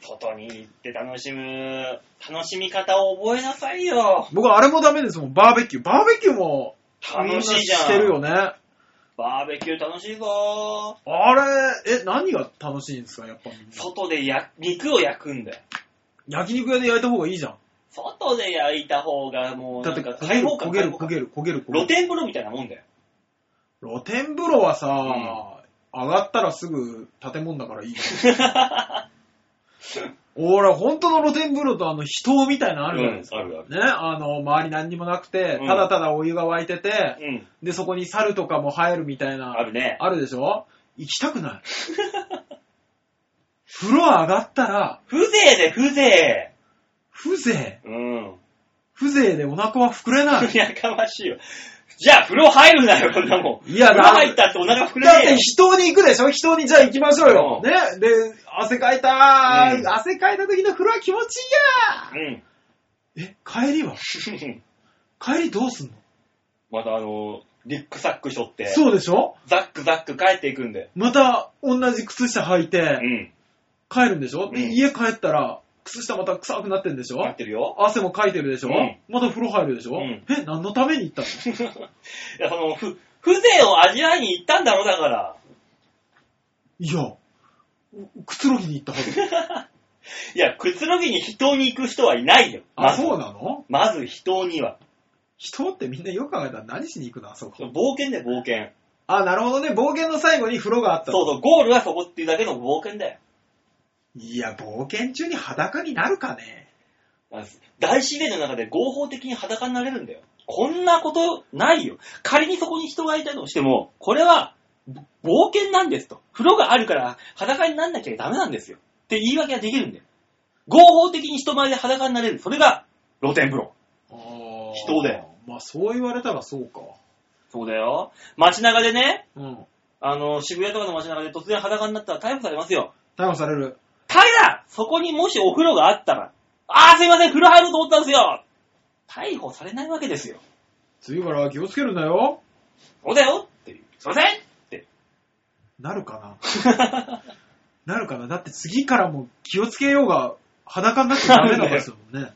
Speaker 2: 外に行って楽しむ、楽しみ方を覚えなさいよ。
Speaker 1: 僕あれもダメですもん、バーベキュー。バーベキューもみん
Speaker 2: 楽
Speaker 1: な
Speaker 2: しいじゃん。
Speaker 1: してるよね。
Speaker 2: バーベキュー楽しいぞ。
Speaker 1: あれ、え、何が楽しいんですか、やっぱみんな。
Speaker 2: 外でや、肉を焼くんだよ。
Speaker 1: 焼肉屋で焼いた方がいいじゃん。
Speaker 2: 外で焼いた方がもう、
Speaker 1: だ
Speaker 2: な
Speaker 1: って
Speaker 2: んか
Speaker 1: 焦げ
Speaker 2: 開
Speaker 1: る
Speaker 2: 放感
Speaker 1: 焦げる
Speaker 2: 開放
Speaker 1: 焦
Speaker 2: 感
Speaker 1: げる焦げる焦げ
Speaker 2: 露
Speaker 1: る。
Speaker 2: 天風呂みたいなもんだよ。
Speaker 1: 露天風呂はさ、上がったらすぐ建物だからいいよ。俺、本当の露天風呂とあの、秘湯みたいなのあるじゃないですか。
Speaker 2: うんあるある
Speaker 1: ね、あの、周り何にもなくて、
Speaker 2: うん
Speaker 1: ただただお湯が沸いてて、
Speaker 2: うん。
Speaker 1: で、そこに猿とかも生えるみたいな、
Speaker 2: あるね。
Speaker 1: あるでしょ行きたくない。風呂上がったら、
Speaker 2: 風情で風
Speaker 1: 風
Speaker 2: 情。
Speaker 1: 情。
Speaker 2: うん。
Speaker 1: 風情でお腹は膨れない。
Speaker 2: やかましいよ。じゃあ、風呂入るなよ、こんなもん。
Speaker 1: いや
Speaker 2: 風呂
Speaker 1: だ
Speaker 2: 入ったってお腹膨
Speaker 1: だっ
Speaker 2: れ
Speaker 1: て
Speaker 2: ね
Speaker 1: 人に行くでしょ人にじゃあ行きましょうよ。
Speaker 2: う
Speaker 1: ね。で、汗かいたー、
Speaker 2: うん
Speaker 1: 汗かいた時の風呂は気持ちいいや
Speaker 2: えよ。
Speaker 1: ーえ、帰りは
Speaker 2: うん。
Speaker 1: 帰りどうすんの
Speaker 2: またあの、リュックサックしょって、
Speaker 1: そうでしょ
Speaker 2: ザックザック帰っていくんで。
Speaker 1: また同じ靴下履いうて
Speaker 2: ん。
Speaker 1: 帰るんでしょ、で
Speaker 2: うん
Speaker 1: 家帰ったら靴下また臭くなってんでしょ
Speaker 2: なってるよ。
Speaker 1: 汗もかいてるでしょ、
Speaker 2: うん
Speaker 1: また風呂入るでしょ、
Speaker 2: うん
Speaker 1: え、何のために行ったの
Speaker 2: いや、その、ふ、風情を味わいに行ったんだろ、だから。
Speaker 1: いや、おくつろぎに行ったはず。
Speaker 2: いや、くつろぎに人に行く人はいないよ。
Speaker 1: あ、
Speaker 2: まず
Speaker 1: そうなの
Speaker 2: まず人には。
Speaker 1: 人ってみんなよく考えたら何しに行くのあそこ。
Speaker 2: 冒険で冒険。
Speaker 1: あ、なるほどね。冒険の最後に風呂があったと。
Speaker 2: そうそう、ゴールはそこっていうだけの冒険だよ。
Speaker 1: いや、冒険中に裸になるかね。
Speaker 2: 大自然の中で合法的に裸になれるんだよ。こんなことないよ。仮にそこに人がいたとしても、これはぼ冒険なんですと。風呂があるから裸になんなきゃダメなんですよ。って言い訳ができるんだよ。合法的に人前で裸になれる。それが露天風呂。
Speaker 1: あー
Speaker 2: 人だよ。
Speaker 1: まあ、そう言われたらそうか。
Speaker 2: そうだよ。街中でね、
Speaker 1: うん。
Speaker 2: あの、渋谷とかの街中で突然裸になったら逮捕されますよ。
Speaker 1: 逮捕される。
Speaker 2: ただそこにもしお風呂があったら、あーすいません、風呂入ろうと思ったんですよ逮捕されないわけですよ。
Speaker 1: 次から気をつけるんだよ。
Speaker 2: そうだよっていう。すいませんって。
Speaker 1: なるか な。なるかな。だって次からも気をつけようが裸になっちゃダメなんですもん ね。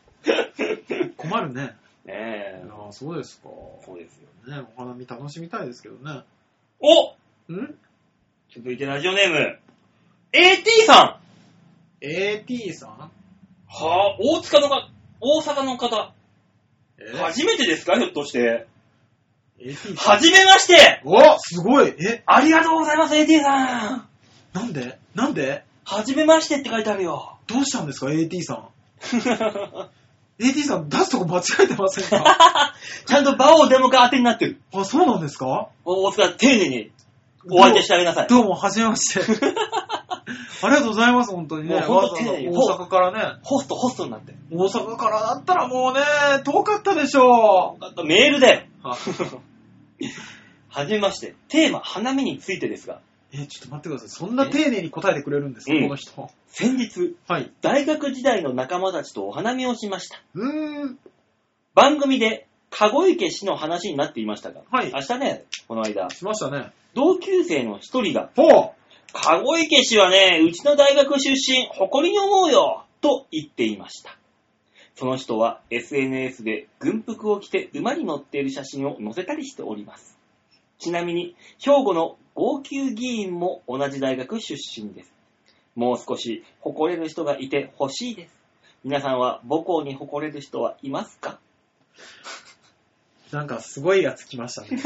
Speaker 1: 困るね。
Speaker 2: ねえ
Speaker 1: いや。ーそうですか。
Speaker 2: そうですよ。
Speaker 1: ね、お花見楽しみたいですけどね。
Speaker 2: お
Speaker 1: ん
Speaker 2: 続いてラジオネーム、AT さん
Speaker 1: ?AT さん
Speaker 2: はあ、大塚のか、大阪の方、
Speaker 1: え
Speaker 2: 初めてですかひょっとして。
Speaker 1: ?AT さん。
Speaker 2: はじめまして
Speaker 1: おすごいえ
Speaker 2: ありがとうございます、AT さん
Speaker 1: なんでなんで
Speaker 2: はじめましてって書いてある よ。
Speaker 1: どうしたんですか ?AT さん。AT さん出すとこ間違えてません か
Speaker 2: ちゃんと場をデモカ当てになってる。
Speaker 1: あ、そうなんですか
Speaker 2: お大塚、丁寧にお相手してあげなさい。
Speaker 1: どうも、はじめま して。ありがとうございます、本当に
Speaker 2: も
Speaker 1: ね。
Speaker 2: う
Speaker 1: わ
Speaker 2: 本
Speaker 1: ざ
Speaker 2: 当丁
Speaker 1: わざ
Speaker 2: 寧に
Speaker 1: 大阪からね。
Speaker 2: ホスト、ホストになって。よ
Speaker 1: 大阪からだったらもうね、遠かったでしょ
Speaker 2: かったメールだよ。
Speaker 1: う。あ
Speaker 2: はじめまして。テーマ、花見についてですが、
Speaker 1: え、ちょっと待ってください。そんな丁寧に答えてくれるんですか、
Speaker 2: うん
Speaker 1: この人。
Speaker 2: 先日、
Speaker 1: はい。
Speaker 2: 大学時代の仲間たちとお花見をしました。
Speaker 1: うーん。
Speaker 2: 番組で、籠池氏の話になっていましたが、
Speaker 1: はい
Speaker 2: 明日ね、この間、
Speaker 1: しましたね。
Speaker 2: 同級生の一人が、
Speaker 1: ほう
Speaker 2: 籠池氏はね、うちの大学出身、誇りに思うよと言っていました。その人は SNS で軍服を着て馬に乗っている写真を載せたりしております。ちなみに、兵庫の号泣議員も同じ大学出身です。もう少し誇れる人がいてほしいです。皆さんは母校に誇れる人はいますか
Speaker 1: なんかすごいやつ来ました ね。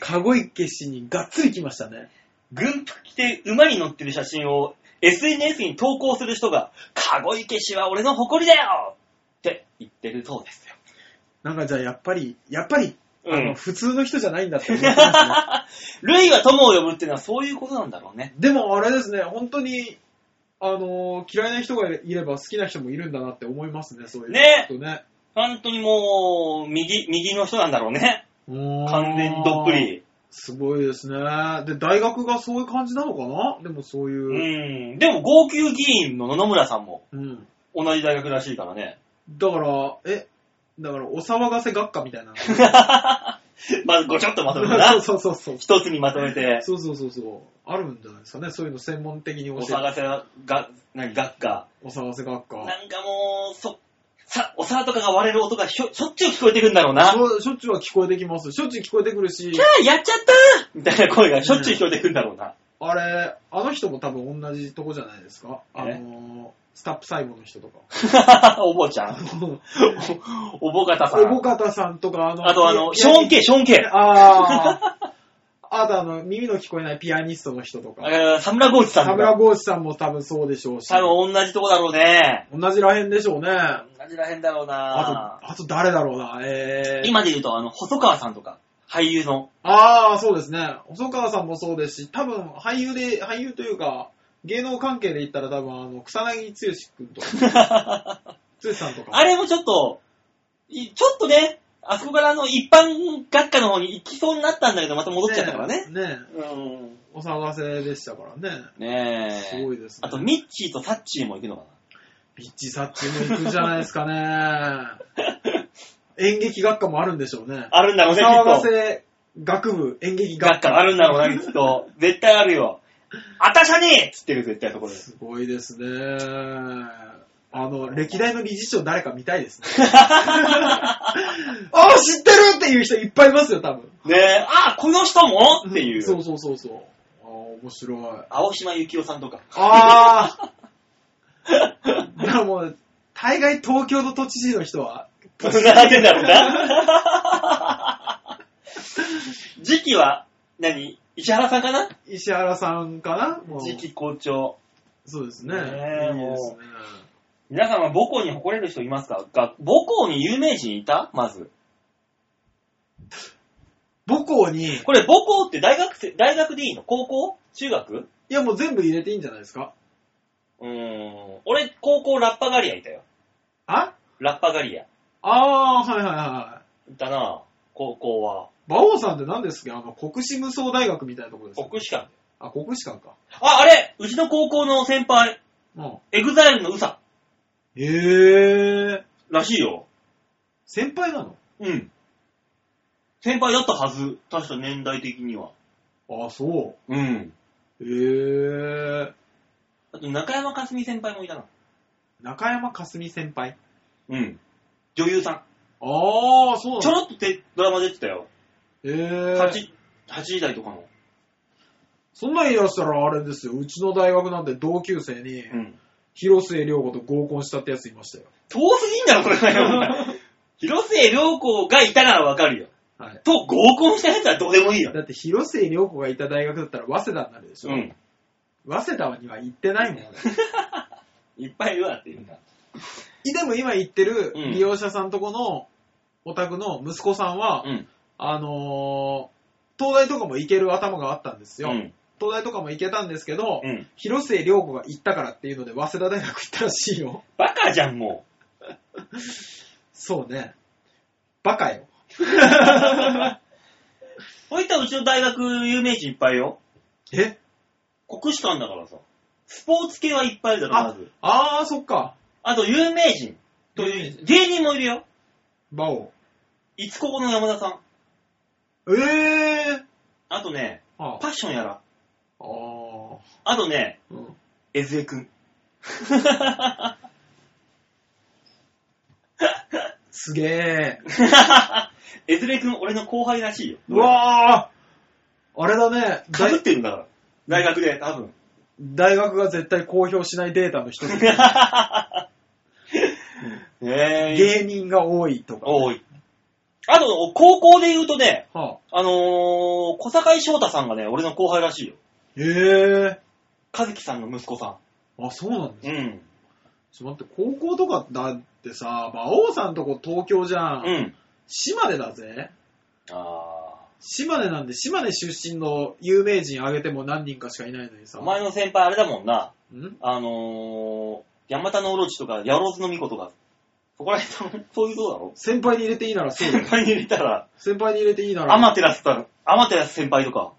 Speaker 1: かご池氏にがっつり来ましたね。
Speaker 2: 軍服着て馬に乗ってる写真を SNS に投稿する人が、籠池氏は俺の誇りだよって言ってるそうですよ。
Speaker 1: なんかじゃあやっぱり、やっぱり、
Speaker 2: うん
Speaker 1: あの普通の人じゃないんだって思ってますね。
Speaker 2: ルイは友を呼ぶっていうのはそういうことなんだろうね。
Speaker 1: でもあれですね、本当に、あのー嫌いな人がいれば好きな人もいるんだなって思いますね、そういう
Speaker 2: ね
Speaker 1: ことね。
Speaker 2: 本当にもう、右、右の人なんだろうね。完
Speaker 1: 完
Speaker 2: 全にどっぷ。り。
Speaker 1: すごいですね。で、大学がそういう感じなのかなでもそういうう。
Speaker 2: ん。でも、号泣議員の野々村さんも
Speaker 1: うん。
Speaker 2: 同じ大学らしいから ね。
Speaker 1: だから、え、だからお騒がせ学科みたいな。
Speaker 2: まず、ごちょっとまとめてな。
Speaker 1: そうそうそうそう。
Speaker 2: 一つにまとめて、
Speaker 1: そうそうそうそう。あるんじゃないですかね。そういうの専門的に教
Speaker 2: お
Speaker 1: えて。
Speaker 2: 探せが、何、学科。
Speaker 1: お探せ学科。
Speaker 2: なんかもう、そ、さ、お皿とかが割れる音がひょ、しょっちゅう聞こえてくるんだろうな。
Speaker 1: しょしょっちゅうは聞こえてきます。しょっちゅう聞こえてくるし
Speaker 2: キャ、ーやっちゃったみたいな声がしょっちゅう聞こえてくるんだろうな。
Speaker 1: あれ、あの人も多分同じとこじゃないですか。
Speaker 2: え
Speaker 1: あのー、スタップ細胞の人とか。
Speaker 2: お坊ちゃん。おお坊方さ
Speaker 1: 小保
Speaker 2: ん。
Speaker 1: 方さんとか、あの、
Speaker 2: あとあの、
Speaker 1: ピ
Speaker 2: シ
Speaker 1: ア
Speaker 2: ョ
Speaker 1: ニ
Speaker 2: ーン・ケショーン・ケ
Speaker 1: ああ。 あとあの、耳の聞こえないピアニストの人とか。
Speaker 2: サムラ・ゴーチさん
Speaker 1: 田
Speaker 2: と
Speaker 1: 村
Speaker 2: か。
Speaker 1: 剛志さんも多分そうでしょうし。
Speaker 2: 多分同じとこだろうね。
Speaker 1: 同じらへんでしょうね。あ
Speaker 2: 同じらへんだろうな。
Speaker 1: と、あと誰だろうな。えー、
Speaker 2: 今で言うと、あの、細川さんとか、俳優の。
Speaker 1: ああ、そうですね。細川さんもそうですし、多分俳優で、俳優というか、芸能関係で言ったら多分、あの、草薙剛君とか、
Speaker 2: あ
Speaker 1: 剛さんとか。
Speaker 2: れもちょっと、いちょっとね、あそこからあの、一般学科の方に行きそうになったんだけど、また戻っちゃったからね。
Speaker 1: ねえ
Speaker 2: うん。
Speaker 1: お騒がせでしたからね。
Speaker 2: ね
Speaker 1: す
Speaker 2: え。
Speaker 1: ごいですね。
Speaker 2: あと、ミッチーとサッチーも行くのか
Speaker 1: ビッチサッチも行くんじゃないですかね。 演劇学科もあるんでしょうね。
Speaker 2: なあるんだ
Speaker 1: お
Speaker 2: ろうね、き
Speaker 1: 騒が
Speaker 2: っと。
Speaker 1: せ学部演劇
Speaker 2: 学
Speaker 1: 学
Speaker 2: 科
Speaker 1: 科。
Speaker 2: あるんだろうな、きっと。絶対あるよ。あたしゃねえっつってる、絶対そこ で。
Speaker 1: すごいですね。あの、歴代の理事長誰か見たい ですね。ああ、知ってるっていう人いっぱいいますよ、多分。
Speaker 2: ねえ、あ、この人もっていう。
Speaker 1: そうそうそうそう。ああ、面白い。
Speaker 2: 青島幸男さんとか。
Speaker 1: ああだからもう、大概東京の都知事の人は、
Speaker 2: つながってんだろうな。期は、何石原さんかな
Speaker 1: 石原さんかなもう
Speaker 2: 次期校長。
Speaker 1: そうですね。
Speaker 2: ねえ
Speaker 1: いいです
Speaker 2: も
Speaker 1: ね
Speaker 2: 皆さんは母校に誇れる人いますかが母校に有名人いたまず。
Speaker 1: 母校に、い
Speaker 2: これ母校って大学生、大学でいいの高校中学
Speaker 1: やもう全部入れていいんじゃないですか
Speaker 2: うーん。俺、高校ラッパガリアいたよ。
Speaker 1: あ
Speaker 2: ラッパガリア。
Speaker 1: あー、はいはいはい
Speaker 2: たな高校は。
Speaker 1: い。馬王さんって何ですっけあの、国士無双大学みたいなとこですか
Speaker 2: 国士舘。
Speaker 1: あ、国士館か。
Speaker 2: あ、あれうちの高校の先輩、
Speaker 1: うん。
Speaker 2: エグザイルのウサ
Speaker 1: へえ。
Speaker 2: らしいよ。
Speaker 1: 先輩なの
Speaker 2: うん。先輩だったはず。確か年代的には。
Speaker 1: ああ、そ
Speaker 2: うん。
Speaker 1: う。へえ。
Speaker 2: あと中山かすみ先輩もいたな。
Speaker 1: 中山かすみ先輩。
Speaker 2: うん。女優さ。
Speaker 1: ああ、そうん
Speaker 2: ちょ
Speaker 1: なの
Speaker 2: ろっとてドラマ出てたよ。
Speaker 1: へ
Speaker 2: 8
Speaker 1: え。、
Speaker 2: 8時台とかの。
Speaker 1: そんなん言い出したらあれですよ。うちの大学なんて同級生に、
Speaker 2: ん。
Speaker 1: 広末涼子と合コンしたってやついましたよ。
Speaker 2: 遠すぎんだろ、それがよお 前。広末涼子がいたならわかるよ。
Speaker 1: はい。
Speaker 2: と合コンしたやつはどうでもいいよ。
Speaker 1: だって広末涼子がいた大学だったら早稲田になるでしょ。
Speaker 2: うん。
Speaker 1: 早稲田には行ってないもん、ね、
Speaker 2: いっぱいいるわって言うんだ。
Speaker 1: でも今行ってる
Speaker 2: うん
Speaker 1: 利用者さんとこのお宅の息子さんは、
Speaker 2: うん。
Speaker 1: あのー東大とかも行ける頭があったんです
Speaker 2: う
Speaker 1: よ。
Speaker 2: ん。
Speaker 1: 東大とかも行けたんですけど、
Speaker 2: うん。
Speaker 1: 広末涼子が行ったからっていうので、早稲田大学行ったらしいよ。
Speaker 2: バカじゃん、も
Speaker 1: そうね。バカよ。
Speaker 2: う。そういったうちの大学有名人いっぱいよ。
Speaker 1: え
Speaker 2: 国士館だからさ。スポーツ系はいっぱいいるだろ、ま
Speaker 1: あ
Speaker 2: ず。、
Speaker 1: あー、そっか。
Speaker 2: あと、有名人とい
Speaker 1: 有名
Speaker 2: う、芸人もいるよ。
Speaker 1: バオ。
Speaker 2: いつここの山田さん。
Speaker 1: えー。
Speaker 2: あとね、
Speaker 1: あ
Speaker 2: パッションやら。
Speaker 1: あー。
Speaker 2: あとね、
Speaker 1: うん
Speaker 2: えずえ くん。
Speaker 1: すげえ。
Speaker 2: えずれくん、俺の後輩らしいよ。
Speaker 1: うわーあれだね
Speaker 2: かぶっ
Speaker 1: 大、
Speaker 2: てるんだから。大学で、多分。
Speaker 1: 大学が絶対公表しないデータの一つ。
Speaker 2: ねえ。
Speaker 1: 芸人が多いとか。
Speaker 2: 多い。あと、高校で言うとね、
Speaker 1: はあ、
Speaker 2: あのー、小坂井翔太さんがね、俺の後輩らしいよ。
Speaker 1: へえ
Speaker 2: 和樹さんの息子さ
Speaker 1: ー。あ、そうなんです
Speaker 2: ん。う
Speaker 1: ね
Speaker 2: ん。
Speaker 1: ちょっと待って、高校とかだってさ、馬王さんとこ東京じゃん。
Speaker 2: うん。
Speaker 1: 島根だぜ。
Speaker 2: あ
Speaker 1: 島根なんで、島根出身の有名人挙げても何人かしかいないのに
Speaker 2: ー。
Speaker 1: さ。
Speaker 2: お前の先輩あれだもんな。
Speaker 1: ん
Speaker 2: あのー、山田のオロチとか、ヤロズのミコとか、そこら辺の、 そういうそうだろ
Speaker 1: 先輩に入れていいならそうだ
Speaker 2: 先
Speaker 1: よ。
Speaker 2: 輩に入れたら、
Speaker 1: 先輩に入れていいな
Speaker 2: ア
Speaker 1: ら。
Speaker 2: マテラスだ、アマテラス先輩とか。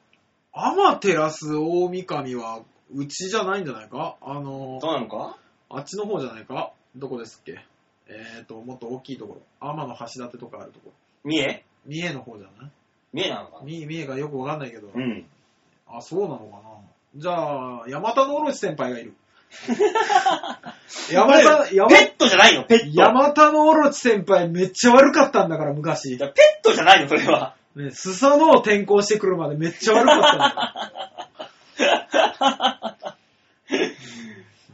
Speaker 1: アマテラス大神は、うちじゃないんじゃないかあの
Speaker 2: どうなのか
Speaker 1: あっちの方じゃないかどこですっけえーと、もっと大きいところ。天の橋立とかあるところ。
Speaker 2: 三重
Speaker 1: 三重の方じゃない
Speaker 2: 三重なのかな
Speaker 1: 三三重がよくわかんないけど。
Speaker 2: うん。
Speaker 1: あ、そうなのかなじゃあ、山田のおろし先輩 がいる。山田、山
Speaker 2: ペットじゃないのペット。
Speaker 1: 山田のおろち先輩めっちゃ悪かったんだから昔。
Speaker 2: ペットじゃないのそれは。
Speaker 1: ね、スサノを転校してくるまでめっちゃ悪かったんだ から。うん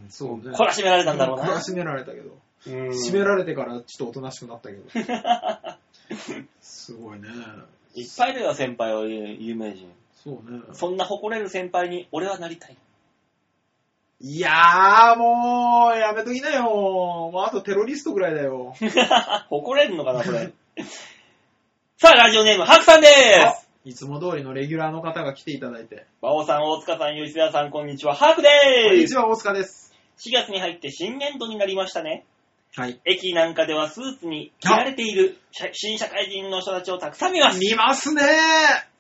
Speaker 1: そうね。
Speaker 2: 懲らしめられたんだろう
Speaker 1: 懲
Speaker 2: な
Speaker 1: ら。しめられたけど。
Speaker 2: うん
Speaker 1: 締められてからちょっとおとなしくな ったけど。すごいね。
Speaker 2: いっぱいだよ、先輩は有名人。
Speaker 1: そうね。
Speaker 2: そんな誇れる先輩に俺はなりたい。
Speaker 1: いやー、もう、やめときなよ。もう、あとテロリストぐらいだよ。
Speaker 2: 誇れるのかな、これ。 さあ、ラジオネーム、ハクさんでーす。
Speaker 1: いつも通りのレギュラーの方が来ていただいて。
Speaker 2: 馬王さん、大塚さん、吉田さん、こんにちは。ハクで
Speaker 1: こんに
Speaker 2: ー
Speaker 1: ち
Speaker 2: す。
Speaker 1: は、大塚です。
Speaker 2: 4月に入って新年度になりましたね。
Speaker 1: はい。
Speaker 2: 駅なんかではスーツに着られている社新社会人の人たちをたくさん見ます。
Speaker 1: 見ますね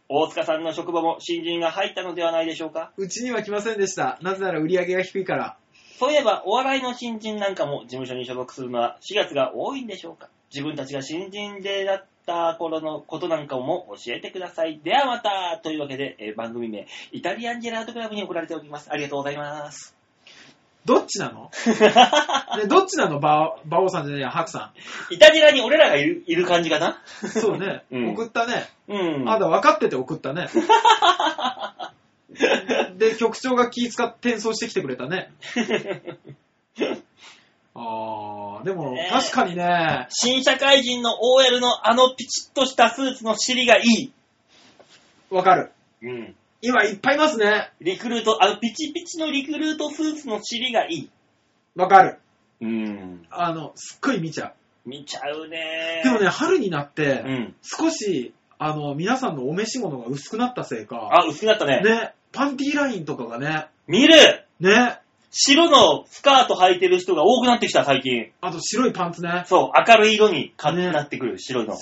Speaker 2: 大塚さんの職場も新人が入ったのではないでしょうか。
Speaker 1: うちには来ませんでした。なぜなら売り上げが低いから。
Speaker 2: そういえば、お笑いの新人なんかも事務所に所属するのは4月が多いんでしょうか自分たちが新人でだった頃のことなんかも教えてください。ではまたというわけで、えー番組名、イタリアンジェラートクラブに送られております。ありがとうございます。
Speaker 1: どっちな のねどっちなのバオ、バオさんじゃねえや、ハクさ。
Speaker 2: イタジェラに俺らがいるいる感じかなん
Speaker 1: そうね。
Speaker 2: うん
Speaker 1: 送ったね。
Speaker 2: うん。
Speaker 1: あだ分かってて送ったね。で、局長が気使って転送してきてくれた ね。あー、でも
Speaker 2: ねえ
Speaker 1: 確かにね、
Speaker 2: 新社会人の OL のあのピチッとしたスーツの尻がいい。
Speaker 1: わかる。
Speaker 2: うん。
Speaker 1: 今いっぱいいますね。
Speaker 2: リクルート、あの、ピチピチのリクルートスーツの尻がいい。
Speaker 1: わかる。
Speaker 2: うん。
Speaker 1: あの、すっごい見ちゃ
Speaker 2: 見ちゃうね
Speaker 1: う。でも、ね、春になって、
Speaker 2: うん。
Speaker 1: 少し、あの、皆さんのお召し物が薄くなったせいか、
Speaker 2: あ、薄くなったね。
Speaker 1: ね、パンティーラインとかがね、
Speaker 2: 見る
Speaker 1: ね、
Speaker 2: 白のスカート履いてる人が多くなってきた、最近。
Speaker 1: あと白いパンツね。
Speaker 2: そう、明るい色にか
Speaker 1: ね
Speaker 2: なってくる、白いの。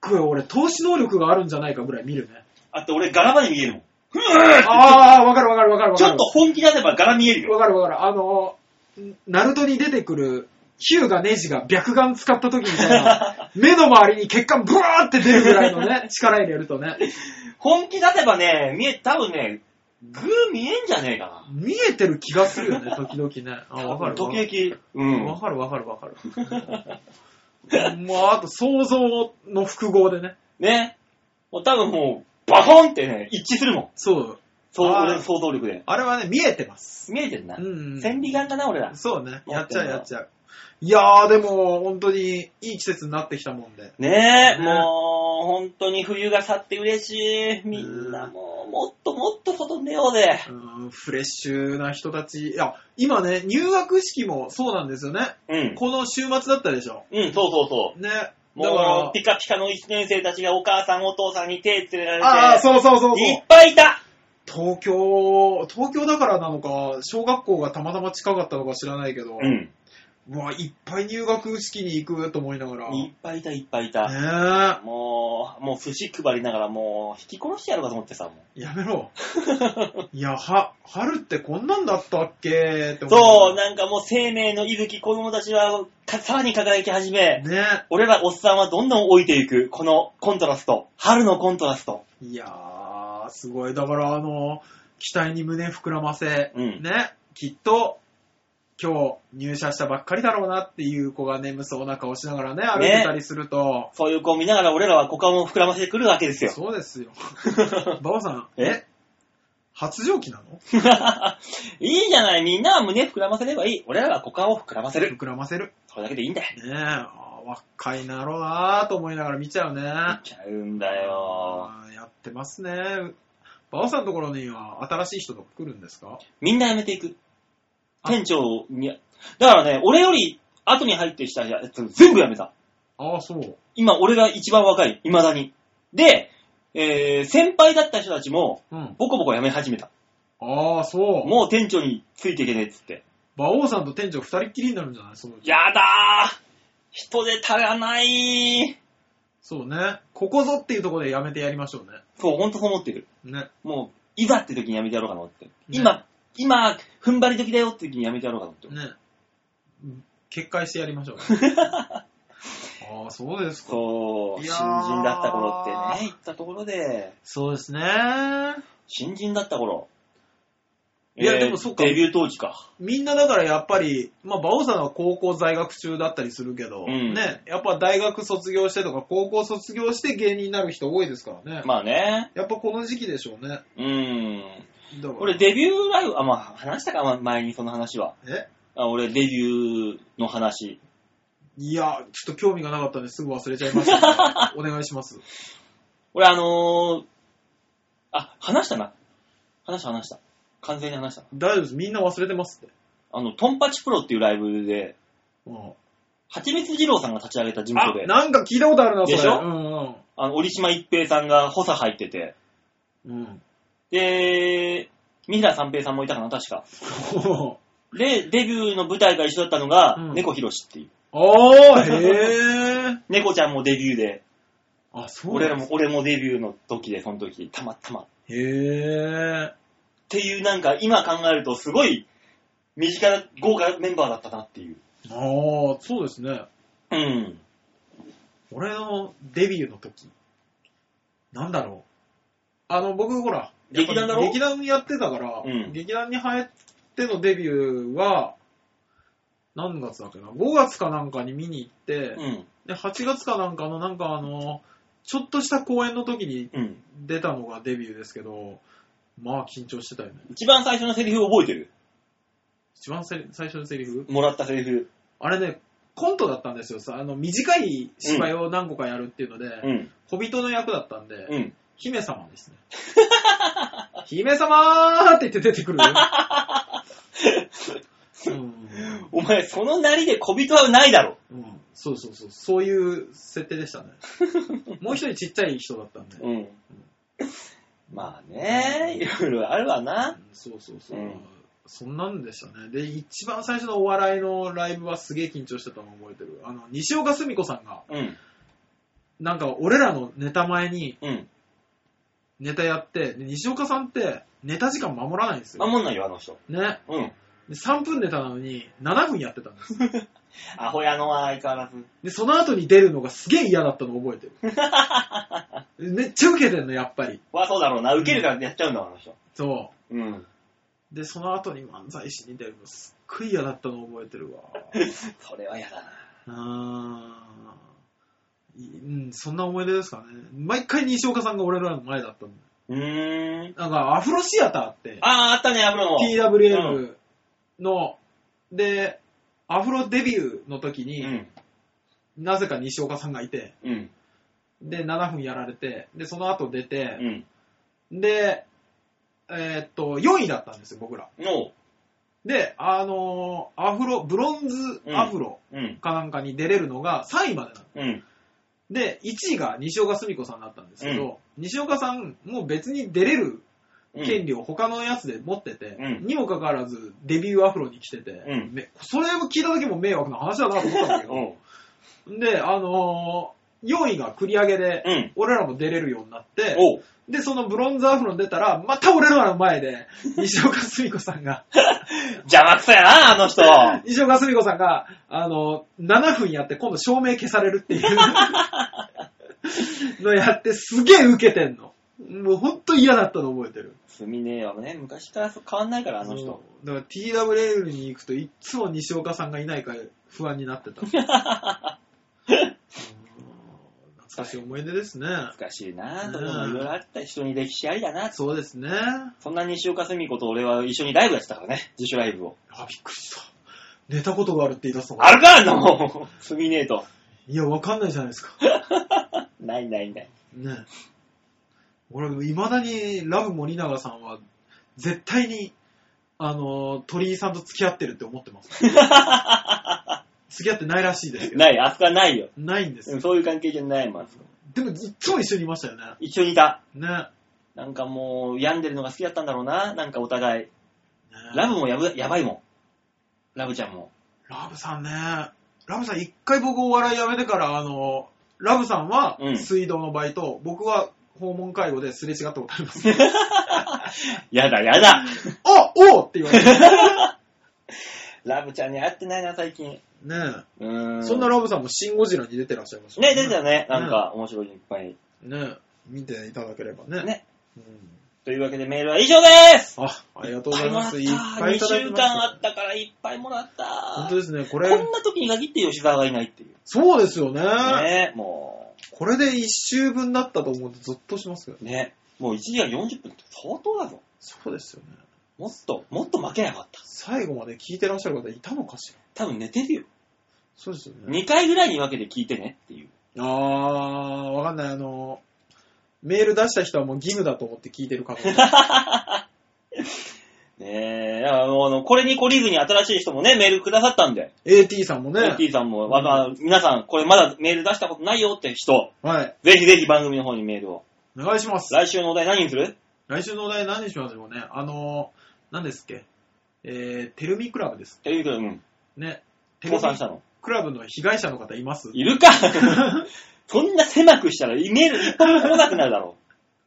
Speaker 1: これ俺、投資能力があるんじゃないかぐらい見 るね。
Speaker 2: あと、俺、柄まで見えるもん。ふぅ
Speaker 1: ああ、わかるわかるわかるわ
Speaker 2: ち
Speaker 1: かる。
Speaker 2: ょっと本気出せば柄見えるよ。
Speaker 1: わかるわかる。あの、ナルトに出てくる、ヒューがネジが白眼使った時みたい な、目の周りに血管ブワーって出るぐらいのね、力入れるとね、
Speaker 2: 本気出せばね、見え、多分ね、グー見えんじゃねえかな。
Speaker 1: 見えてる気がするよね、時々ね。あ、わかるわかる。
Speaker 2: 時々。う
Speaker 1: わ
Speaker 2: ん。
Speaker 1: かるわかるわかる。もうあと想像の複合でね。
Speaker 2: ね。もう多分もう、バコンってね、一致するもん。
Speaker 1: そう。
Speaker 2: そう、
Speaker 1: あー
Speaker 2: 俺の想像力で。
Speaker 1: あれはね、見えてます。
Speaker 2: 見えてんな
Speaker 1: う。ん。
Speaker 2: 千里眼だな、俺ら。
Speaker 1: そうね。
Speaker 2: 持
Speaker 1: や
Speaker 2: っ
Speaker 1: ってち
Speaker 2: ん
Speaker 1: ゃ
Speaker 2: だ
Speaker 1: うやっちゃう。いやー、でも本当にいい季節になってきたもんで。
Speaker 2: ねえ、
Speaker 1: ね
Speaker 2: もう、本当に冬が去って嬉しい。みんなもう、もっともっと外出ようぜ。
Speaker 1: うんフレッシュな人たち。いや、今ね、入学式もそうなんですよね。
Speaker 2: うん。
Speaker 1: この週末だったでしょ。
Speaker 2: うん、そうそうそう。
Speaker 1: ね。だか
Speaker 2: も
Speaker 1: ら
Speaker 2: う、ピ、カピカの1年生たちがお母さんお父さんに手つれられて、
Speaker 1: ああ、そうそうそう
Speaker 2: い
Speaker 1: そう
Speaker 2: っ。ぱいいた
Speaker 1: 東京、東京だからなのか、小学校がたまたま近かったのか知らないけど、
Speaker 2: ん。
Speaker 1: うわ、いっぱい入学式に行くと思いながら。
Speaker 2: いっぱいいた、いっぱいいた。
Speaker 1: ね
Speaker 2: もう、もう寿司配りながらもう、引き殺してやろうかと思ってさ、も
Speaker 1: え、やめ ろ。いや、は、春ってこんなんだったっけって
Speaker 2: う。
Speaker 1: 思
Speaker 2: そう、
Speaker 1: ね。
Speaker 2: なんかもう生命の息吹、子供たちは、かさらに輝き始め、
Speaker 1: ね
Speaker 2: 俺らおっさんはどんどん老いていく、このコントラスト。春のコントラスト。
Speaker 1: いやー、すごい。だから、あの、期待に胸膨らませ、
Speaker 2: うん
Speaker 1: ね、きっと、今日入社したばっかりだろうなっていう子が眠そうな顔しながらね、歩いてたりすると、
Speaker 2: そういう子を見ながら俺らは股間を膨らませてくるわけですよ。
Speaker 1: そうですよ。馬場さん、
Speaker 2: え
Speaker 1: 発情期なの
Speaker 2: いいじゃない、みんなは胸膨らませればいい。俺らは股間を膨らませる。
Speaker 1: 膨らませる。
Speaker 2: それだけでいいんだよ。
Speaker 1: ねえ、あー若いなろうなーと思いながら見ちゃうね。
Speaker 2: ちゃうんだよ。
Speaker 1: あーやってますね。馬場さんのところには新しい人とか来るんですか
Speaker 2: みんな辞めていく。
Speaker 1: あ
Speaker 2: 店長に、だからね、俺より後に入ってきたやつ全部辞めた。
Speaker 1: ああ、そう。
Speaker 2: 今、俺が一番若い。未だに。で、えー、先輩だった人たちも、
Speaker 1: うん。
Speaker 2: ボコボコ辞め始めた。
Speaker 1: ああ、そう。
Speaker 2: もう店長についていけねえっつって。
Speaker 1: 馬王さんと店長二人っきりになるんじゃないそのうち
Speaker 2: やだー人手足らない
Speaker 1: そうね。ここぞっていうところでやめてやりましょう
Speaker 2: そう、ほんとそう思ってる。
Speaker 1: ね。ね。
Speaker 2: もう、いざって時にやめてやろうかなって。今、今、踏ん張り時だよって時にやめてやろうかなって。
Speaker 1: ね。うん決壊してやりまし ょう、ね。ああ、そうですか。
Speaker 2: そう、
Speaker 1: いやー
Speaker 2: 新人だった頃ってね、行ったところで、
Speaker 1: そうですね。
Speaker 2: 新人だった頃。
Speaker 1: いやでもそうか
Speaker 2: デビュー当時か。
Speaker 1: みんなだからやっぱり、まあ、馬王さんは高校在学中だったりするけど、
Speaker 2: うん
Speaker 1: ね、やっぱ大学卒業してとか、高校卒業して芸人になる人多いですからね。
Speaker 2: まあね。
Speaker 1: やっぱこの時期でしょうね。
Speaker 2: うーん。
Speaker 1: だから
Speaker 2: 俺、デビューライブ、あ、まあ、話したか、まあ前にその話は。
Speaker 1: え
Speaker 2: あ俺、デビューの話。
Speaker 1: いや、ちょっと興味がなかったんですぐ忘れちゃいま したけど。お願いします。
Speaker 2: 俺、あのー、あ、話したな。話した、話した。完全に話した。
Speaker 1: 大丈夫です。みんな忘れてますって。
Speaker 2: あの、トンパチプロっていうライブで、
Speaker 1: うん
Speaker 2: はちみつ二郎さんが立ち上げた事務
Speaker 1: あ
Speaker 2: 所で、あ
Speaker 1: なんか聞いたことあるな、それ。
Speaker 2: でしょ
Speaker 1: うん
Speaker 2: の、折島一平さんが補佐入ってて、
Speaker 1: うん。うん。
Speaker 2: で、三平三平さんもいたかな、確か。
Speaker 1: お
Speaker 2: で、デビューの舞台が一緒だったのが、
Speaker 1: うん
Speaker 2: 猫ひろしっていう。
Speaker 1: ー、へー。
Speaker 2: 猫ちゃんもデビューで、
Speaker 1: あ、そう
Speaker 2: 俺ら
Speaker 1: なんで
Speaker 2: も
Speaker 1: す、
Speaker 2: 俺もデビューの時で、その時、たまたま。っ
Speaker 1: へー。
Speaker 2: ていう、なんか、今考えると、すごい、身近な、豪華メンバーだったなっていう。
Speaker 1: ああ、そうですね。
Speaker 2: うん。
Speaker 1: 俺のデビューの時、なんだろう。あの、僕、ほら、やっぱ
Speaker 2: 劇団だろ
Speaker 1: 劇団やってたから、
Speaker 2: うん
Speaker 1: 劇団に入ってのデビューは、何月だっけな ?5 月かなんかに見に行って、
Speaker 2: うん。
Speaker 1: で、8月かなんかの、なんかあの、ちょっとした公演の時に
Speaker 2: うん。
Speaker 1: 出たのがデビューですけど、まあ緊張してたよね。
Speaker 2: 一番最初のセリフ覚えてる
Speaker 1: 一番せ最初のセリフ
Speaker 2: もらったセリフ。
Speaker 1: あれね、コントだったんですよ。さあの短い芝居を何個かやるっていうので、
Speaker 2: うん。
Speaker 1: 小人の役だったんで、
Speaker 2: うん。
Speaker 1: 姫様ですね。 姫様ーって言って出てくるよ。うん
Speaker 2: お前、そのなりで小人はないだろ。
Speaker 1: うん、そうそうそう。そういう設定でしたね。もう一人ちっちゃい人だったんで。うん
Speaker 2: うん。まあね、いろいろあるわな。
Speaker 1: そうそうそう。
Speaker 2: うん
Speaker 1: そんなんでしたね。で、一番最初のお笑いのライブはすげえ緊張してたの覚えてる。あの、西岡澄子さんが、
Speaker 2: うん。
Speaker 1: なんか俺らのネタ前に
Speaker 2: うん。
Speaker 1: ネタやって、で西岡さんってネタ時間守らないんですよ。
Speaker 2: 守んないよ、あの人。
Speaker 1: ね。
Speaker 2: うん。
Speaker 1: で3分ネタなのに7分やってたんです。
Speaker 2: アホやのは相変わらず。
Speaker 1: で、その後に出るのがすげえ嫌だったの覚えてる。 めっちゃ受けてんの、やっぱり。
Speaker 2: はそうだろうな。受けるからやっちゃうんだわ、あの人。
Speaker 1: そう。
Speaker 2: うん。
Speaker 1: で、その後に漫才師に出るのすっごい嫌だったの覚えてるわ。
Speaker 2: それは嫌だな。
Speaker 1: うーんいうん、そんな思い出ですかね。毎回西岡さんが俺らの前だったの。
Speaker 2: うーん。
Speaker 1: なんか、アフロシアターって、
Speaker 2: ああ、あったね、アブロも。
Speaker 1: PWL の、で、アフロデビューの時
Speaker 2: う
Speaker 1: に、
Speaker 2: ん。
Speaker 1: なぜか西岡さんがいて、
Speaker 2: うん。
Speaker 1: で、7分やられて、で、その後出
Speaker 2: う
Speaker 1: て、
Speaker 2: ん。
Speaker 1: で、えーっと、4位だったんですよ、僕ら。
Speaker 2: の、
Speaker 1: で、あのーアフロ、ブロンズアフロ。
Speaker 2: うん。
Speaker 1: かなんかに出れるのが3位までな
Speaker 2: う
Speaker 1: の。
Speaker 2: ん。
Speaker 1: で、1位が西岡澄子さんだったんですけど、西岡さん、もう別に出れる
Speaker 2: うん
Speaker 1: 権利を他のやつで持ってて、
Speaker 2: うん
Speaker 1: にもかかわらずデビューアフロに来てて、
Speaker 2: うん
Speaker 1: めそれを聞いた時も迷惑な話だなと思ったんだけ
Speaker 2: う
Speaker 1: ど、
Speaker 2: ん。
Speaker 1: で、あのー4位が繰り上げで、
Speaker 2: うん。
Speaker 1: 俺らも出れるようになって、
Speaker 2: おう。
Speaker 1: で、そのブロンズアフロに出たら、また俺らの 前で、西岡澄子さんが、
Speaker 2: 邪魔くさやな、あの人。
Speaker 1: 西岡澄子さんが、あの、7分やって今度照明消されるっていうのやってすげえ受けてんの。もうほんと嫌だったの覚えてる。
Speaker 2: すみねえよね。昔からそう変わんないから、あの人
Speaker 1: も。うだから TWL に行くといっつも西岡さんがいないから不安になってた。うーん懐かしい思い出ですね。
Speaker 2: 難しいな
Speaker 1: う
Speaker 2: ぁ。
Speaker 1: ん
Speaker 2: でもいろいろあった人に歴史ありだな。
Speaker 1: そうですね。
Speaker 2: そんな西岡澄子と俺は一緒にライブやってたからね。自主ライブを。
Speaker 1: あ、びっくりした。寝たこと があるって言い出すのか
Speaker 2: あるかあんなもん。 すみねえと。
Speaker 1: いや、わかんないじゃないですか。
Speaker 2: ないないない。
Speaker 1: ねえ。俺、未だにラブ森永さんは、絶対に、あの、鳥居さんと付き合ってるって思って ます。付き合ってないらしいですけど。
Speaker 2: ない、あそこはないよ。
Speaker 1: ないんです
Speaker 2: う
Speaker 1: よ
Speaker 2: ん。そういう関係じゃないもん、あそこ。
Speaker 1: でも、いっつも一緒にいましたよね。
Speaker 2: 一緒にいた。
Speaker 1: ね。ね
Speaker 2: なんかもう、病んでるのが好きだったんだろうな。なんかお互い。
Speaker 1: え
Speaker 2: ラブもやぶやばいもん。ラブちゃんも。
Speaker 1: ラブさんね。ラブさん、一回僕お笑いやめてから、あの、ラブさんは
Speaker 2: うん
Speaker 1: 水道のバイト、僕は訪問介護ですれ違ったことあり ます。
Speaker 2: やだやだ。
Speaker 1: あおうって言われて。
Speaker 2: ラブちゃんに会ってないな、最近。
Speaker 1: ね
Speaker 2: うー
Speaker 1: え。
Speaker 2: ん。
Speaker 1: そんなラブさんもシンゴジラに出てらっしゃいました
Speaker 2: ね、出てたね。なんか、面白いのいっぱい。
Speaker 1: ね、見ていただければね。
Speaker 2: ね
Speaker 1: うん
Speaker 2: というわけでメールは以上です
Speaker 1: あ、ありがとうございます。
Speaker 2: いっぱいもらった。2週
Speaker 1: ま
Speaker 2: 間あ
Speaker 1: し
Speaker 2: ったからいっぱいもらった。
Speaker 1: た。本当ですね、これ、
Speaker 2: こんな時に限って吉沢がいないっていう。
Speaker 1: そうですよね。
Speaker 2: ねも
Speaker 1: これで1週分だったと思うとゾッとしますけどね。
Speaker 2: う、ね。もう1時間40分って相当だぞ。
Speaker 1: そうですよね。
Speaker 2: もっと、もっと負けなかった。
Speaker 1: 最後まで聞いてらっしゃる方いたのかしら。
Speaker 2: 多分寝てるよ。
Speaker 1: そうですよね。
Speaker 2: 2回ぐらいに分けて聞いてねっていう。
Speaker 1: あー、わかんない。あの、メール出した人はもう義務だと思って聞いてる方も。
Speaker 2: ねえ、あの、あのこれに懲りずに新しい人もね、メールくださったんで。
Speaker 1: AT さんもね。
Speaker 2: t さんも、わが皆さん、これまだメール出したことないよって人、
Speaker 1: はい。
Speaker 2: ぜひぜひ番組の方にメールを。
Speaker 1: お願いします。
Speaker 2: 来週のお題何にする
Speaker 1: 来週のお題何にしましょうね。あの、何ですっけ。えー、テルミクラブです。
Speaker 2: テレビ局、うん。
Speaker 1: ね。テ
Speaker 2: 倒
Speaker 1: レビ
Speaker 2: 産したの。
Speaker 1: クラブの被害者の方います
Speaker 2: いるか そんな狭くしたら、メール一本も来なくなるだろ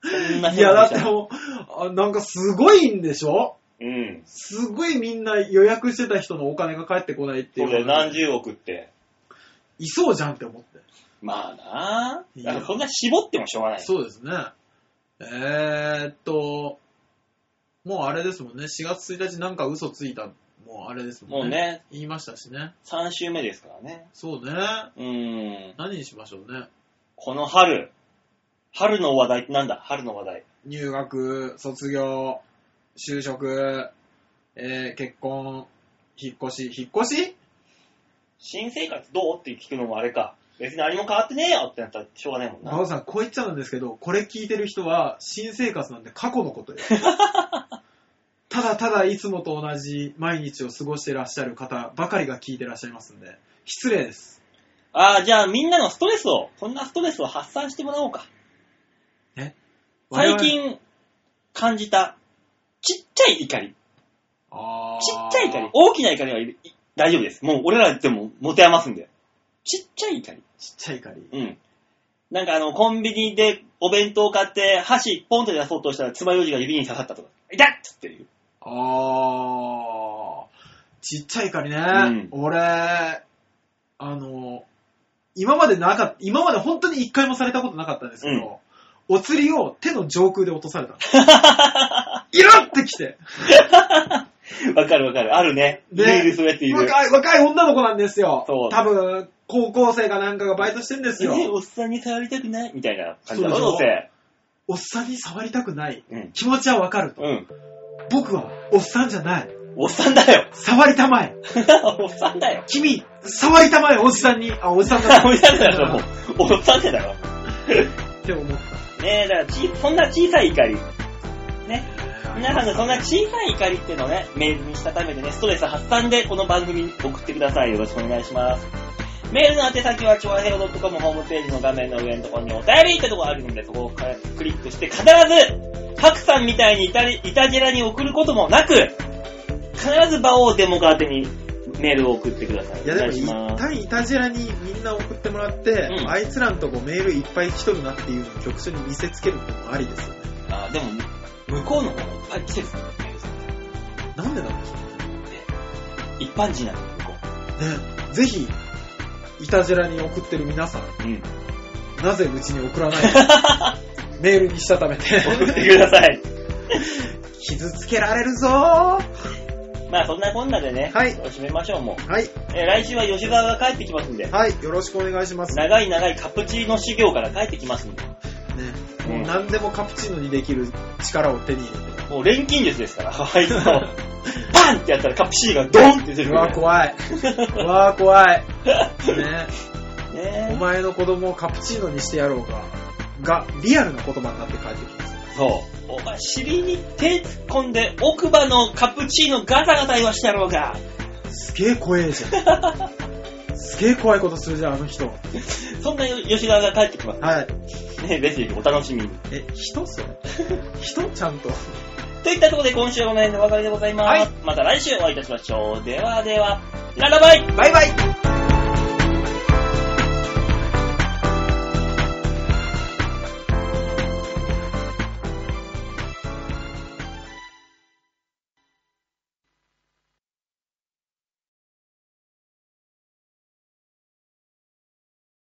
Speaker 2: う。そんない
Speaker 1: や、
Speaker 2: 狭く
Speaker 1: だっ
Speaker 2: してたら。
Speaker 1: もう、あなんかすごいんでしょ
Speaker 2: うん。
Speaker 1: すごいみんな予約してた人のお金が返ってこないってい
Speaker 2: そうう
Speaker 1: の
Speaker 2: だ
Speaker 1: が。
Speaker 2: よ、何十億って。
Speaker 1: いそうじゃんって思って。
Speaker 2: まあなあ
Speaker 1: い
Speaker 2: だ
Speaker 1: や
Speaker 2: からそんな絞ってもしょうがない。
Speaker 1: そうですね。えー、っと、もうあれですもんね。4月1日なんか嘘ついた、もうあれです
Speaker 2: も
Speaker 1: も
Speaker 2: うん
Speaker 1: ね。
Speaker 2: ね、
Speaker 1: 言いましたしね。
Speaker 2: 3週目ですからね。
Speaker 1: そうね。
Speaker 2: うーん。
Speaker 1: 何にしましょうね。
Speaker 2: この春、春の話題ってなんだ春の話題。
Speaker 1: 入学、卒業、就職、えー、結婚、引っ越し、引っ越し
Speaker 2: 新生活どうって聞くのもあれか。別に何も変わってねえよってなったらしょうがないもん
Speaker 1: 馬オ
Speaker 2: な。
Speaker 1: さん、こう言っちゃうんですけど、これ聞いてる人は、新生活なんで過去のことよ。ただただいつもと同じ毎日を過ごしてらっしゃる方ばかりが聞いてらっしゃいますんで、失礼です。
Speaker 2: ああ、じゃあみんなのストレスを、こんなストレスを発散してもらおうか。最近感じた、ちっちゃい怒り。ち
Speaker 1: 我々、
Speaker 2: っちゃい怒り。大きな怒りはいるい大丈夫です。もう俺らでも持て余すんで。ちっちゃい怒り。
Speaker 1: ちっちゃい怒り。
Speaker 2: うん。なんかあの、コンビニでお弁当を買って、箸ポンと出そうとしたら、爪楊枝が指に刺さったとか。痛っつっていう。
Speaker 1: あー、ちっちゃい怒りね。
Speaker 2: ん
Speaker 1: 俺、あの、今までなかっ今まで本当に一回もされたことなかったんですけど、お釣りを手の上空で落とされたの。イラってきて。
Speaker 2: わかるわかる。あるね。い
Speaker 1: ね
Speaker 2: るいる、そうやっている。
Speaker 1: 若い、若い女の子なんですよ。
Speaker 2: そう
Speaker 1: 多分、高校生かなんかがバイトしてんですよ。
Speaker 2: ねおっさんに触りたくないみたいな感じだろ、
Speaker 1: そう
Speaker 2: どう
Speaker 1: でしょ
Speaker 2: せ。
Speaker 1: おっさんに触りたくない。
Speaker 2: うん。
Speaker 1: 気持ちはわかると。
Speaker 2: うん。
Speaker 1: 僕は、おっさんじゃない。
Speaker 2: おっさんだよ。
Speaker 1: 触りたまえ。
Speaker 2: おっさんだ よ。
Speaker 1: 君、触りたまえ、おじさんに。 あ、おじさんだ
Speaker 2: おじさんだよ、もう。おっさんだよ。
Speaker 1: って思った。
Speaker 2: ねえ、だからち、そんな小さい怒り。ね。皆さんがそんな小さい怒りっていうのをね、メールにしたためてね、ストレス発散でこの番組に送ってください。よろしくお願いします。メールの宛先は、ちょわへろ .com ホームページの画面の上のところにお便りってところあるので、そこをクリックして、必ず、ハクさんみたいにいたりいたじらに送ることもなく、必ず場をデモカーテにメールを送ってください。
Speaker 1: いや
Speaker 2: お
Speaker 1: で
Speaker 2: 願
Speaker 1: も
Speaker 2: いし
Speaker 1: 一
Speaker 2: ます。
Speaker 1: 旦いたじらにみんな送ってもらって、
Speaker 2: うん
Speaker 1: あいつらのとこメールいっぱい来とるなっていうのを局所に見せつけるってのもありですよね。
Speaker 2: あでも、向こうの方がいっぱい来てるんですよメールさんね
Speaker 1: なんでなんでしょ
Speaker 2: 一般人なんで、向こ
Speaker 1: うね。ぜひ、いたじらに送ってる皆さん、
Speaker 2: う。 うん。
Speaker 1: なぜうちに送ら ないのメールにしたためて。
Speaker 2: 送ってください。
Speaker 1: 傷つけられるぞーは
Speaker 2: まあそんなこんなでね、
Speaker 1: はい
Speaker 2: 締めましょうもう。
Speaker 1: い、
Speaker 2: えー来週は吉沢が帰ってきますんで、
Speaker 1: はい、よろしくお願いします。ね、
Speaker 2: 長い長いカプチーノ修行から帰ってきますんで、
Speaker 1: もう何でもカプチーノにできる力を手に入れ
Speaker 2: もう錬金術 ですから、あいつの。パンってやったらカプチーがドンって出て
Speaker 1: て。
Speaker 2: く
Speaker 1: う
Speaker 2: る
Speaker 1: わ、怖い。うわ、怖 い。ね。お
Speaker 2: ね
Speaker 1: 前の子供をカプチーノにしてやろうが、が、リアルな言葉になって帰ってきます。
Speaker 2: そう。お前尻に手突っ込んで奥歯のカプチーノガタガタ言わしてやろうが。
Speaker 1: すげえ怖えじゃ ん。すげえ怖いことするじゃん、あの人。
Speaker 2: そんな吉沢が帰ってきま
Speaker 1: はい。
Speaker 2: す。ね、ぜひお楽しみに。
Speaker 1: え、人それ人ちゃんと。
Speaker 2: といったところで今週はこの辺でお別れでございます。
Speaker 1: はい
Speaker 2: また来週お会いいたしましょう。ではでは、ララバイ
Speaker 1: バイバイ